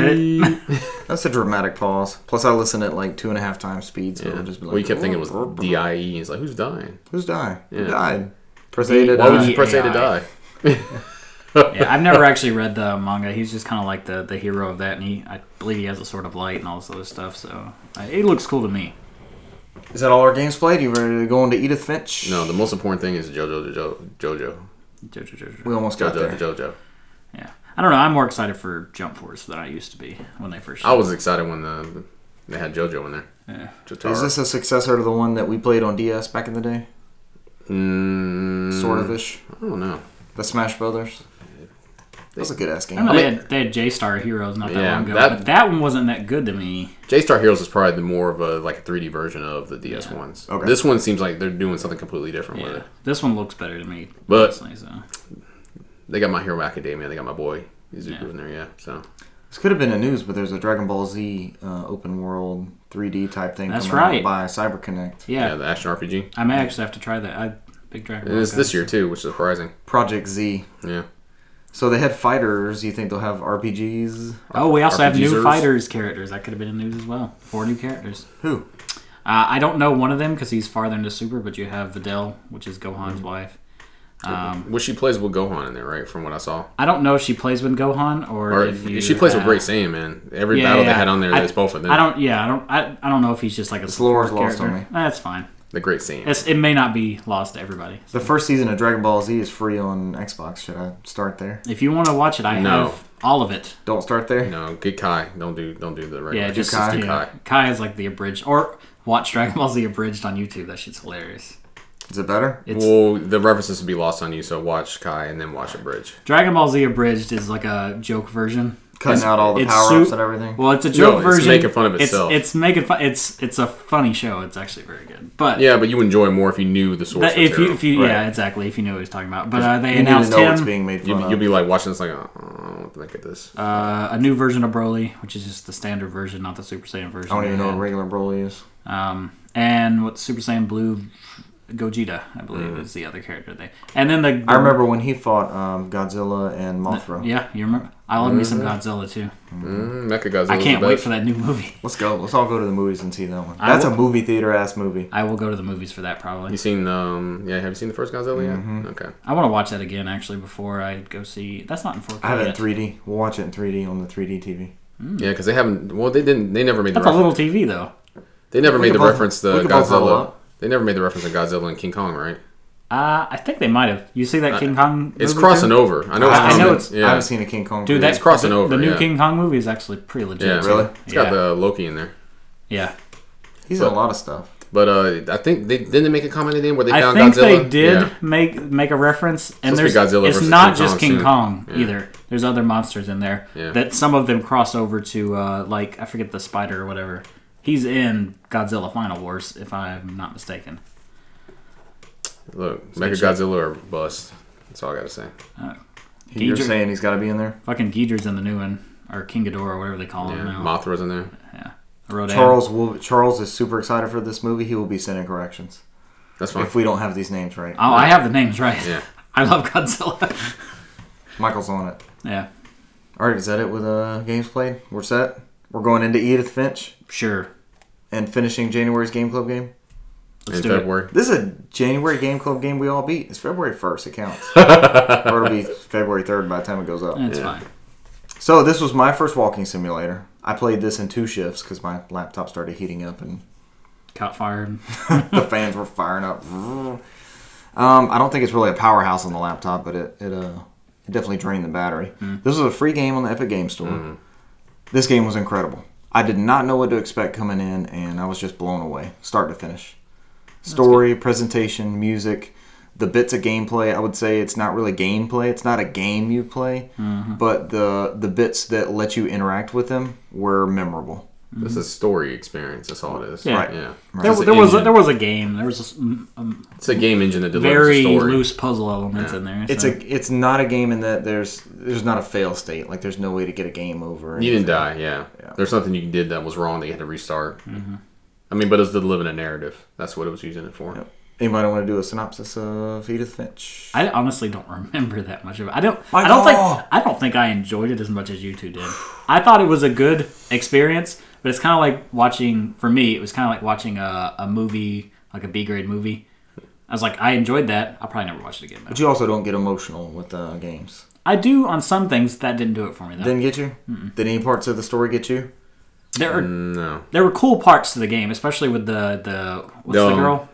to. recording. Edit. That's a dramatic pause. Plus, I listen at like two and a half times speed, so yeah. it'll just be like. well, you kept thinking it was D.I.E. He's like, who's dying? Who's dying? Who Yeah. died? uh, Press A to Why Why would die. you press A to D.I.E.. die? yeah, I've never actually read the manga. He's just kind of like the, the hero of that, and he I believe he has a sword of light and all this other stuff. So I, it looks cool to me. Is that all our games played? You ready to go into Edith Finch? No, the most important thing is JoJo JoJo JoJo Jo- jo- jo- jo- We almost got JoJo there. JoJo. Yeah, I don't know. I'm more excited for Jump Force than I used to be when they first. I was excited when the they had JoJo in there. Jotaro. Is this a successor to the one that we played on DS back in the day? Mm, Sort of ish. I don't know. The Smash Brothers. That was a good ass game. I know I they mean- had, they had J Star Heroes not that Yeah, long ago, that- but that one wasn't that good to me. J Star Heroes is probably the more of a like a 3D version of the DS Yeah. ones. Okay. This one seems like they're doing something completely different with Yeah, it. this one looks better to me. But- personally, so. They got My Hero Academia. They got my boy Izuku in there. Yeah. So This could have been in news, but there's a Dragon Ball Z uh, open world 3D type thing That's coming out right. by CyberConnect. yeah, yeah, the action RPG. I may actually have to try that. I big Dragon. And Ball it's guy. this year too, which is surprising. Project Z. Yeah. So they had fighters. You think they'll have RPGs? Oh, we also have new RPGs. fighters characters. That could have been in news as well. Four new characters. Who? Uh, I don't know one of them because he's farther into Super, but you have Videl, which is Gohan's Mm-hmm. wife. Um, Well, she plays with Gohan in there, right? From what I saw. I don't know if she plays with Gohan or, Or if you, she plays with uh, Great Saiyan, man. Every yeah, battle yeah, they had on there, I- there's both of them. I don't. Yeah, I don't. I, I don't know if he's just like a lore's support lost character. on me. That's fine. The Great Saiyan. It's, it may not be lost to everybody. The first season of Dragon Ball Z is free on Xbox. Should I start there? If you want to watch it, I No. have all of it. Don't start there. No, get Kai. Don't do don't do the right. Yeah, just Kai. Kai. Kai. Kai. is like the abridged, or watch Dragon Ball Z abridged on YouTube. That shit's hilarious. Is it better? It's Well, the references will be lost on you, so watch Kai and then watch a bridge. Dragon Ball Z abridged is like a joke version. Cutting It's- out all the it's power ups su- and everything. Well, it's a joke it's version. making fun of It's- itself. It's, making fun. It's it's a funny show. It's actually very good. But Yeah, but you enjoy more if you knew the source that- if you material, if you right? yeah exactly if you knew what he was talking about. But uh, they you need to announced know what's him being made fun You'll, of. be- you'll be like watching this like, oh, I don't think of this. uh, a new version of Broly, which is just the standard version, not the Super Saiyan version. I don't even they know what had. regular Broly is. Um, and what Super Saiyan Blue Gogeta, I believe, Mm. is the other character they. And then the I remember when he fought um, Godzilla and Mothra. Yeah, you remember? I love me some Mm-hmm. Godzilla too. Mm, Mechagodzilla. I can't wait for that new movie. Let's go. Let's all go to the movies and see that one. I That's a will- movie theater ass movie. I will go to the movies for that probably. You seen um yeah? Have you seen the first Godzilla yet? Mm-hmm. Okay. I want to watch that again actually before I go see. That's not in 4K. I have it in yet. 3D. We'll watch it in 3D on the 3D TV. Yeah, because they haven't. Well, they didn't. They never made the That's a reference. little TV though. they never We made could the both- reference we to could both huddle Godzilla. up. They never made the reference to Godzilla and King Kong, right? Uh, I think they might have. You see that King Kong? Uh, It's movie, crossing too? over. I know. It's I coming. know it's- I Yeah. haven't seen a King Kong. Dude, movie. that's It's crossing the, over, The new yeah. King Kong movie is actually pretty legit. Yeah. too. Really? yeah. It's got the Loki in there. yeah. he's in a but- lot of stuff. But uh, I think they didn't they make a comment at the end where they I found think Godzilla. they did Yeah. make make a reference, and Supposed there's to be Godzilla it's versus not King just Kong King soon. Kong Yeah. either. There's other monsters in there Yeah. that some of them cross over to uh, like I forget the spider or whatever. He's in Godzilla Final Wars, if I'm not mistaken. Look, Mechagodzilla or bust. That's all I gotta say. You're Deidre- saying he's got to be in there. Fucking Ghidorah's in the new one, or King Ghidorah, or whatever they call Yeah. him now. Mothra's in there. yeah, I wrote down- Charles will, Charles is super excited for this movie. He will be sending corrections That's fine. if we don't have these names right. Oh, I have the names right. Yeah. I love Godzilla. Michael's on it. yeah, All right, is that it with uh, games played? We're set. We're going into Edith Finch sure. and finishing January's Game Club game. Let's in do it. February. This is a January Game Club game we all beat. It's February 1st. It counts. or it'll be February 3rd by the time it goes up. It's fine. So this was my first walking simulator. I played this in two shifts because my laptop started heating up and Caught fired. the fans were firing up. Um, I don't think it's really a powerhouse on the laptop, but it it, uh, it definitely drained the battery. This was a free game on the Epic Game Store. This game was incredible. I did not know what to expect coming in, and I was just blown away, start to finish. Story, presentation, music, the bits of gameplay. I would say it's not really gameplay. It's not a game you play, but the the bits that let you interact with them were memorable. This is story experience. That's all it is. Yeah. Right. Yeah. There, It's an there was a, engine. there was a game. There was a s- mm, um, It's a game engine that delivers very a story. loose puzzle elements in there. It's so- a it's not a game in that there's there's not a fail state. Like there's no way to get a game over. or You didn't anything. die. Yeah. There's something you did that was wrong that you had to restart. Mm-hmm. I mean, but it was delivering a narrative. That's what it was using it for. Anybody want to do a synopsis of Edith Finch? I honestly don't remember that much of it. I don't. My I don't God. think. I don't think I enjoyed it as much as you two did. I thought it was a good experience, but it's kind of like watching. For me, it was kind of like watching a, a movie, like a B grade movie. I was like, I enjoyed that. I'll probably never watch it again. Though. but you also don't get emotional with uh, games. I do on some things that didn't do it for me though. Didn't get you. Did any parts of the story get you? there are No. there were cool parts to the game, especially with the the what's the Um, girl,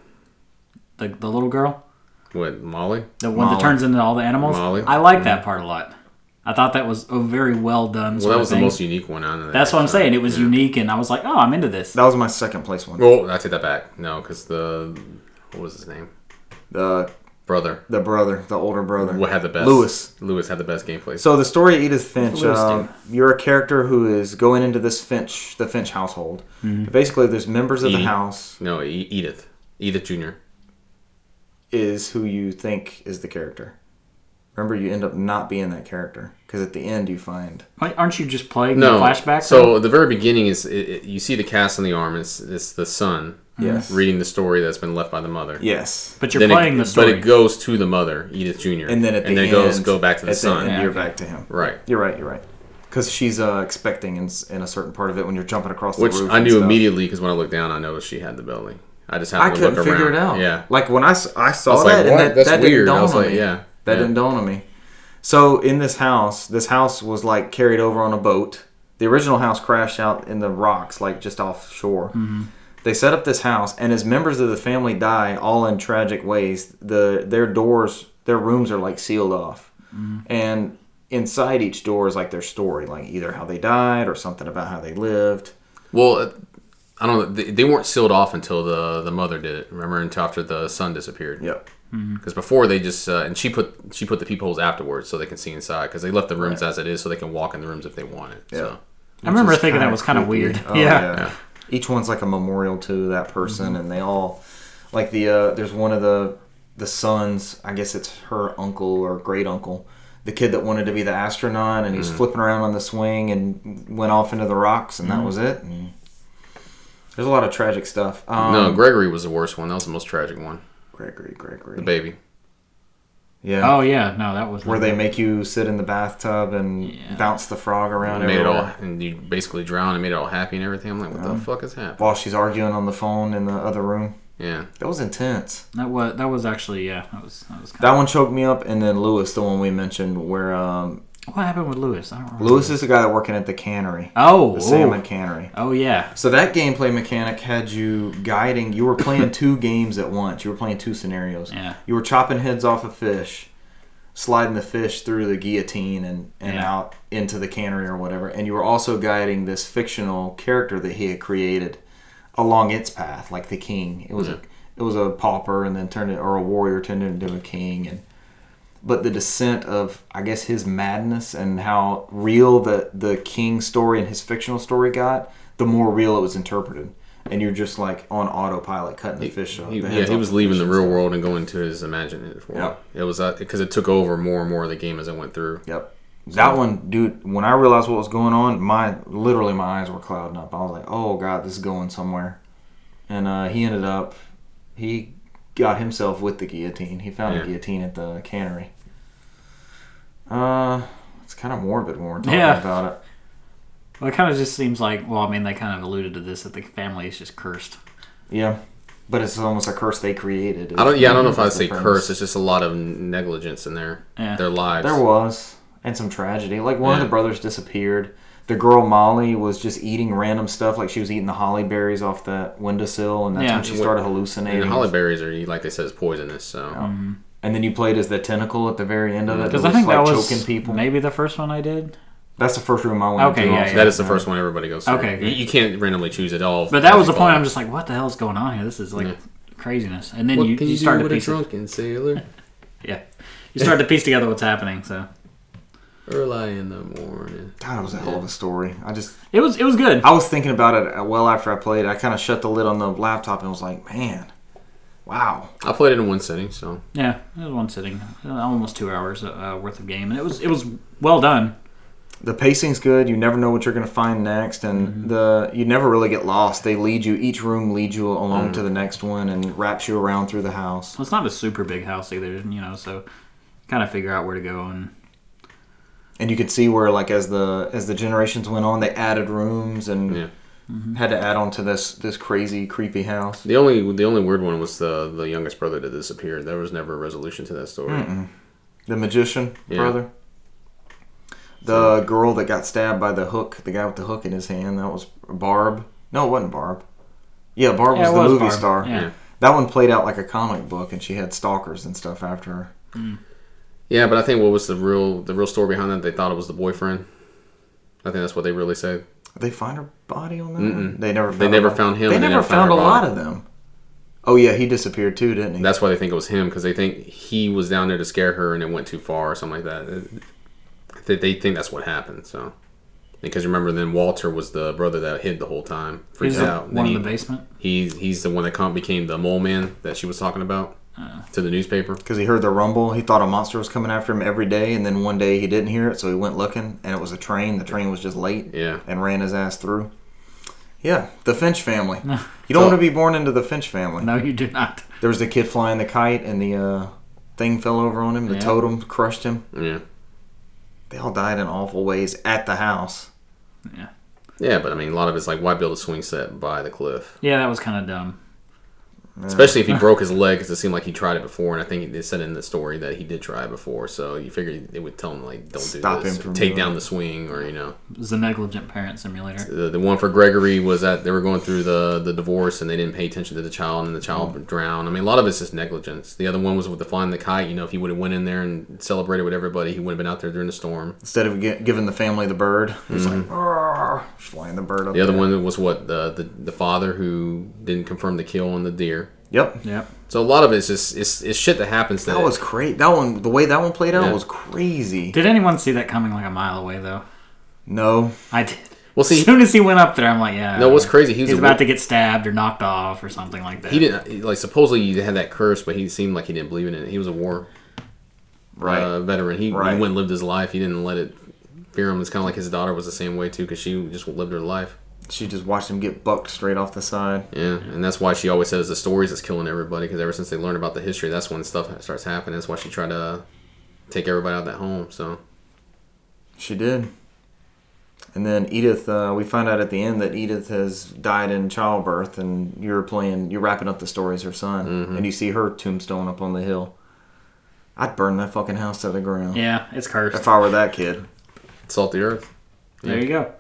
the the little girl, What, Molly? the one Molly. that turns into all the animals. Molly. Mm-hmm. I like that part a lot. I thought that was a very well done. Well, sort that of was the thing. most unique one out of that. Uh, That's what I'm so, saying. It was yeah. unique, and I was like, "Oh, I'm into this." That was my second place one. Well, I take that back. No, because the. What was his name? The Brother. the brother, the older brother. What had the best? Lewis. Lewis had the best gameplay. So the story of Edith Finch, Lewis um, you're a character who is going into this Finch, the Finch household. Mm-hmm. Basically, there's members of the Edie. house no, E- Edith. Edith Jr. is who you think is the character. Remember, you end up not being that character because at the end you find Wait, Aren't you just playing No. the flashback? So the very beginning is it, it- you see the cast on the arm. It's, it's the son yes, reading the story that's been left by the mother. yes, but you're Then it- playing the story. But it goes to the mother, Edith Jr. and then at the and then end it goes go back to the at son. end, Yeah, you're okay. back to him. Right. You're right. You're right. Because she's uh, expecting in, s- in a certain part of it when you're jumping across the Which roof. I and knew stuff. immediately because when I looked down, I noticed she had the belly. I just I happened to couldn't look figure around. it out. Yeah. Like when I, s- I saw was like, that, and "What? that, That's that didn't weird." I dawn was on like, me. yeah, That yeah. didn't dawn on me. So in this house, this house was like carried over on a boat. The original house crashed out in the rocks, like just offshore. Mm-hmm. They set up this house, and as members of the family die, all in tragic ways, the their doors, their rooms are like sealed off, Mm-hmm. and inside each door is like their story, like either how they died or something about how they lived. Well, uh, I don't know. They, they weren't sealed off until the the mother did it. Remember, until after the son disappeared. Yep. Because before they just uh, and she put she put the peepholes afterwards so they can see inside because they left the rooms as it is so they can walk in the rooms if they want it. So. I remember which is thinking that kinda was kind of creepy. weird. Oh, yeah. Each one's like a memorial to that person, and they all like the uh, there's one of the the sons. I guess it's her uncle or great uncle, the kid that wanted to be the astronaut, and he's flipping around on the swing and went off into the rocks, and that was it. And there's a lot of tragic stuff. Um, Um, No, Gregory was the worst one. That was the most tragic one. Gregory, Gregory. The baby. yeah. Oh yeah, no, that was Where they make you sit in the bathtub and Yeah. bounce the frog around made it all, everywhere. and you basically drowned and made it all happy and everything. I'm like, what the fuck is happening? While she's arguing on the phone in the other room. Yeah. That was intense. that was that was actually yeah that was that was. Kind That one choked me up, and then Lewis, the one we mentioned, where um, of, what happened with Lewis? I don't remember. Lewis is the guy that working at the cannery, Oh, the salmon oh, cannery. oh yeah, So that gameplay mechanic had you guiding. You were playing two games at once. You were playing two scenarios. Yeah. You were chopping heads off a fish, sliding the fish through the guillotine and, and Yeah. out into the cannery or whatever. And you were also guiding this fictional character that he had created along its path, like the king. It was a it was a pauper and then turned it or a warrior turned into a king and but the descent of I guess his madness and how real the the king story and his fictional story got, the more real it was interpreted. And you're just like on autopilot cutting the fish off. He, the yeah, heads he off was the leaving the fishes. real world and going to his imaginative world. It was because it took over more and more of the game as it went through. Yep. That one, dude. When I realized what was going on, my literally my eyes were clouding up. I was like, "Oh God, this is going somewhere." And uh, he ended up, he got himself with the guillotine. He found Yeah. a guillotine at the cannery. Uh, it's kind of morbid when we're talking Yeah. about it. well, it kind of just seems like well, I mean, they kind of alluded to this that the family is just cursed. Yeah, but it's almost a curse they created. I don't. Yeah, I don't know if I'd That's the say premise. curse. It's just a lot of negligence in their Yeah. their lives. There was, and some tragedy. Like one of Yeah. the brothers disappeared. The girl Molly was just eating random stuff, like she was eating the holly berries off that windowsill, and that's Yeah. when she started hallucinating. and holly berries are like they said is poisonous. So And then you played as the tentacle at the very end of it, Because that I was, think like that was choking people. maybe the first one I did. That's the first room I went Okay, to. yeah, also. yeah. that is the first one everybody goes. Through. Okay, you, good. you can't randomly choose it all. But that was the point. I'm just like, what the hell is going on here? This is like craziness. And then you, you, start to piece it- drunken sailor yeah, you start to piece together what's happening. So early in the morning? God, it was a hell of a story. I just, it was it was good. I was thinking about it uh, well after I played. it. I kind of shut the lid on the laptop and was like, man, wow. I played it in one sitting, so Yeah, it was one sitting, uh, almost two hours uh, worth of game, and it was it was well done. the pacing's good. You never know what you're going to find next, and Mm-hmm. the you never really get lost. They lead you. Each room leads you along Mm. to the next one and wraps you around through the house. Well, it's not a super big house either, you know, so kind of figure out where to go and And you can see where, like, as the as the generations went on, they added rooms and yeah. Mm-hmm. had to add on to this this crazy, creepy house. The only the only weird one was the the youngest brother that disappeared. There was never a resolution to that story. The magician Yeah. brother, the girl that got stabbed by the hook, the guy with the hook in his hand. That was Barb. No, it wasn't Barb. Yeah, Barb Yeah, was it the was movie Barb. star. Yeah. Yeah. That one played out like a comic book, and she had stalkers and stuff after her. Yeah, but I think what was the real the real story behind that? They thought it was the boyfriend. I think that's what they really said. Did They find her body on that. One? They never. Found They never her- found him, They, and never, found, a her lot body. of them. Oh yeah, he disappeared too, didn't he? That's why they think it was him because they think he was down there to scare her and it went too far or something like that. They, they think that's what happened. So because remember, then Walter was the brother that hid the whole time, freaked He's the out. one he, in the basement. he he's the one that come, became the mole man that she was talking about Uh. to the newspaper. because he heard the rumble. He thought a monster was coming after him every day, and then one day he didn't hear it, so he went looking, and it was a train. The train was just late. Yeah. And ran his ass through. Yeah, the Finch family. You don't want to be born into the Finch family. No, you do not. There was the kid flying the kite, and the uh, thing fell over on him. The Yeah. totem crushed him. Yeah, They all died in awful ways at the house. yeah, but I mean, a lot of it's like why build a swing set by the cliff, Yeah, that was kind of dumb. especially if he broke his leg because it seemed like he tried it before, and I think they said in the story that he did try it before. So you figure they would tell him like, don't Stop do this, him or from take doing down the swing, or you know. It was a negligent parent simulator. the, the one for Gregory was that they were going through the, the divorce and they didn't pay attention to the child and the child Mm-hmm. drowned. I mean, a lot of it's just negligence. The other one was with the flying the kite. You know, if he would have went in there and celebrated with everybody, he would not have been out there during the storm. Instead of gi- giving the family the bird, he's like, "Arr," flying the bird up. Mm-hmm. The other there. one was what the, the the father who didn't confirm the kill on the deer. Yep. Yep. So a lot of it's just it's, it's shit that happens. That, That was crazy. That one, the way that one played out Yeah. was crazy. Did anyone see that coming like a mile away though? No, I did. well, see, As soon as he went up there, I'm like, yeah. no, what's crazy? He was He's a- about to get stabbed or knocked off or something like that. he didn't he- like supposedly he had that curse, but he seemed like he didn't believe in it. He was a war right? uh, veteran. He, Right. he went and lived his life. He didn't let it fear him. It's kind of like his daughter was the same way too, because she just lived her life. She just watched him get bucked straight off the side. Yeah, and that's why she always says the stories is killing everybody because ever since they learned about the history, that's when stuff starts happening. That's why she tried to take everybody out of that home. So She did. And then Edith, uh, we find out at the end that Edith has died in childbirth, and you're playing, you're wrapping up the story as her son, Mm-hmm. and you see her tombstone up on the hill. I'd burn that fucking house to the ground Yeah, it's cursed. if I were that kid. salt the earth. There you go.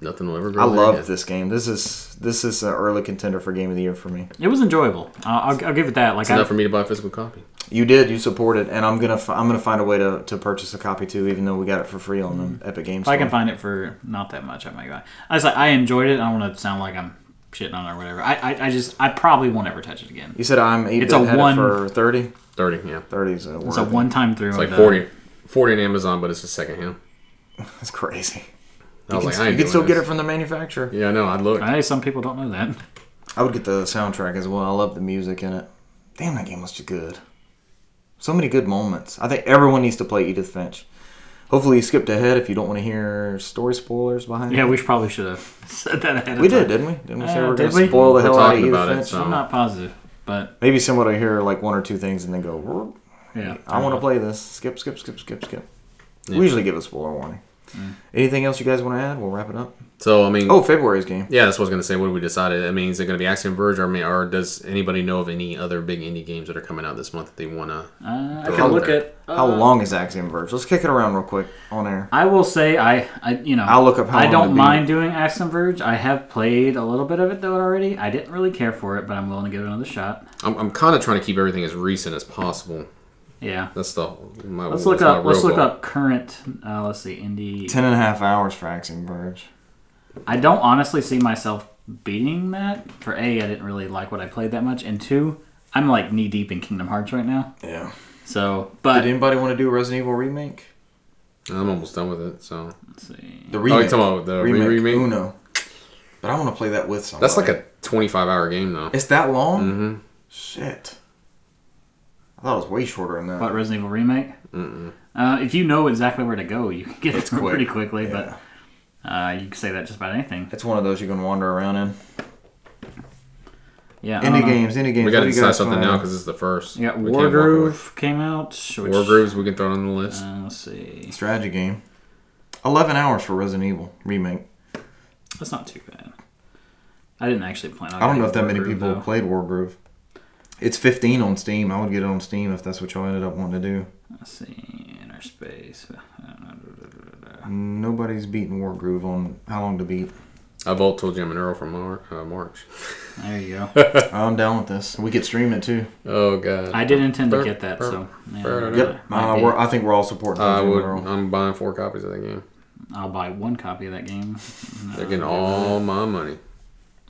Nothing will ever grow. I there loved again. this game. This is this is an early contender for game of the year for me. It was enjoyable. I'll, I'll, I'll give it that. Like It's I, enough for me to buy a physical copy. You did, you supported, and I'm gonna fi- I'm gonna find a way to, to purchase a copy too, even though we got it for free on the Epic Games. if Mm. I can find it for not that much, I might buy. I was like, I enjoyed it. I don't want to sound like I'm shitting on it or whatever. I, I, I just, I probably won't ever touch it again. You said I'm eight It's a had one- it for 30? Thirty, yeah, 30 is a word. It's a one-time through. it's like of the- 40, 40 on Amazon, but it's just secondhand. That's crazy. I was You like, can, I ain't you can doing still get it this. from the manufacturer. Yeah, I know. I'd look. Hey, some people don't know that. I would get the soundtrack as well. I love the music in it. Damn, that game was just good. So many good moments. I think everyone needs to play Edith Finch. Hopefully, you skipped ahead if you don't want to hear story spoilers behind. Yeah, it. we should- probably should have said that ahead of we time. did, didn't we? Didn't we say Uh, we're did going we? to spoil the We're hell out of talking Edith about it, Finch? so- I'm not positive, but Maybe someone will hear like one or two things and then go, "Whoop, yeah. I want Uh, to play this. Skip, skip, skip, skip, skip. We usually give a spoiler warning. Mm. Anything else you guys want to add? We'll wrap it up. So I mean, Oh, February's game. yeah, that's what I was gonna say. What did we decide? I mean, is it gonna be Axiom Verge, or I mean, or does anybody know of any other big indie games that are coming out this month that they wanna? Uh, I Throw can it look there. at. Uh, How long is Axiom Verge? Let's kick it around real quick on air. I will say I, I you know I'll look up how I long it'll don't be. mind doing Axiom Verge. I have played a little bit of it though already. I didn't really care for it, but I'm willing to give it another shot. I'm, I'm kind of trying to keep everything as recent as possible. Yeah. That's the my. Let's that's look my up. Let's real look goal. up current. Uh, let's see, indie. Ten and a half hours for Axiom Verge. I don't honestly see myself beating that. For a, I didn't really like what I played that much, and two, I'm like knee deep in Kingdom Hearts right now. Yeah. So, Did but anybody want to do Resident Evil remake? I'm almost done with it. So let's see. The oh, remake. you talking about the remake. remake? remake? Uno. But I want to play that with somebody. That's like a 25 hour game though. It's that long? Mm-hmm. Shit. I thought it was way shorter than that. What Resident Evil remake? Uh, if you know exactly where to go, you can get it quick. pretty quickly. Yeah. But uh, you can say that just about anything. It's one of those you can wander around in. Yeah. I don't Indie know. games, indie games. We gotta what do you decide guys something find? now because this is the first. You got We can't walk away. Wargroove came out. Which, Wargrooves we can throw on the list. Uh, let's see. Strategy game. 11 hours for Resident Evil remake. That's not too bad. I didn't actually plan on. I don't know getting if that many Wargroove, people though. have played Wargroove. It's 15 on Steam. I would get it on Steam if that's what y'all ended up wanting to do. Let's see. Inner space. Nobody's beating Wargroove on how long to beat. Uh, I vote till Jim and Earl from Mar- uh, March. There you go. I'm down with this. We could stream it too. Oh god. I did intend to get that, so yeah, Burp. Yep. might Uh, be. we're, I think we're all supporting. I Jim would. Earl. I'm buying four copies of that game. I'll buy one copy of that game. They're getting all my money.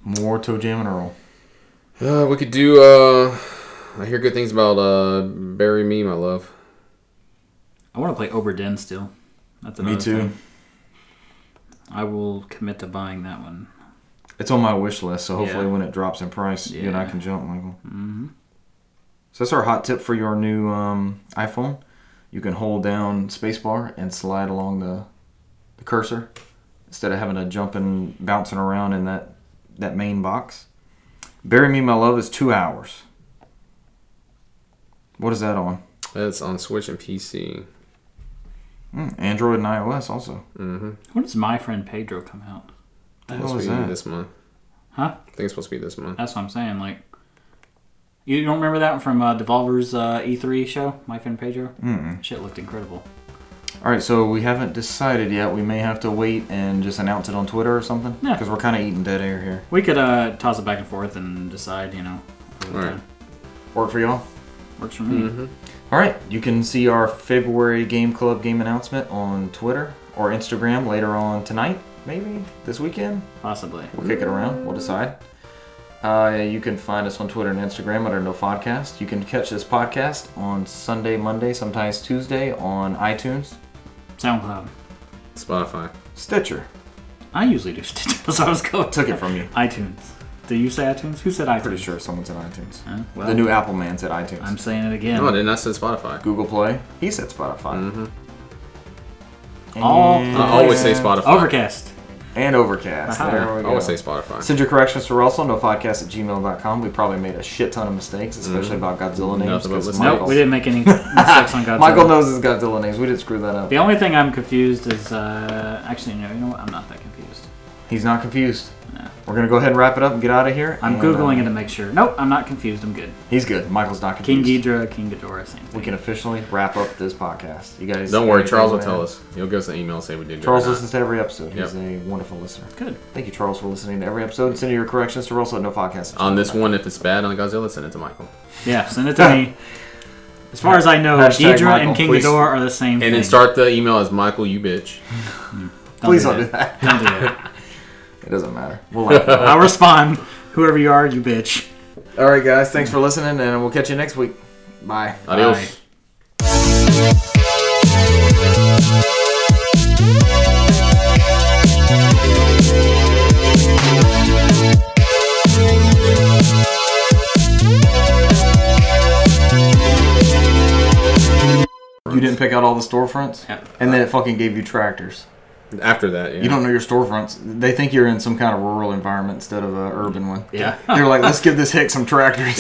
More to Jam and Earl. Uh, we could do. uh I hear good things about uh "Bury Me, My Love." I want to play Oberdin still. That's Me another too. thing. I will commit to buying that one. It's on my wish list, so hopefully Yeah. when it drops in price, you and I Yeah. can jump, Michael. So that's our hot tip for your new um, iPhone. You can hold down spacebar and slide along the, the cursor instead of having to jump and bouncing around in that that main box. Bury Me, My Love is two hours. What is that on? That's on Switch and PC. Hmm, Android and iOS also. Mm-hmm. When does My Friend Pedro come out? hell That's is supposed to that? be this month. Huh? I think it's supposed to be this month. That's what I'm saying. Like, you don't remember that from uh, Devolver's uh, E3 show, My Friend Pedro? mm Shit looked incredible. All right, so we haven't decided yet. We may have to wait and just announce it on Twitter or something Yeah. because we're kind of eating dead air here. We could uh, toss it back and forth and decide, you know. over the All right. time. Work for y'all. Works for me. Mm-hmm. All right, you can see our February Game Club game announcement on Twitter or Instagram later on tonight, maybe this weekend. Possibly. We'll kick it around. We'll decide. Uh, you can find us on Twitter and Instagram at our No Podcast. You can catch this podcast on Sunday, Monday, sometimes Tuesday on iTunes, SoundCloud. Spotify. Stitcher. I usually do Stitcher, so I was going. Took it from you. iTunes. Did you say iTunes? Who said iTunes? Pretty sure someone said iTunes. Huh? Uh, Well, The new Apple man said iTunes. I'm saying it again. No, I didn't. I said Spotify. Google Play. He said Spotify. Mm-hmm. All- Oh, Uh-huh. I always say Spotify. Overcast. and Overcast. Aha. There we I go. always say Spotify. Send your corrections to Russell, nofodcast at gmail.com. We probably made a shit ton of mistakes, especially about Godzilla names. Nothing but 'cause mistakes. Michael- Mm-hmm. Nope, we didn't make any mistakes on Godzilla. Michael knows his Godzilla names. We didn't screw that up. The only thing I'm confused is uh, actually no, you know what? I'm not that confused. He's not confused. We're going to go ahead and wrap it up and get out of here. I'm and, googling uh, it to make sure. Nope, I'm not confused. I'm good. He's good. Michael's not King confused. Ghidra, King Ghidorah, same we thing. can officially wrap up this podcast. You guys. Don't worry, Charles will Yeah. tell us. He'll give us an email and say we did. Charles good or not. listens to every episode. He's Yep. a wonderful listener. Good. Thank you, Charles, for listening to every episode. Send your corrections to Russell at no podcast. on this one. If it's bad on Godzilla, send it to Michael. Yeah, send it to me. As far as I know, Hashtag Ghidra Michael, and King please. Ghidorah are the same thing. And then start the email as Michael, you bitch. Please don't do that. Don't do that. It doesn't matter. We'll laugh. at I'll respond. Whoever you are, you bitch. it. All right, guys. Thanks for listening, and we'll catch you next week. Bye. Adios. Bye. You didn't pick out all the storefronts, Yep. and then it fucking gave you tractors. After that, yeah. You don't know your storefronts. They think you're in some kind of rural environment instead of a urban one. Yeah. They're like, let's give this hick some tractors.